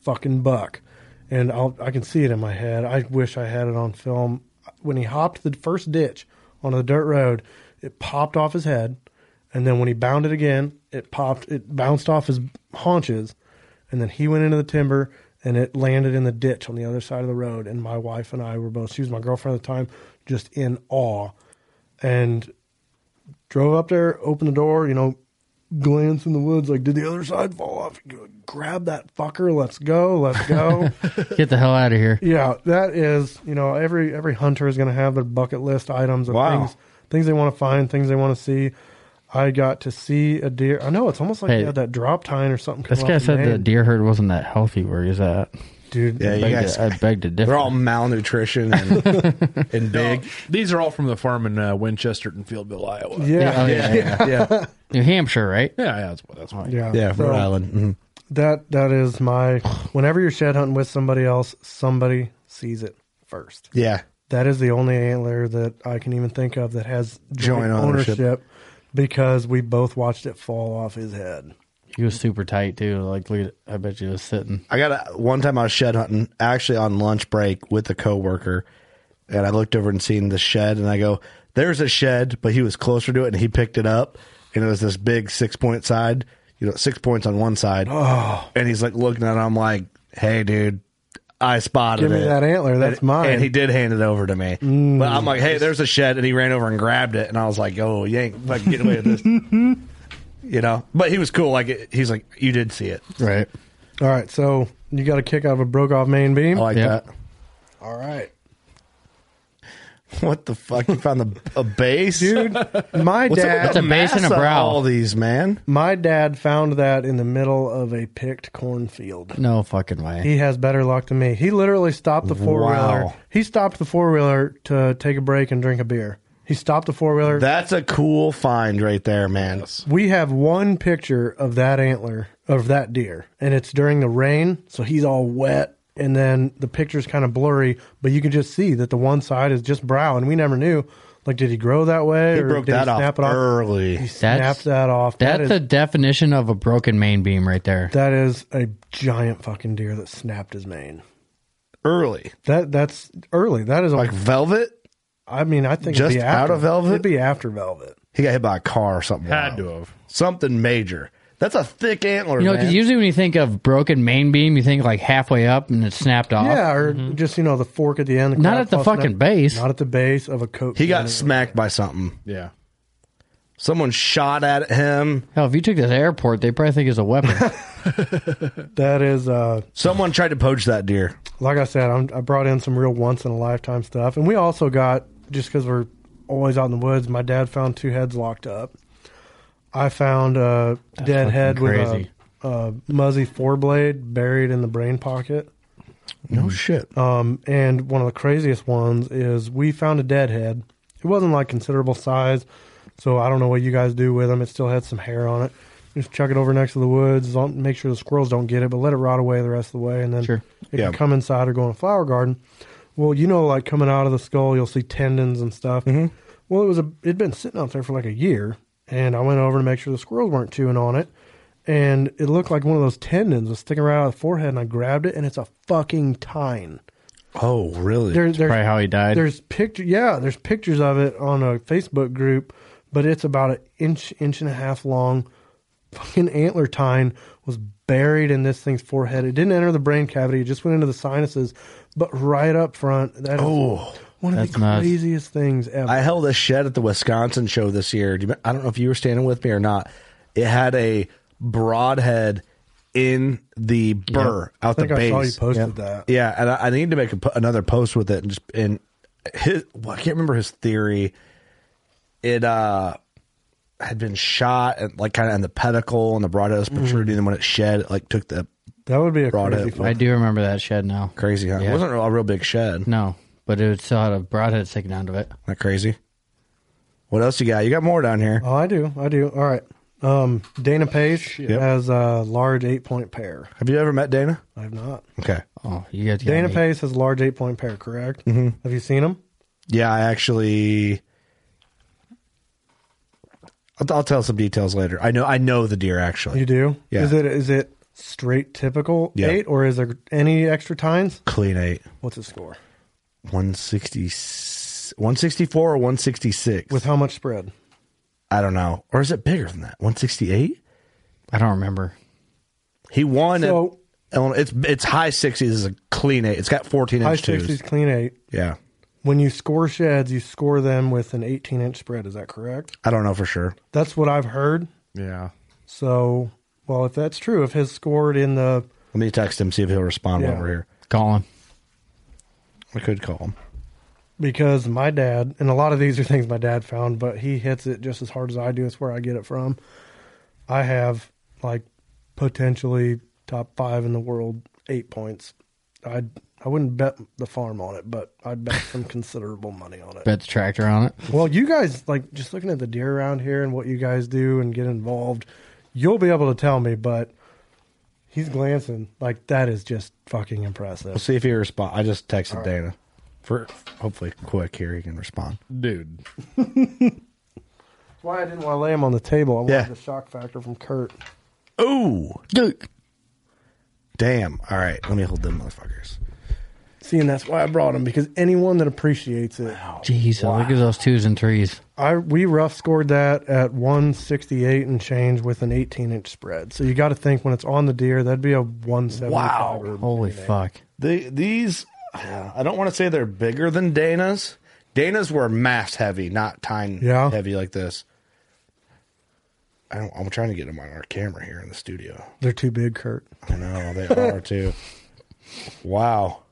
I: fucking buck. And I'll, I can see it in my head. I wish I had it on film. When he hopped the first ditch onto the dirt road, it popped off his head. And then when he bounded again, it popped, it bounced off his haunches and then he went into the timber and it landed in the ditch on the other side of the road and my wife and i were both she was my girlfriend at the time just in awe and drove up there opened the door you know glance in the woods like did the other side fall off grab that fucker let's go let's
C: [laughs]
I: go
C: [laughs] Get the hell out of here.
I: yeah that is you know every every hunter is going to have their bucket list items of
B: Wow.
I: things things they want to find things they want to see I got to see a deer. I know it's almost like
C: Hey,
I: he had that drop tine or something.
C: This
I: come
C: guy
I: off the
C: said the
I: main.
C: deer herd wasn't that healthy where he's at.
I: dude.
B: Yeah, you
C: Beg
B: guys.
C: to- I beg to differ.
B: They're all malnutrition [laughs] and, and big.
E: These are all from the farm in uh, Winchester and Fieldville, Iowa. Yeah,
I: yeah,
C: oh, yeah, yeah, yeah.
B: Yeah.
C: New Hampshire, right?
E: yeah, that's what that's why.
I: Yeah.
B: Yeah.
I: So
B: Rhode Island.
E: Mm-hmm.
B: Mhm.
I: That that is my whenever you're shed hunting with somebody else, somebody sees it first.
B: Yeah.
I: That is the only antler that I can even think of that has joint,
B: Joint ownership.
I: ownership. because we both watched it fall off his head.
C: He was super tight too. Like, look at, I bet you was sitting.
B: I got a, one time I was shed hunting actually on lunch break with a coworker, and I looked over and seen the shed, and I go, "There's a shed," but he was closer to it, and he picked it up, and it was this big six point side, you know, six points on one side, oh. and he's like looking at, it, I'm like, "Hey, dude." I spotted
I: Give me
B: it.
I: that antler, that's
B: And-
I: mine. Mm.
B: And he did hand it over to me. But I'm like, hey, there's a shed. And he ran over and grabbed it. And I was like, oh, you ain't fucking getting away with
I: [laughs]
B: this. you know? But he was cool. Like, it- he's like, you did see it.
C: Right.
I: All right, so you got a kick out of a broke off main beam.
B: I like
C: Yeah.
B: that.
I: All right.
B: What the fuck? You found the, a base,
I: Dude, my
B: What's up
I: dad
B: with
C: That's a
B: the
C: base and a
B: mass on
C: brow.
B: All these, man.
I: my dad found that in the middle of a picked cornfield.
C: No fucking way.
I: He has better luck than me. He literally stopped the four wheeler.
B: Wow.
I: He stopped the four wheeler to take a break and drink a beer. He stopped the four wheeler.
B: That's a cool find right there, man.
I: we have one picture of that antler of that deer, and it's during the rain, so he's all wet, and then the picture's kind of blurry, but you can just see that the one side is just brow, and we never knew. Like, did he grow that way?
B: He
I: or
B: broke
I: did
B: that off,
I: snap it
B: early.
I: He snapped that off. That
C: That's
I: is
C: the definition of a broken main beam right there.
I: that is a giant fucking deer that snapped his mane.
B: Early,
I: That that's early. That is a
B: like velvet.
I: I mean, I think
B: Just
I: it'd be after,
B: out of Velvet?
I: It'd be after Velvet.
B: He got hit by a car or something.
E: Had
B: wild.
E: to have.
B: something major. That's a thick antler,
C: You know,
B: man.
C: because usually when you think of broken main beam, you think like halfway up and it snapped
B: Uh-huh.
C: off.
I: Yeah, or just you know the fork at the end. The
C: Mm-hmm. Not
I: crab
C: at the
I: tossing
C: fucking
I: up-
C: base.
I: Not at the base of a coat.
B: he got
I: can.
B: smacked by something.
E: Yeah.
B: Someone shot at him.
C: Hell, if you took this airport, they probably think it's a weapon.
I: [laughs] That is, uh,
B: Someone tried to poach that deer.
I: like I said, I'm, I brought in some real once in a lifetime stuff, and we also got just because we're always out in the woods. My dad found two heads locked up. I found a dead
C: fucking
I: head
C: crazy.
I: with a, a muzzy four blade buried in the brain pocket.
B: No shit.
I: Um, and one of the craziest ones is we found a deadhead. It wasn't like considerable size, so I don't know what you guys do with them. It still had some hair on it. Just chuck it over next to the woods. Don't make sure the squirrels don't get it, but let it rot away the rest of the way, and then
C: Sure.
I: it
B: Yeah.
I: can come inside or go in a flower garden. Well, you know, like coming out of the skull, you'll see tendons and stuff. Well, it was a it'd been sitting out there for like a year, and I went over to make sure the squirrels weren't chewing on it, and it looked like one of those tendons was sticking right out of the forehead, and I grabbed it, and it's a fucking tine.
B: Oh, really?
I: There, there's,
C: probably how he died.
I: There's picture, yeah, there's pictures of it on a Facebook group, but it's about an inch, inch and a half long. Fucking antler tine was buried in this thing's forehead. It didn't enter the brain cavity; it just went into the sinuses, but right up front. That is
B: Oh,
I: one of
C: that's
I: the
C: nuts.
I: craziest things ever.
B: I held a shed at the Wisconsin show this year. Do you, I don't know if you were standing with me or not. It had a broadhead in the burr out
I: I think
B: the
I: I
B: base.
I: saw you posted that.
B: Yeah, and I, I need to make a, po- another post with it. And, just, and his, well, I can't remember his theory. It uh, had been shot at like kind of in the pedicle, and the broadhead was protruding. And when it shed, it like took the
I: That would be a
E: Brought
I: crazy
E: it.
I: fuck.
C: I do remember that shed now.
E: Crazy, huh?
C: Yeah.
E: It wasn't a real big shed.
C: No, but it still had a broadhead sticking out of it.
E: Not crazy. What else you got? You got more down here.
I: Oh, I do. I do. All right. Um, Dana Pace
E: Yep.
I: has a large eight point pair.
E: Have you ever met Dana?
I: I have not.
E: Okay.
C: Oh, you guys got
I: Dana
C: me.
I: Pace has a large eight point pair, correct?
E: Mhm.
I: Have you seen him?
E: Yeah, I actually. I'll, I'll tell some details later. I know. I know the deer actually.
I: Oh, You do?
E: Yeah.
I: Is it is it straight typical
E: Yeah.
I: eight or is there any extra tines?
E: Clean eight.
I: What's his score?
E: 160, 164 or one sixty six.
I: With how much spread?
E: I don't know. Or is it bigger than that? One sixty eight.
C: I don't remember.
E: He won. at
I: So-
E: Illinois. it's it's high sixties. Is a clean eight. It's got fourteen
I: High
E: inch
I: sixties
E: twos.
I: clean eight.
E: Yeah.
I: When you score sheds, you score them with an eighteen inch spread, is that correct?
E: I don't know for sure.
I: That's what I've heard.
B: Yeah.
I: So well if that's true, if his scored in the
E: Let me text him see if he'll respond
I: Yeah.
E: while we're here.
C: Colin.
E: I could call him.
I: because my dad, and a lot of these are things my dad found, but he hits it just as hard as I do. It's where I get it from. I have like potentially top five in the world eight points. I I wouldn't bet the farm on it, but I'd bet
C: [laughs]
I: some considerable money on it.
C: Bet the tractor on it.
I: Well, you guys like just looking at the deer around here and what you guys do and get involved, you'll be able to tell me. But he's glancing like that is just fucking
E: We'll
I: impressive.
E: see if he responds. I just texted Dana. For hopefully quick here he can respond.
B: Dude.
I: That's why I didn't want to lay him on the table. I wanted
E: Yeah.
I: the shock factor from Kurt.
E: Ooh. Damn. All right. Let me hold them motherfuckers.
I: See, and that's why I brought him because anyone that appreciates it,
C: Jeez, look at those twos and threes.
I: I we rough scored that at 168 and change with an 18 inch spread. So you got to think when it's on the deer, that'd be a 175.
E: Wow.
I: or-
C: Holy fuck.
E: The, these, I don't want to say they're bigger than Dana's. Dana's were mass heavy, not time
I: Yeah.
E: heavy like this. I don't, I'm trying to get them on our camera here in the studio.
I: They're too big, Kurt.
E: I know they are too. Wow.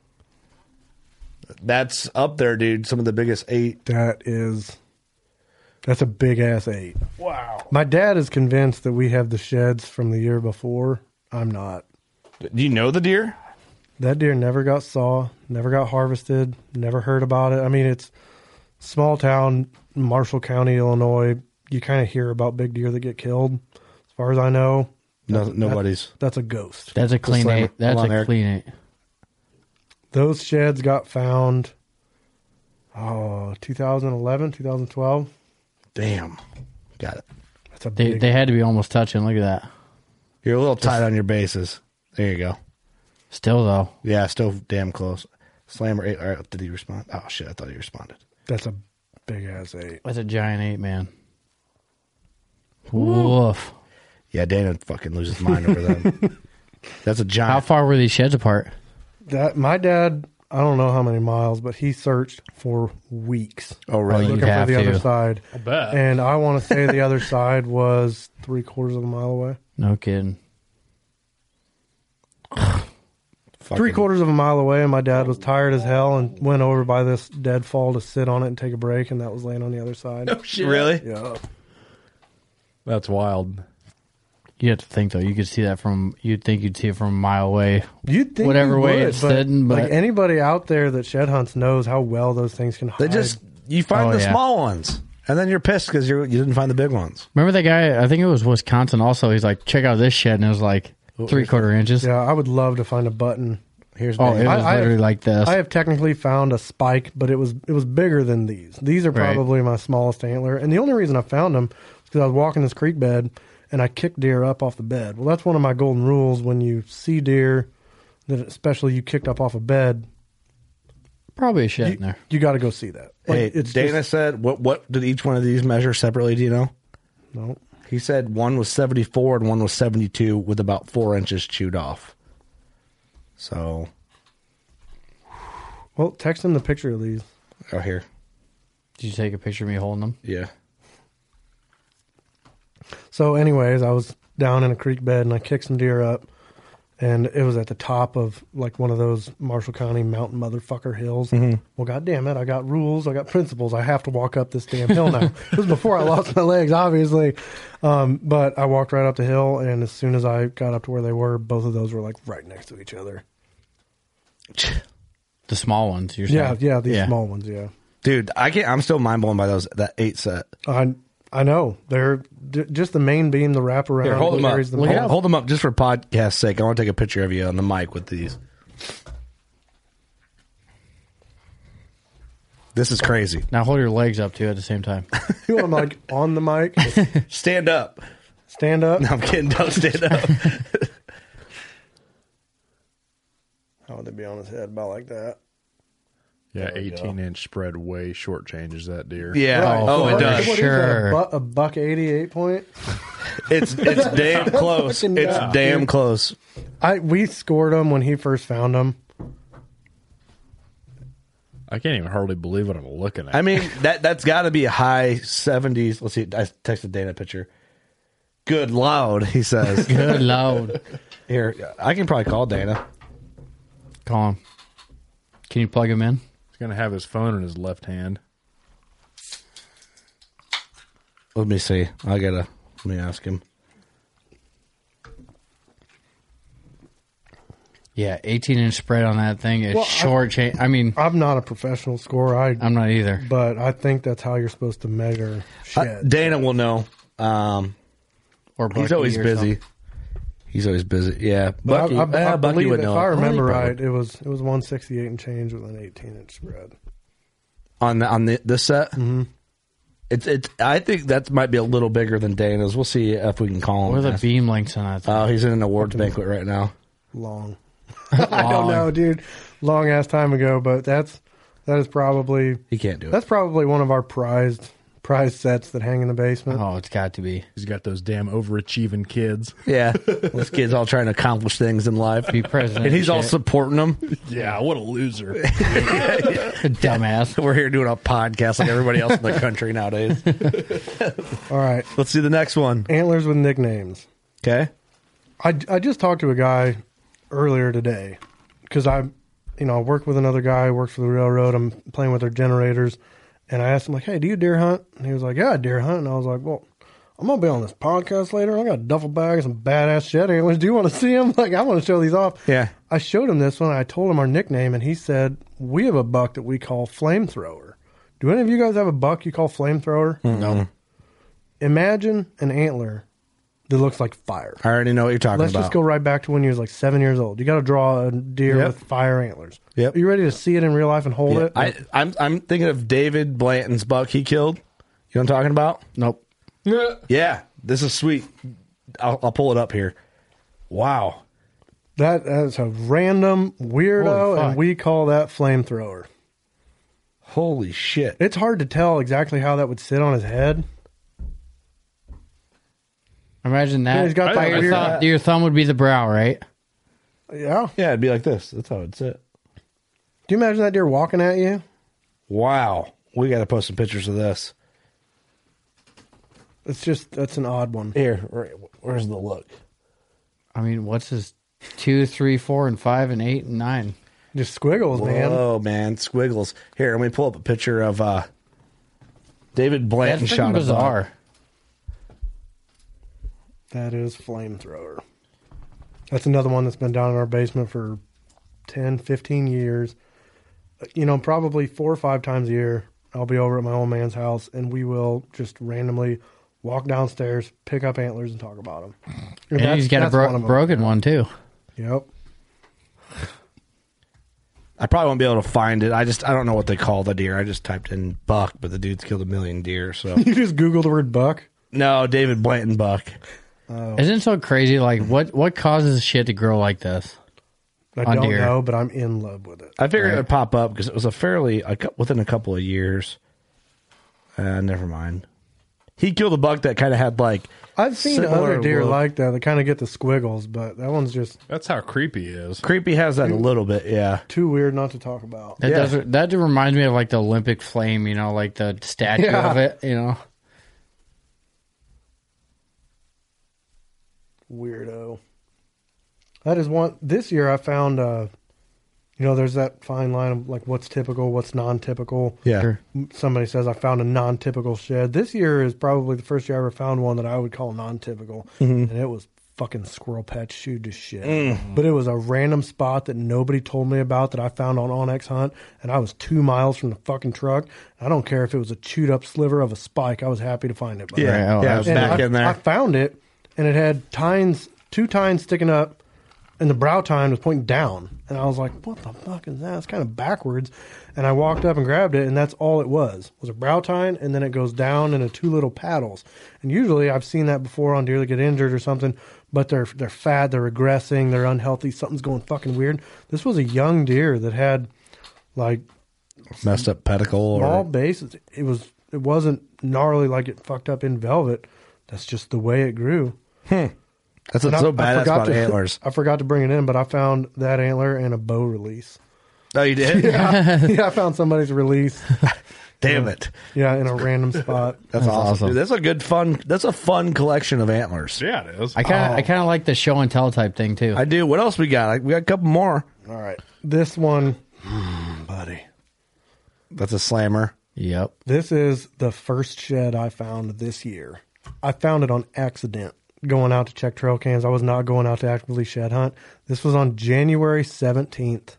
E: That's up there, dude. Some of the biggest eight.
I: That is, that's a big ass eight. Wow. My dad is convinced that we have the sheds from the year before. I'm not.
E: Do you know the deer?
I: That deer never got saw, never got harvested, never heard about it. I mean, it's small town, Marshall County, Illinois. You kind of hear about big deer that get killed. As far as I know,
E: No, nobody's.
I: that's a ghost.
C: That's a clean
E: slammer.
C: eight. That's
E: Hold on,
C: a
E: Eric.
C: clean eight.
I: Those sheds got found, oh, 2011, 2012.
E: Damn. Got it.
I: That's a
C: They
I: big.
C: they had to be almost touching. Look at that.
E: You're a little tight on your bases. There you go.
C: Still though.
E: Yeah, still damn close. Slammer eight. All right, did he respond? Oh shit, I thought he responded.
I: that's a big ass eight.
C: That's a giant eight, man. Woof.
E: Yeah, Dana fucking loses his mind over [laughs] them. That's a
C: How
E: giant.
C: far were these sheds apart?
I: That my dad. I don't know how many miles, but he searched for weeks.
E: oh really?
C: You'd
I: looking for
C: have
I: the other
C: to.
I: side. I
E: Uh,
B: bet. [laughs]
I: And I want to say the other side was three quarters of a mile away.
C: No kidding.
E: Fucking-
I: Three quarters of a mile away, and my dad was tired as hell and went over by this deadfall to sit on it and take a break, and that was laying on the other side.
E: Really?
I: Yeah.
B: Oh, That's wild.
C: You have to think though. You could see that from. You'd think you'd see it from a mile away.
I: You'd think
C: Whatever
I: you
C: way
I: would,
C: it's sitting, but-
I: like anybody out there that shed hunts knows how well those things can hide.
E: They just you find
C: Oh,
E: the
C: yeah.
E: small ones, and then you're pissed because you you didn't find the big ones.
C: Remember that guy? I think it was Wisconsin. Also, he's like, check out this shed, and it was like three quarter inches.
I: Oh, yeah, I would love to find a button.
E: Here's
C: Oh, it
E: Dana.
I: I-
C: was
I: I have-
C: literally like this.
I: I have technically found a spike, but it was it was bigger than these. These are
C: Right.
I: probably my smallest antler, and the only reason I found them is because I was walking this creek bed and I kicked deer up off the bed. Well, that's one of my golden rules when you see deer that especially you kicked up off a bed,
C: Probably a shed
I: you,
C: in there.
I: you got to go see that. Like,
E: hey, Dana
I: just-
E: said what what did each one of these measure separately? Do you know?
I: no,
E: He said one was 74 and one was 72 with about four inches chewed off. So,
I: well, text him the picture of these.
E: oh, here.
C: Did you take a picture of me holding them?
E: Yeah.
I: So, anyways, I was down in a creek bed and I kicked some deer up, and it was at the top of like one of those Marshall County mountain motherfucker hills. Well, god damn it, I got rules, I got principles. I have to walk up this damn hill now. [laughs] it was before I lost my legs, obviously, um, but I walked right up the hill, and as soon as I got up to where they were, both of those were like right next to each other.
C: The small ones. You're
I: Yeah,
C: saying.
I: yeah, these small ones, yeah.
E: Dude, I can't. I'm still mind blown by those that eight set.
I: I I know they're d- just the main beam, the wraparound.
E: Here, hold them up.
I: carries them
E: hold,
I: up.
E: hold them up just for podcast sake. I want to take a picture of you on the mic with these. This is crazy.
C: Now hold your legs up too at the same
I: [laughs]
C: time.
I: You want them like on the mic,
E: Stand up. [laughs]
I: stand up.
E: No, I'm kidding. Don't stand up.
I: How would they be on his head about like that?
B: Yeah, eighteen inch spread way shortchanges that deer.
E: Yeah. Oh, it
I: What-
E: does.
I: What is that,
C: Sure.
I: a, bu- a buck eighty-eight point.
E: It's it's damn close.
I: Fucking
E: It's
I: yeah.
E: damn close.
I: I we scored him when he first found him.
B: I can't even hardly believe what I'm looking at.
E: I mean that that's got to be high seventies. Let's see. I texted Dana a picture. Good loud, he [laughs] says.
C: Good loud.
E: Here, I can probably call Dana.
C: Call him. Can you plug him in?
B: He's gonna have his phone in his left hand.
E: Let me see. I gotta. Let me ask him.
C: Yeah, 18 inch spread on that thing is
I: Well, I-
C: short change. I mean,
I: I'm not a professional scorer. I
C: I'm not either.
I: but I think that's how you're supposed to measure shit.
E: Uh, Dana will know. Um,
C: Or
E: he's
C: Bucky
E: always
C: or
E: busy. He's always busy. Yeah,
I: but
E: Bucky.
I: I, I,
E: eh,
I: I
E: Bucky
I: believe
E: would
I: if
E: know.
I: I remember
E: Probably.
I: right, it was it was 168 and change with an 18 inch spread.
E: on the, on the, this set. Mm-hmm. It's it's. I think that might be a little bigger than Dana's. We'll see if we can call him.
C: What are the
E: and ask-
C: beam lengths on that thing?
I: Uh,
E: Oh, he's in an awards banquet right now.
I: Long. [laughs] I don't know, dude. Long ass time ago, but that's that is probably
E: He can't do it.
I: that's probably one of our prized prized sets that hang in the basement.
C: Oh, it's got to be.
B: He's got those damn overachieving kids.
E: [laughs] yeah, this kid's all trying to accomplish things in life,
C: Be
E: [laughs]
C: president.
E: and he's all
C: shit.
E: supporting them.
B: Yeah, what a [laughs] loser.
E: [laughs]
C: dumbass.
E: We're here doing a podcast like everybody else in [laughs] the country nowadays.
I: All right,
E: Let's see the next one.
I: antlers with nicknames.
E: Okay.
I: I, I just talked to a guy earlier today because I, you know, I work with another guy who works for the railroad. I'm playing with their generators, and I asked him like, "Hey, do you deer hunt?" And he was like, "Yeah, I deer hunt." And I was like, "Well, I'm gonna be on this podcast later. I got a duffel bag and some badass shed antlers. Do you want to see them? [laughs] Like, I want to show these off."
E: Yeah.
I: I showed him this one. I told him our nickname, and he said, "We have a buck that we call flamethrower." Do any of you guys have a buck you call flamethrower? No. Imagine an antler that looks like fire.
E: I already know what you're talking
I: Let's
E: about.
I: just go right back to when you was like seven years old. You got to draw a deer
E: Yep.
I: with fire antlers.
E: Yep.
I: Are you ready to see it in real life and hold
E: Yeah,
I: it?
E: I, I'm I'm thinking of David Blanton's buck he killed. You know what I'm talking about?
C: Nope.
E: Yeah, this is sweet. I'll, I'll pull it up here. Wow,
I: that that is a random
C: Holy
I: weirdo,
C: fuck.
I: and we call that flamethrower.
E: holy shit!
I: It's hard to tell exactly how that would sit on his head.
C: Imagine that.
I: Yeah, he's got
C: Your
I: that
C: thumb-
I: weird-
C: your, thumb, would be the brow, right?
I: Yeah.
E: yeah, it'd be like this. That's how it'd sit.
I: Do you imagine that deer walking at you?
E: Wow, we got to post some pictures of this.
I: It's just that's an odd one.
E: Here, where- where's the look?
C: I mean, what's his two, three, four, and five, and eight, and nine?
I: Just squiggles, man.
E: Whoa, man, squiggles. Here, let me pull up a picture of uh, David
C: That's
E: Blanton shot
C: freaking
E: a buck.
C: bizarre.
I: That is flamethrower. That's another one that's been down in our basement for 10, 15 years. You know, probably four or five times a year, I'll be over at my old man's house and we will just randomly walk downstairs, pick up antlers, and talk about them.
C: And he's got a bro- broken one too.
I: Yep.
E: I probably won't be able to find it. I just I don't know what they call the deer. I just typed in buck, but the dude's killed a million deer. So
I: You just Google the word buck.
E: no, David Blanton buck.
C: Isn't it so crazy? Like, what what causes shit to grow like this?
I: I
C: On
I: don't
C: deer.
I: know, but I'm in love with it.
E: I figured it would pop up because it was a fairly a, cou- within a couple of years. Uh, never mind. He killed a buck that kind of had like
I: I've seen
E: Similar
I: other deer
E: look.
I: like that that kind of get the squiggles, but that one's just
B: That's how creepy he is.
E: creepy has that a little bit. Yeah,
I: too weird not to talk about.
C: That
E: Yeah.
C: does that just reminds me of like the Olympic flame, you know, like the statue
I: Yeah.
C: of it, you know.
I: Weirdo. That is one. This year I found, uh, you know, there's that fine line of like what's typical, what's non-typical.
E: Yeah. Sure.
I: Somebody says I found a non-typical shed. This year is probably the first year I ever found one that I would call non-typical,
E: Mhm.
I: and it was fucking squirrel patch shoed to shit. But it was a random spot that nobody told me about that I found on Onyx Hunt, and I was two miles from the fucking truck. I don't care if it was a chewed up sliver of a spike. I was happy to find it. buddy.
E: Yeah, Right, yeah, oh, it was
I: And
E: back
I: I-
E: in there.
I: I found it, and it had tines, two tines sticking up, and the brow tine was pointing down. And I was like, "What the fuck is that? It's kind of backwards." And I walked up and grabbed it, and that's all it was was a brow tine, and then it goes down into two little paddles. And usually, I've seen that before on deer that get injured or something, but they're they're fat, they're regressing, they're unhealthy, something's going fucking weird. This was a young deer that had like
E: Messed up pedicle
I: small
E: or
I: bases. It was it wasn't gnarly like it fucked up in velvet. That's just the way it grew.
E: that's what's
I: And I-
E: Hmm. so
I: I
E: badass
I: forgot
E: about
I: to- [laughs]
E: antlers.
I: I forgot to bring it in, but I found that antler and a
E: [laughs]
I: bow release.
E: Oh, you [laughs] did?
I: Yeah, yeah I found somebody's release.
E: Damn it!
I: Yeah,
E: [laughs]
I: in a random spot.
E: That's, awesome.
C: awesome.
E: Dude, that's a good fun. That's a fun collection of antlers.
B: Yeah, it is.
C: I kind of I kind of like the show and tell type thing too.
E: I do. What else we got? Like, we got a couple more.
I: All right, this one.
E: buddy. That's a slammer.
C: yep.
I: This is the first shed I found this year. I found it on accident going out to check trail cams. I was not going out to actively shed hunt. This was on January 17th.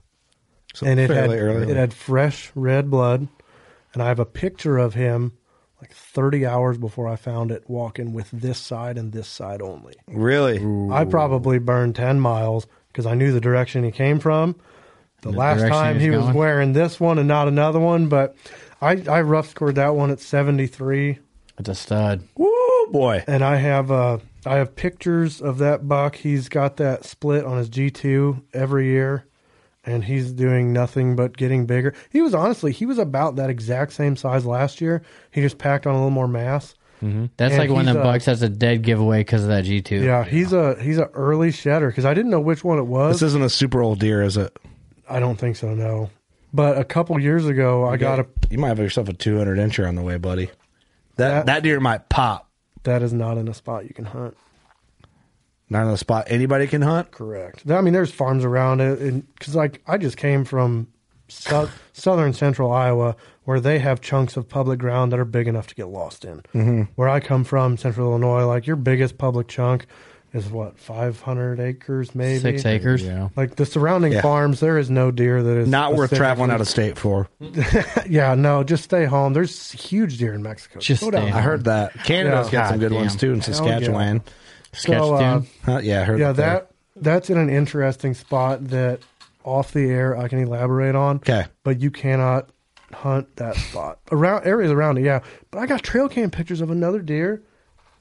E: So
I: and it had,
E: fairly early.
I: it had fresh red blood. And I have a picture of him like 30 hours before I found it walking with this side and this side only.
E: really.
I: I probably burned 10 miles because I knew the direction he came from. The,
C: The
I: last
C: direction
I: time
C: he
I: he
C: was
I: was,
C: going.
I: wearing this one and not another one, but I, I rough scored that one at 73
C: It's a stud.
E: Woo boy.
I: and I have uh, I have pictures of that buck. He's got that split on his G two every year, and he's doing nothing but getting bigger. He was honestly he was about that exact same size last year. He just packed on a little more mass.
C: That's
I: And
C: like one of
I: he's
C: them
I: a-
C: bucks that's a dead giveaway because of that G two.
I: Yeah, he's a he's a early shedder because I didn't know which one it was.
E: This isn't a super old deer, is it?
I: I don't think so. No, but a couple years ago I got a
E: You might have yourself a 200 incher on the way, buddy. That
I: That-
E: that deer might pop.
I: that is not in a spot you can hunt.
E: Not on the spot anybody can hunt.
I: Correct. I mean, there's farms around it, and because like I just came from sou- southern central Iowa, where they have chunks of public ground that are big enough to get lost in. Mm-hmm. Where I come from, central Illinois, like your biggest public chunk is what 500 acres, maybe
C: six acres.
B: Yeah.
I: Like the surrounding
E: Yeah.
I: farms, there is no deer that is
E: Not worth
I: specifically-
E: traveling out of state for.
I: Yeah, no, just stay home. There's huge deer in Mexico.
C: Just
I: Go down
C: stay
I: there.
E: I heard that Canada's got some good
C: Goddamn.
E: ones too in Saskatchewan.
I: So, uh,
C: Saskatchewan.
E: Huh, yeah, I heard
I: yeah,
E: there.
I: that that's in an interesting spot that off the air I can elaborate on.
E: Okay.
I: but you cannot hunt that spot around areas around it. Yeah, but I got trail cam pictures of another deer,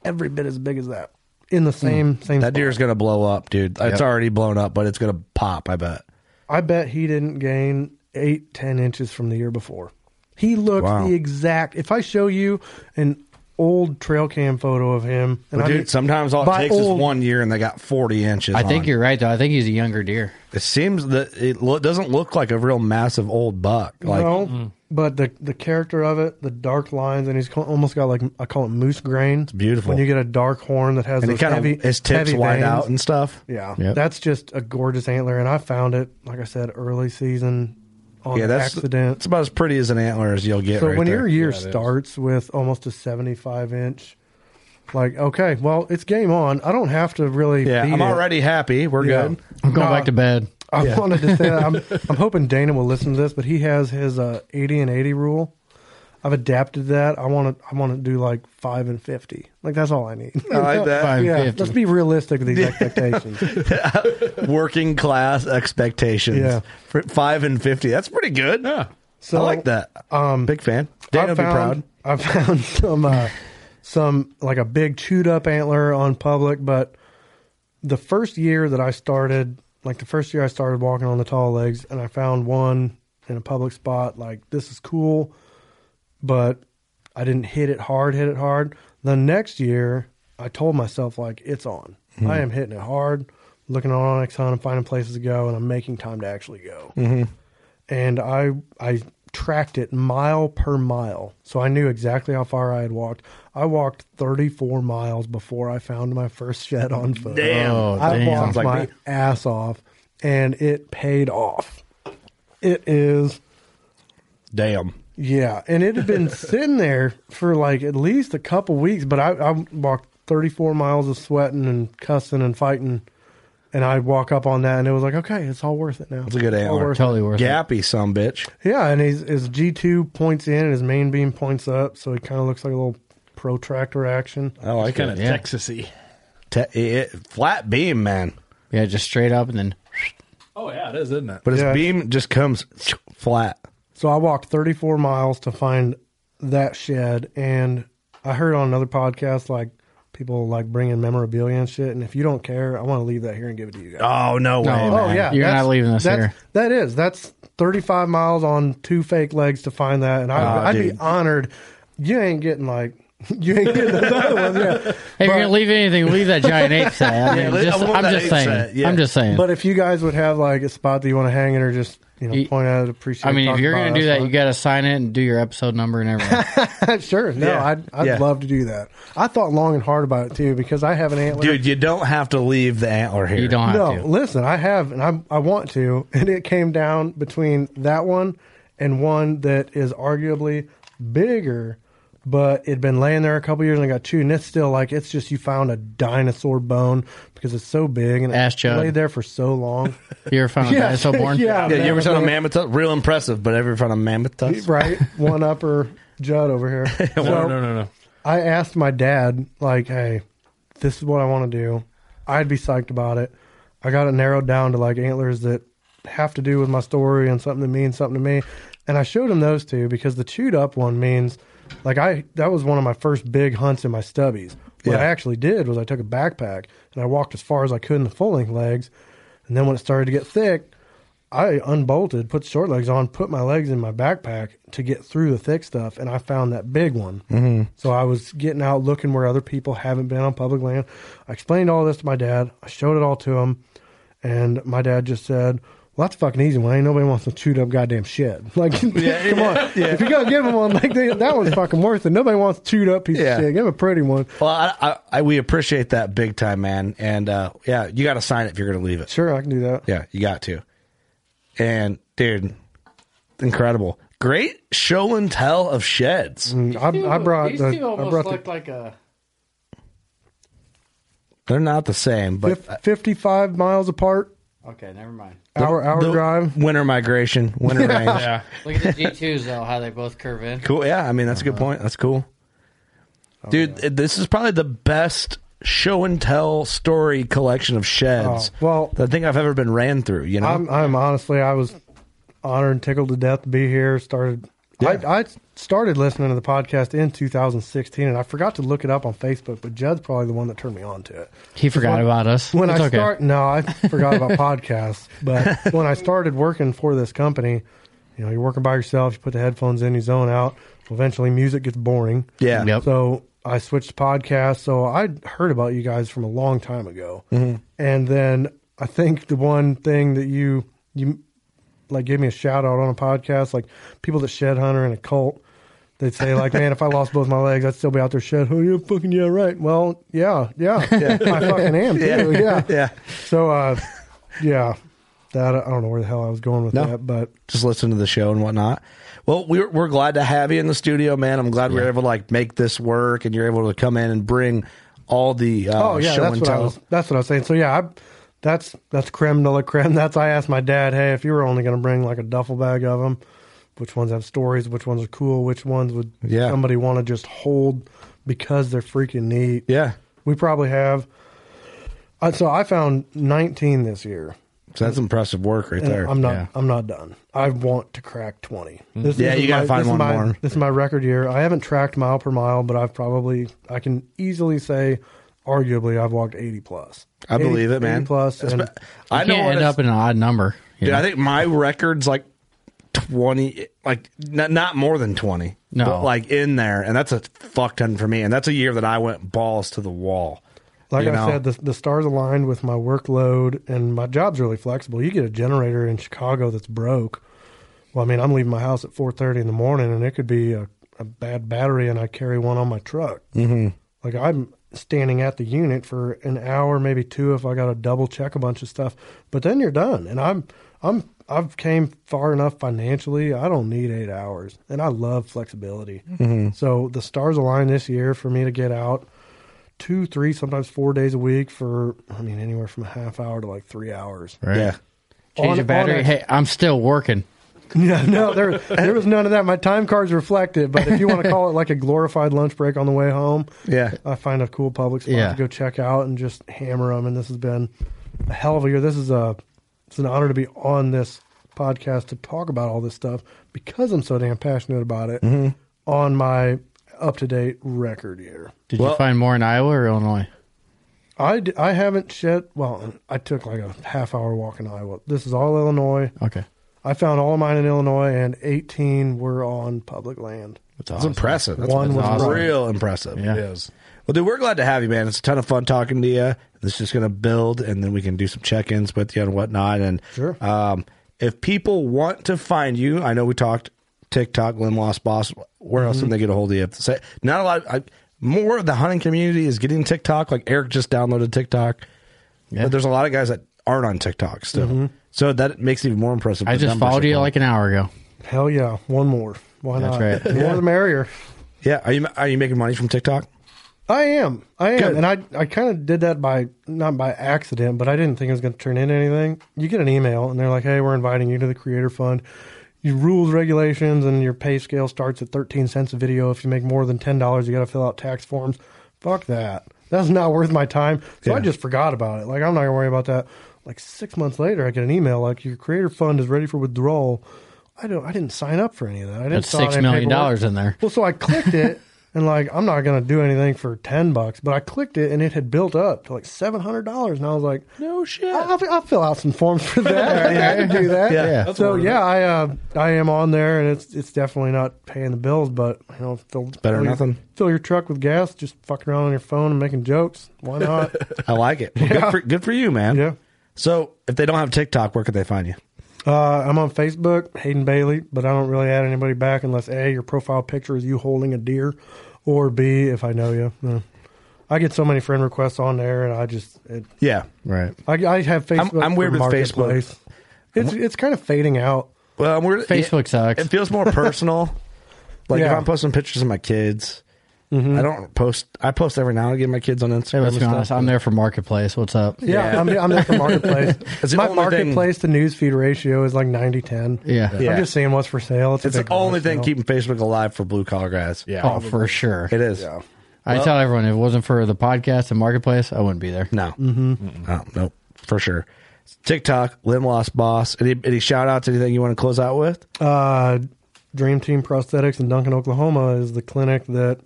I: every bit as big as that, in the same same.
E: Hmm. That
I: spot.
E: deer's gonna blow up, dude. It's
C: Yep.
E: already blown up, but it's gonna pop. I bet.
I: I bet he didn't gain eight ten inches from the year before. He looked
E: Wow.
I: the exact. If I show you an old trail cam photo of him, and
E: But
I: I
E: dude,
I: mean-
E: sometimes all it
I: by
E: takes
I: old-
E: is one year, and they got forty inches.
C: I think
E: on.
C: you're right though. I think he's a younger deer.
E: It seems that it lo- doesn't look like a real massive old buck. Like
I: no,
C: Mm.
I: but the the character of it, the dark lines, and he's co- almost got like I call it moose grain. It's
E: beautiful.
I: when you get a dark horn that has
E: and
I: those
E: it kind
I: heavy,
E: of his tips
I: heavy
E: wide
I: veins.
E: out and stuff.
I: Yeah,
C: Yep.
I: that's just a gorgeous antler, and I found it like I said early season on
E: yeah, that's
I: accident.
E: It's about as pretty as an antler as you'll get.
I: so
E: right
I: when
E: there.
I: your year starts with almost a seventy-five inch, like okay, well it's game on. I don't have to really.
E: yeah,
I: beat
E: I'm
I: it.
E: already happy. We're
I: Yeah.
E: good.
C: I'm going
I: Nah.
C: back to bed.
I: I wanted to
E: [laughs]
I: say that. I'm, I'm hoping Dana will listen to this, but he has his uh, 80 and 80 rule. I've adapted that. I want to. I want to do like five and 50. Like that's all I need.
E: I like that. [laughs] Five
I: yeah,
C: 50.
I: let's be realistic with these expectations.
E: Working class expectations.
I: Yeah.
E: For five and fifty. That's pretty good. Yeah.
I: So
E: I like that.
I: Um,
E: Big fan. [laughs] Dana
I: I
E: would be proud.
I: found, I found [laughs] some, uh, some like a big chewed up antler on public, but the first year that I started, like the first year I started walking on the tall legs, and I found one in a public spot. Like this is cool, but I didn't hit it hard. Hit it hard. The next year, I told myself like it's on.
K: Hmm.
I: I am hitting it hard. Looking on
K: Mm-hmm.
I: Onyx Hunt and finding places to go, and I'm making time to actually go and I I tracked it mile per mile. So I knew exactly how far I had walked. I walked 34 miles before I found my first shed on foot.
K: Damn. Oh,
I: I
K: damn.
I: walked
K: Sounds like
I: my
K: me.
I: ass off and it paid off. It is
K: Damn.
I: yeah, and it
E: [laughs]
I: had been sitting there for like at least a couple weeks, but I, I walked 34 miles of sweating and cussing and fighting, and I walk up on that, and it was like, okay, it's all worth it now.
E: It's a good
I: All
E: antler.
I: worth it.
E: Gappy, some bitch.
I: Yeah, and his, his G2 points in, and his main beam points up, so he kind of looks like a little protractor action.
E: I like
B: kind of
E: it.
B: Texasy.
E: Te- it- Flat beam, man.
C: Yeah, just straight up and then
B: Oh yeah, it is, isn't it?
E: But his
I: Yeah.
E: beam just comes flat.
I: So I walked 34 miles to find that shed, and I heard on another podcast like people like bringing memorabilia and shit, and if you don't care, I want to leave that here and give it to you guys.
E: Oh, no way.
C: No.
I: Oh
C: man.
I: yeah,
C: You're
I: that's-
C: not leaving this
I: that's-
C: here.
I: That is. That's 35 miles on two fake legs to find that, and I,
C: Ah,
E: Aw,
I: I'd
E: dude.
I: be honored. You ain't getting like [laughs] you ain't getting those other ones. Yeah.
C: Hey, if you're gonna leave anything, leave that giant ape set. I mean,
E: let- I
C: just,
E: want
C: I'm,
E: that
C: just
E: ape
C: saying,
E: set, yeah.
C: I'm just saying.
I: But if you guys would have like a spot that you want to hang it, or just you know
C: You-
I: point out, appreciate.
C: I mean, if
I: talk
C: you're
I: about
C: gonna do
I: us,
C: that,
I: but-
C: you got to sign it and do your episode number and everything.
I: [laughs] sure. No,
E: Yeah.
I: I'd I'd
E: Yeah.
I: love to do that. I thought long and hard about it too because I have an antler.
E: Dude, you don't have to leave the antler here.
C: you don't have
I: no,
C: to.
I: listen, I have, and I I want to, and it came down between that one and one that is arguably bigger, but it'd been laying there a couple years and I got two, and it's still like it's just you found a dinosaur bone because it's so big and
C: Ass
I: it
C: chug.
I: laid there for so long.
C: You ever [laughs] found a dinosaur born?
I: [laughs] yeah,
E: Yeah, you ever
I: man,
E: seen a
I: man.
E: mammoth? tusk? Real impressive, but ever found a mammoth? tusk?
I: Right, one upper Judd over here.
B: [laughs] No,
I: So-
B: no, no, no.
I: I asked my dad, like, hey, this is what I want to do. I'd be psyched about it. I got it narrowed down to like antlers that have to do with my story and something that means something to me. And I showed him those two because the chewed up one means like I that was one of my first big hunts in my stubbies. What I
E: Yeah.
I: actually did was I took a backpack and I walked as far as I could in the full length legs. And then when it started to get thick, I unbolted, put short legs on, put my legs in my backpack to get through the thick stuff, and I found that big one. Mm-hmm. So I was getting out looking where other people haven't been on public land. I explained all this to my dad. I showed it all to him, and my dad just said, "Well, that's a fucking easy one. Ain't nobody wants to chewed up goddamn shit.
E: [laughs]
I: [laughs] Like, come on, if you're gonna give him one, like they, that one's fucking worth it. Nobody wants chewed up piece
E: Yeah.
I: of shit. Give him a pretty one.
E: Well, I, I, I, we appreciate that big time, man. And uh, yeah, you got to sign it if you're going to leave it.
I: Sure, I can do that.
E: Yeah, you got to. And dude, incredible, great show and tell of sheds.
I: Mm, I, I brought the, I brought the
C: like a.
E: They're not the same, but
I: fif- 55 miles apart,
C: Okay, never mind.
I: hour hour
E: the
I: drive.
E: winter migration,
I: [laughs]
E: winter range.
B: Yeah,
C: Look at the G2s though, how they both curve in.
E: Cool. Yeah, I mean that's a
I: Uh-huh.
E: good point. That's cool,
I: Oh,
E: dude. This is probably the best show and tell story collection of sheds.
I: Oh, well-
E: that I think I've ever been ran through. You know,
I: I'm, I'm honestly, I was honored and tickled to death to be here. Started, I, I started listening to the podcast in 2016, and I forgot to look it up on Facebook. But Judd's probably the one that turned me on to it.
C: He forgot about us.
I: When
C: it's
I: I
C: okay.
I: start, no, I
C: [laughs]
I: forgot about podcasts. But when I started working for this company, you know, you're working by yourself. You put the headphones in, you zone out. Eventually, music gets boring.
E: yeah,
C: Yep.
I: So I switched podcasts. So I heard about you guys from a long time ago, and then I think the one thing that you you like gave me a shout out on a podcast, like people that shed hunter in a cult. They'd say like, "Man, if I lost both my legs, I'd still be out there shed. Oh yeah, fucking yeah, right. Well, yeah, yeah, I fucking am too. Yeah,
E: yeah.
I: So, uh, yeah, that I don't know where the hell I was going with
E: No.
I: that, but
E: just listen to the show and whatnot. Well, we're we're glad to have you in the studio, man. I'm glad we we're able to like make this work, and you're able to come in and bring all the uh,
I: oh yeah,
E: show
I: that's
E: and
I: what I
E: tell.
I: was. That's what I was saying. So yeah, I, that's that's creme de la creme. [laughs] That's I asked my dad, hey, if you were only going to bring like a duffel bag of them, which ones have stories, which ones are cool, which ones would
E: Yeah.
I: somebody want to just hold because they're freaking neat.
E: yeah,
I: We probably have. Uh, so I found 19 this year.
E: so that's impressive work right
I: And
E: there.
I: I'm not.
E: Yeah. Mm.
I: I'm not done. I want to crack twenty. This
E: Yeah,
I: is
E: you gotta
I: my-
E: find
I: this is
E: one
I: my-
E: more.
I: This is my record year. I haven't tracked mile per mile, but I've probably I can easily say, arguably, I've walked eighty plus.
E: I believe it, man.
I: 80 plus,
E: That's
I: and
E: ba- I
C: You
E: know
C: can't
E: what
C: end
E: it's-
C: up in an odd number. you
E: dude,
C: know?
E: I think my record's like twenty, like not, not more than twenty.
C: No.
E: but like in there, and that's a fuck ton for me. And that's a year that I went balls to the wall.
I: like
E: you
I: I
E: know?
I: said, the, the stars aligned with my workload, and my job's really flexible. You get a generator in Chicago that's broke, Well, I mean, I'm leaving my house at 4:30 in the morning, and it could be a, a bad battery, and I carry one on my truck.
E: Mm-hmm.
I: Like I'm standing at the unit for an hour, maybe two, if I got to double check a bunch of stuff. But then you're done, and I'm I'm I've came far enough financially. I don't need eight hours, and I love flexibility.
E: Mhm.
I: So the stars aligned this year for me to get out two, three, sometimes four days a week for I mean anywhere from a half hour to like three hours.
E: Yeah.
C: Change
I: On-
C: the battery.
I: on a-
C: hey, I'm still working.
I: [laughs] Yeah, no, there there was none of that. My time card's reflected, but if you want to call it like a glorified lunch break on the way home,
E: Yeah.
I: I find a cool public spot
C: Yeah.
I: to go check out and just hammer them. And this has been a hell of a year. This is a it's an honor to be on this podcast to talk about all this stuff because I'm so damn passionate about it on my up to date record year.
C: Did
E: Well-
C: you find more in Iowa or Illinois?
I: I, d- I haven't shed well I took like a half hour walk in Iowa. This is all Illinois.
C: Okay,
I: I found all of mine in Illinois, and 18 were on public land.
C: that's
E: That's impressive. That's,
I: One
E: that's
I: was awesome.
E: real impressive.
C: Yeah.
E: It is. Well, dude, we're glad to have you, man. It's a ton of fun talking to you. This is going to build, and then we can do some check-ins with you and whatnot. And
I: Sure.
E: um, if people want to find you, I know we talked TikTok, Lim Lost Boss. Where else
C: Mm-hmm.
E: can they get a hold of you? Say, not a lot. I, more of the hunting community is getting TikTok. Like Eric just downloaded TikTok, but there's a lot of guys that aren't on TikTok still. So that makes it even more impressive.
C: Mm-hmm. I
E: The
C: just
E: numbers
C: followed
E: are
C: you
E: going.
C: like an hour ago.
I: Hell yeah, one more. Why
C: That's
I: not?
C: right.
I: The More the merrier.
E: yeah. Are you are you making money from TikTok?
I: I am. I am.
E: Good.
I: And I, I kind of did that by, not by accident, but I didn't think it was going to turn into anything. You get an email and they're like, hey, we're inviting you to the Creator Fund. Your rules, regulations, and your pay scale starts at 13 cents a video. If you make more than $10, you got to fill out tax forms. Fuck that. That's not worth my time. So I just forgot about it. Like, I'm not going to worry about that. Like, six months later, I get an email like, your Creator Fund is ready for withdrawal. I don't. I didn't sign up for any of that. I didn't.
C: That's
I: fill out
C: six
I: any
C: million
I: paperwork.
C: dollars in there.
I: [laughs] Well, so I clicked it, and like I'm not gonna do anything for ten bucks, but I clicked it, and it had built up to like seven hundred dollars, and I was like,
E: No shit.
I: I'll, I'll fill out some forms for that. [laughs] I can do that.
E: [laughs] Yeah. Yeah.
I: So yeah, I uh, I am on there, and it's it's definitely not paying the bills, but you know, fill,
E: better
I: fill
E: than
I: your-
E: nothing.
I: Fill your truck with gas, just fucking around on your phone and making jokes.
E: [laughs]
I: Why not?
E: I like it. Well, Good, for, good for you, man.
I: yeah.
E: So if they don't have TikTok, where could they find you?
I: Uh, I'm on Facebook, Hayden Bailey, but I don't really add anybody back unless A, your profile picture is you holding a deer, or B, if I know you. Uh, I get so many friend requests on there, and I just it,
E: Yeah.
C: Right.
I: I, I have Facebook.
E: I'm weird
I: for
E: with Facebook.
I: Marketplace. It's it's kind of fading out.
E: Well, we're
C: Facebook
E: It,
C: sucks.
E: it feels more [laughs] personal. like if
I: Yeah.
E: I'm posting pictures of my kids, I don't post. I post every now and again my kids on Instagram.
C: Hey, let's
E: and
C: be
E: stuff.
C: honest. I'm there for marketplace. What's up?
I: Yeah, I'm, I'm
E: [laughs]
I: there for marketplace.
E: It's the
I: My
E: only thing-
I: marketplace to newsfeed ratio is like 90-10.
C: Yeah.
E: Yeah.
I: I'm just seeing what's for sale. It's, a
E: It's the
I: big
E: only
I: garage
E: thing
I: sale.
E: keeping Facebook alive for blue collar guys. Yeah,
C: Oh, for sure.
E: it is.
C: I tell everyone, if it wasn't for the podcast and marketplace, I wouldn't be there.
E: No, mm-hmm. no, no, for sure. TikTok, Lim Lost Boss. Any, any shout outs? Anything you want to close out with?
I: Uh, Dream Team Prosthetics in Duncan, Oklahoma is the clinic that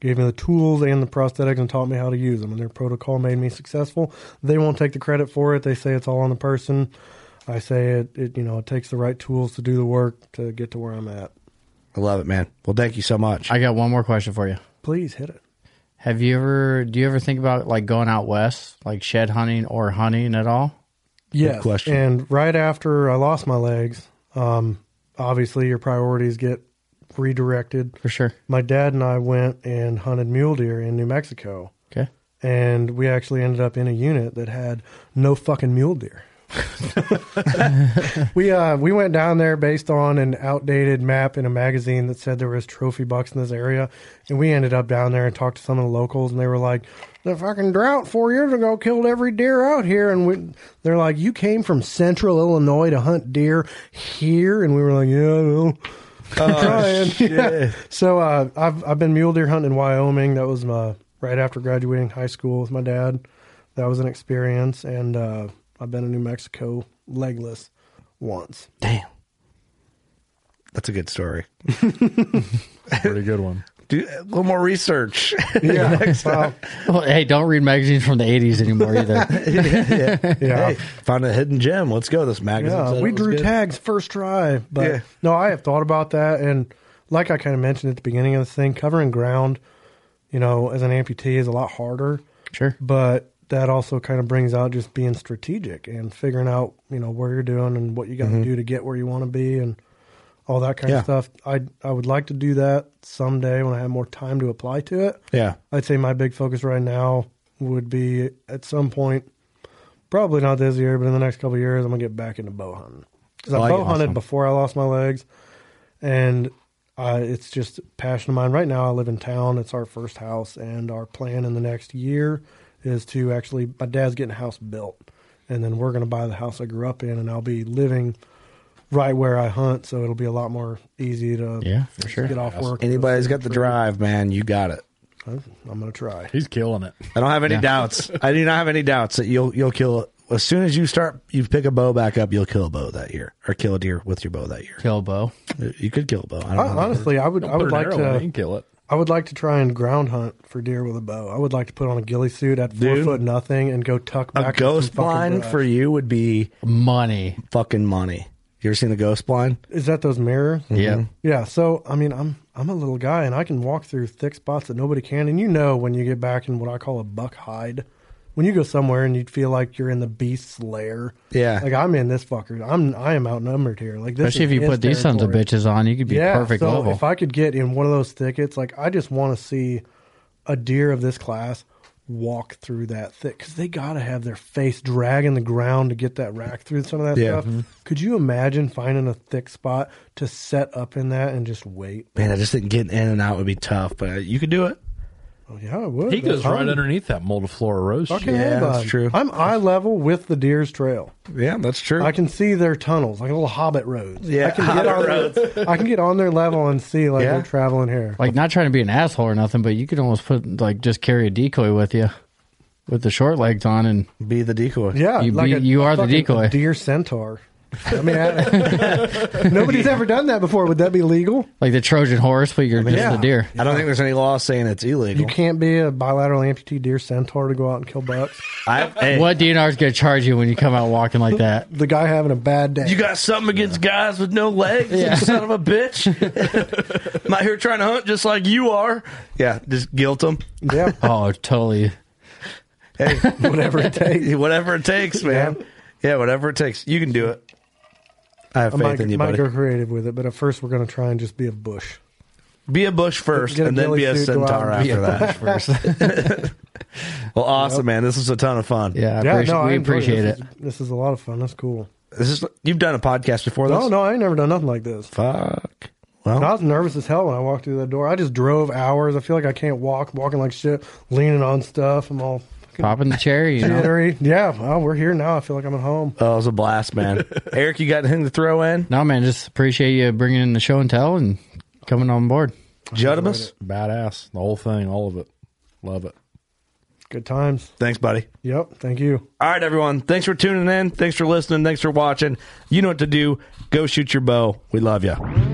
I: gave me the tools and the prosthetics and taught me how to use them. And their protocol made me successful. They won't take the credit for it. They say it's all on the person. I say it, it you know, it takes the right tools to do the work to get to where I'm at.
E: I love it, man. Well, thank you so [laughs] much.
C: I got one more question for you.
I: Please hit it.
C: Have you ever? Do you ever think about like going out west, like shed hunting or hunting at all?
I: Yes.
E: question.
I: And right after I lost my legs, um, obviously your priorities get redirected.
C: For sure.
I: My dad and I went and hunted mule deer in New Mexico.
C: Okay.
I: and we actually ended up in a unit that had no fucking mule deer. [laughs] we uh we went down there based on an outdated map in a magazine that said there was trophy bucks in this area, and we ended up down there and talked to some of the locals, and they were like, "The fucking drought four years ago killed every deer out here," and we, they're like, "You came from Central Illinois to hunt deer here," and we were like, "Yeah, I know." I'm trying. Yeah. So uh, I've I've been mule deer hunting in Wyoming. That was my right after graduating high school with my dad. That was an experience, and uh, I've been in New Mexico legless once.
E: Damn, that's a good story.
B: Pretty good one.
E: Do a little more
I: [laughs]
E: research.
I: Yeah, well,
C: [laughs] Well, hey, don't read magazines from the '80s anymore
I: [laughs]
C: either.
I: yeah,
E: hey, found a hidden gem. Let's go. This magazine.
I: yeah.
E: said
I: We
E: it was
I: drew
E: good.
I: tags first try, but
E: Yeah.
I: no, I have thought about that, and like I kind of mentioned at the beginning of the thing, covering ground, you know, as an amputee is a lot harder.
C: sure.
I: but that also kind of brings out just being strategic and figuring out you know where you're doing and what you got to do to get where you want to be and all that kind
E: Yeah.
I: of stuff. I I would like to do that someday when I have more time to apply to it.
E: Yeah.
I: I'd say my big focus right now would be at some point, probably not this year, but in the next couple of years, I'm gonna get back into bow hunting because I
E: Like,
I: bow hunted
E: awesome.
I: before I lost my legs, and uh, it's just a passion of mine. Right now, I live in town. It's our first house, and our plan in the next year is to actually. My dad's getting a house built, and then we're gonna buy the house I grew up in, and I'll be living right where I hunt, so it'll be a lot more easy to
C: Yeah, for sure.
I: get off work.
E: Anybody's got the drive, man. You got it.
I: I'm gonna try.
B: He's killing it.
E: I don't have any
C: Yeah.
I: [laughs]
E: doubts. I do not have any doubts that you'll you'll kill it. As soon as you start, you pick a bow back up, you'll kill a bow that year, or kill a deer with your bow that year.
C: Kill bow.
E: You could kill a bow. I don't
I: I,
E: know.
I: Oh, honestly, I would I would
B: Put an
I: like
B: arrow in it, he
I: to
B: can kill it.
I: I would like to try and ground hunt for deer with a bow. I would like to put on a ghillie suit at four
E: Dude.
I: foot nothing and go tuck back.
E: A
I: in some
E: ghost
I: fucking
E: blind
I: brush.
E: for you would be
C: Money.
E: fucking money. You ever seen the ghost blind?
I: is that those mirrors?
C: Yeah.
I: Yeah. So I mean, I'm I'm a little guy and I can walk through thick spots that nobody can. And you know when you get back in what I call a buck hide, when you go somewhere and you feel like you're in the beast's lair.
E: Yeah.
I: Like I'm in this fucker. I'm I am outnumbered here. Like this.
C: Especially if
I: is
C: you
I: his
C: put these sons of
I: territory.
C: bitches on, you could be perfect
I: so
C: level.
I: If I could get in one of those thickets, like I just want to see a deer of this class walk through that thick because they got to have their face dragging the ground to get that rack through some of that
E: Yeah. mm-hmm.
I: stuff. Could you imagine finding a thick spot to set up in that and just wait?
E: Man, I just think getting in and out would be tough, but uh, you could do it.
I: Oh, yeah, I would.
B: He goes
I: I'm
B: right underneath that multiflora rose.
I: Fucking
E: Yeah,
I: A-bud.
E: that's true.
I: I'm eye level with the deer's trail.
E: Yeah, that's true.
I: I can see their tunnels, like little hobbit roads.
E: Yeah,
I: I can get on Their, I can get on their level and see like
E: Yeah.
I: they're traveling here.
C: like not trying to be an asshole or nothing, but you could almost put like just carry a decoy with you, with the short legs on, and
E: be the decoy.
I: Yeah,
C: You be- you are the
I: fucking
C: decoy.
I: deer centaur. I mean, I- [laughs] nobody's ever done that before. Would that be legal?
C: like the Trojan horse, but you're just
E: yeah.
C: the deer.
E: I don't think there's any law saying it's illegal.
I: You can't be a bilateral amputee deer centaur to go out and kill bucks.
E: I, hey,
C: What DNR is going to charge you when you come out walking like that?
I: The guy having a bad day.
E: You got something against guys with no legs, you [laughs] son of a bitch. I'm out here trying to hunt just like you are. Yeah, just guilt them.
C: [laughs]
I: yeah,
C: Oh, totally.
E: Hey,
I: whatever it
E: [laughs]
I: takes.
E: whatever it takes, man. Yeah. whatever it takes. You can do it. I have
I: I
E: faith
I: might,
E: in you,
I: might
E: buddy.
I: go creative with it, but at first we're going to try and just be a bush.
E: Be a bush first,
I: Get a
E: and then
I: ghillie
E: be a
I: suit, go out
E: centaur
I: and
E: after that. well, awesome, man. This was a ton of fun.
C: Yeah, I
I: yeah,
C: appreciate,
I: no, I
C: we
I: enjoyed
C: appreciate it.
I: This is, this is a lot of fun. That's cool.
E: This is you've done a podcast before. This?
I: No, no, I ain't never done nothing like this.
E: Fuck. Well,
I: I was nervous as hell when I walked through that door. I just drove hours. I feel like I can't walk, walking like shit, leaning on stuff. I'm all
C: Popping the cherry, you know.
I: jittery. Yeah, well, we're here now. I feel like I'm at home.
E: oh, it was a blast, [laughs] man. Eric, you got anything to throw in?
C: No, man, just appreciate you bringing in the show and tell and coming on board.
E: Judimus,
B: Badass. The whole thing, all of it. Love it.
I: Good times.
E: thanks, buddy.
I: Yep. Thank you.
E: All right, everyone. Thanks for tuning in. Thanks for listening. Thanks for watching. You know what to do. Go shoot your bow. We love you.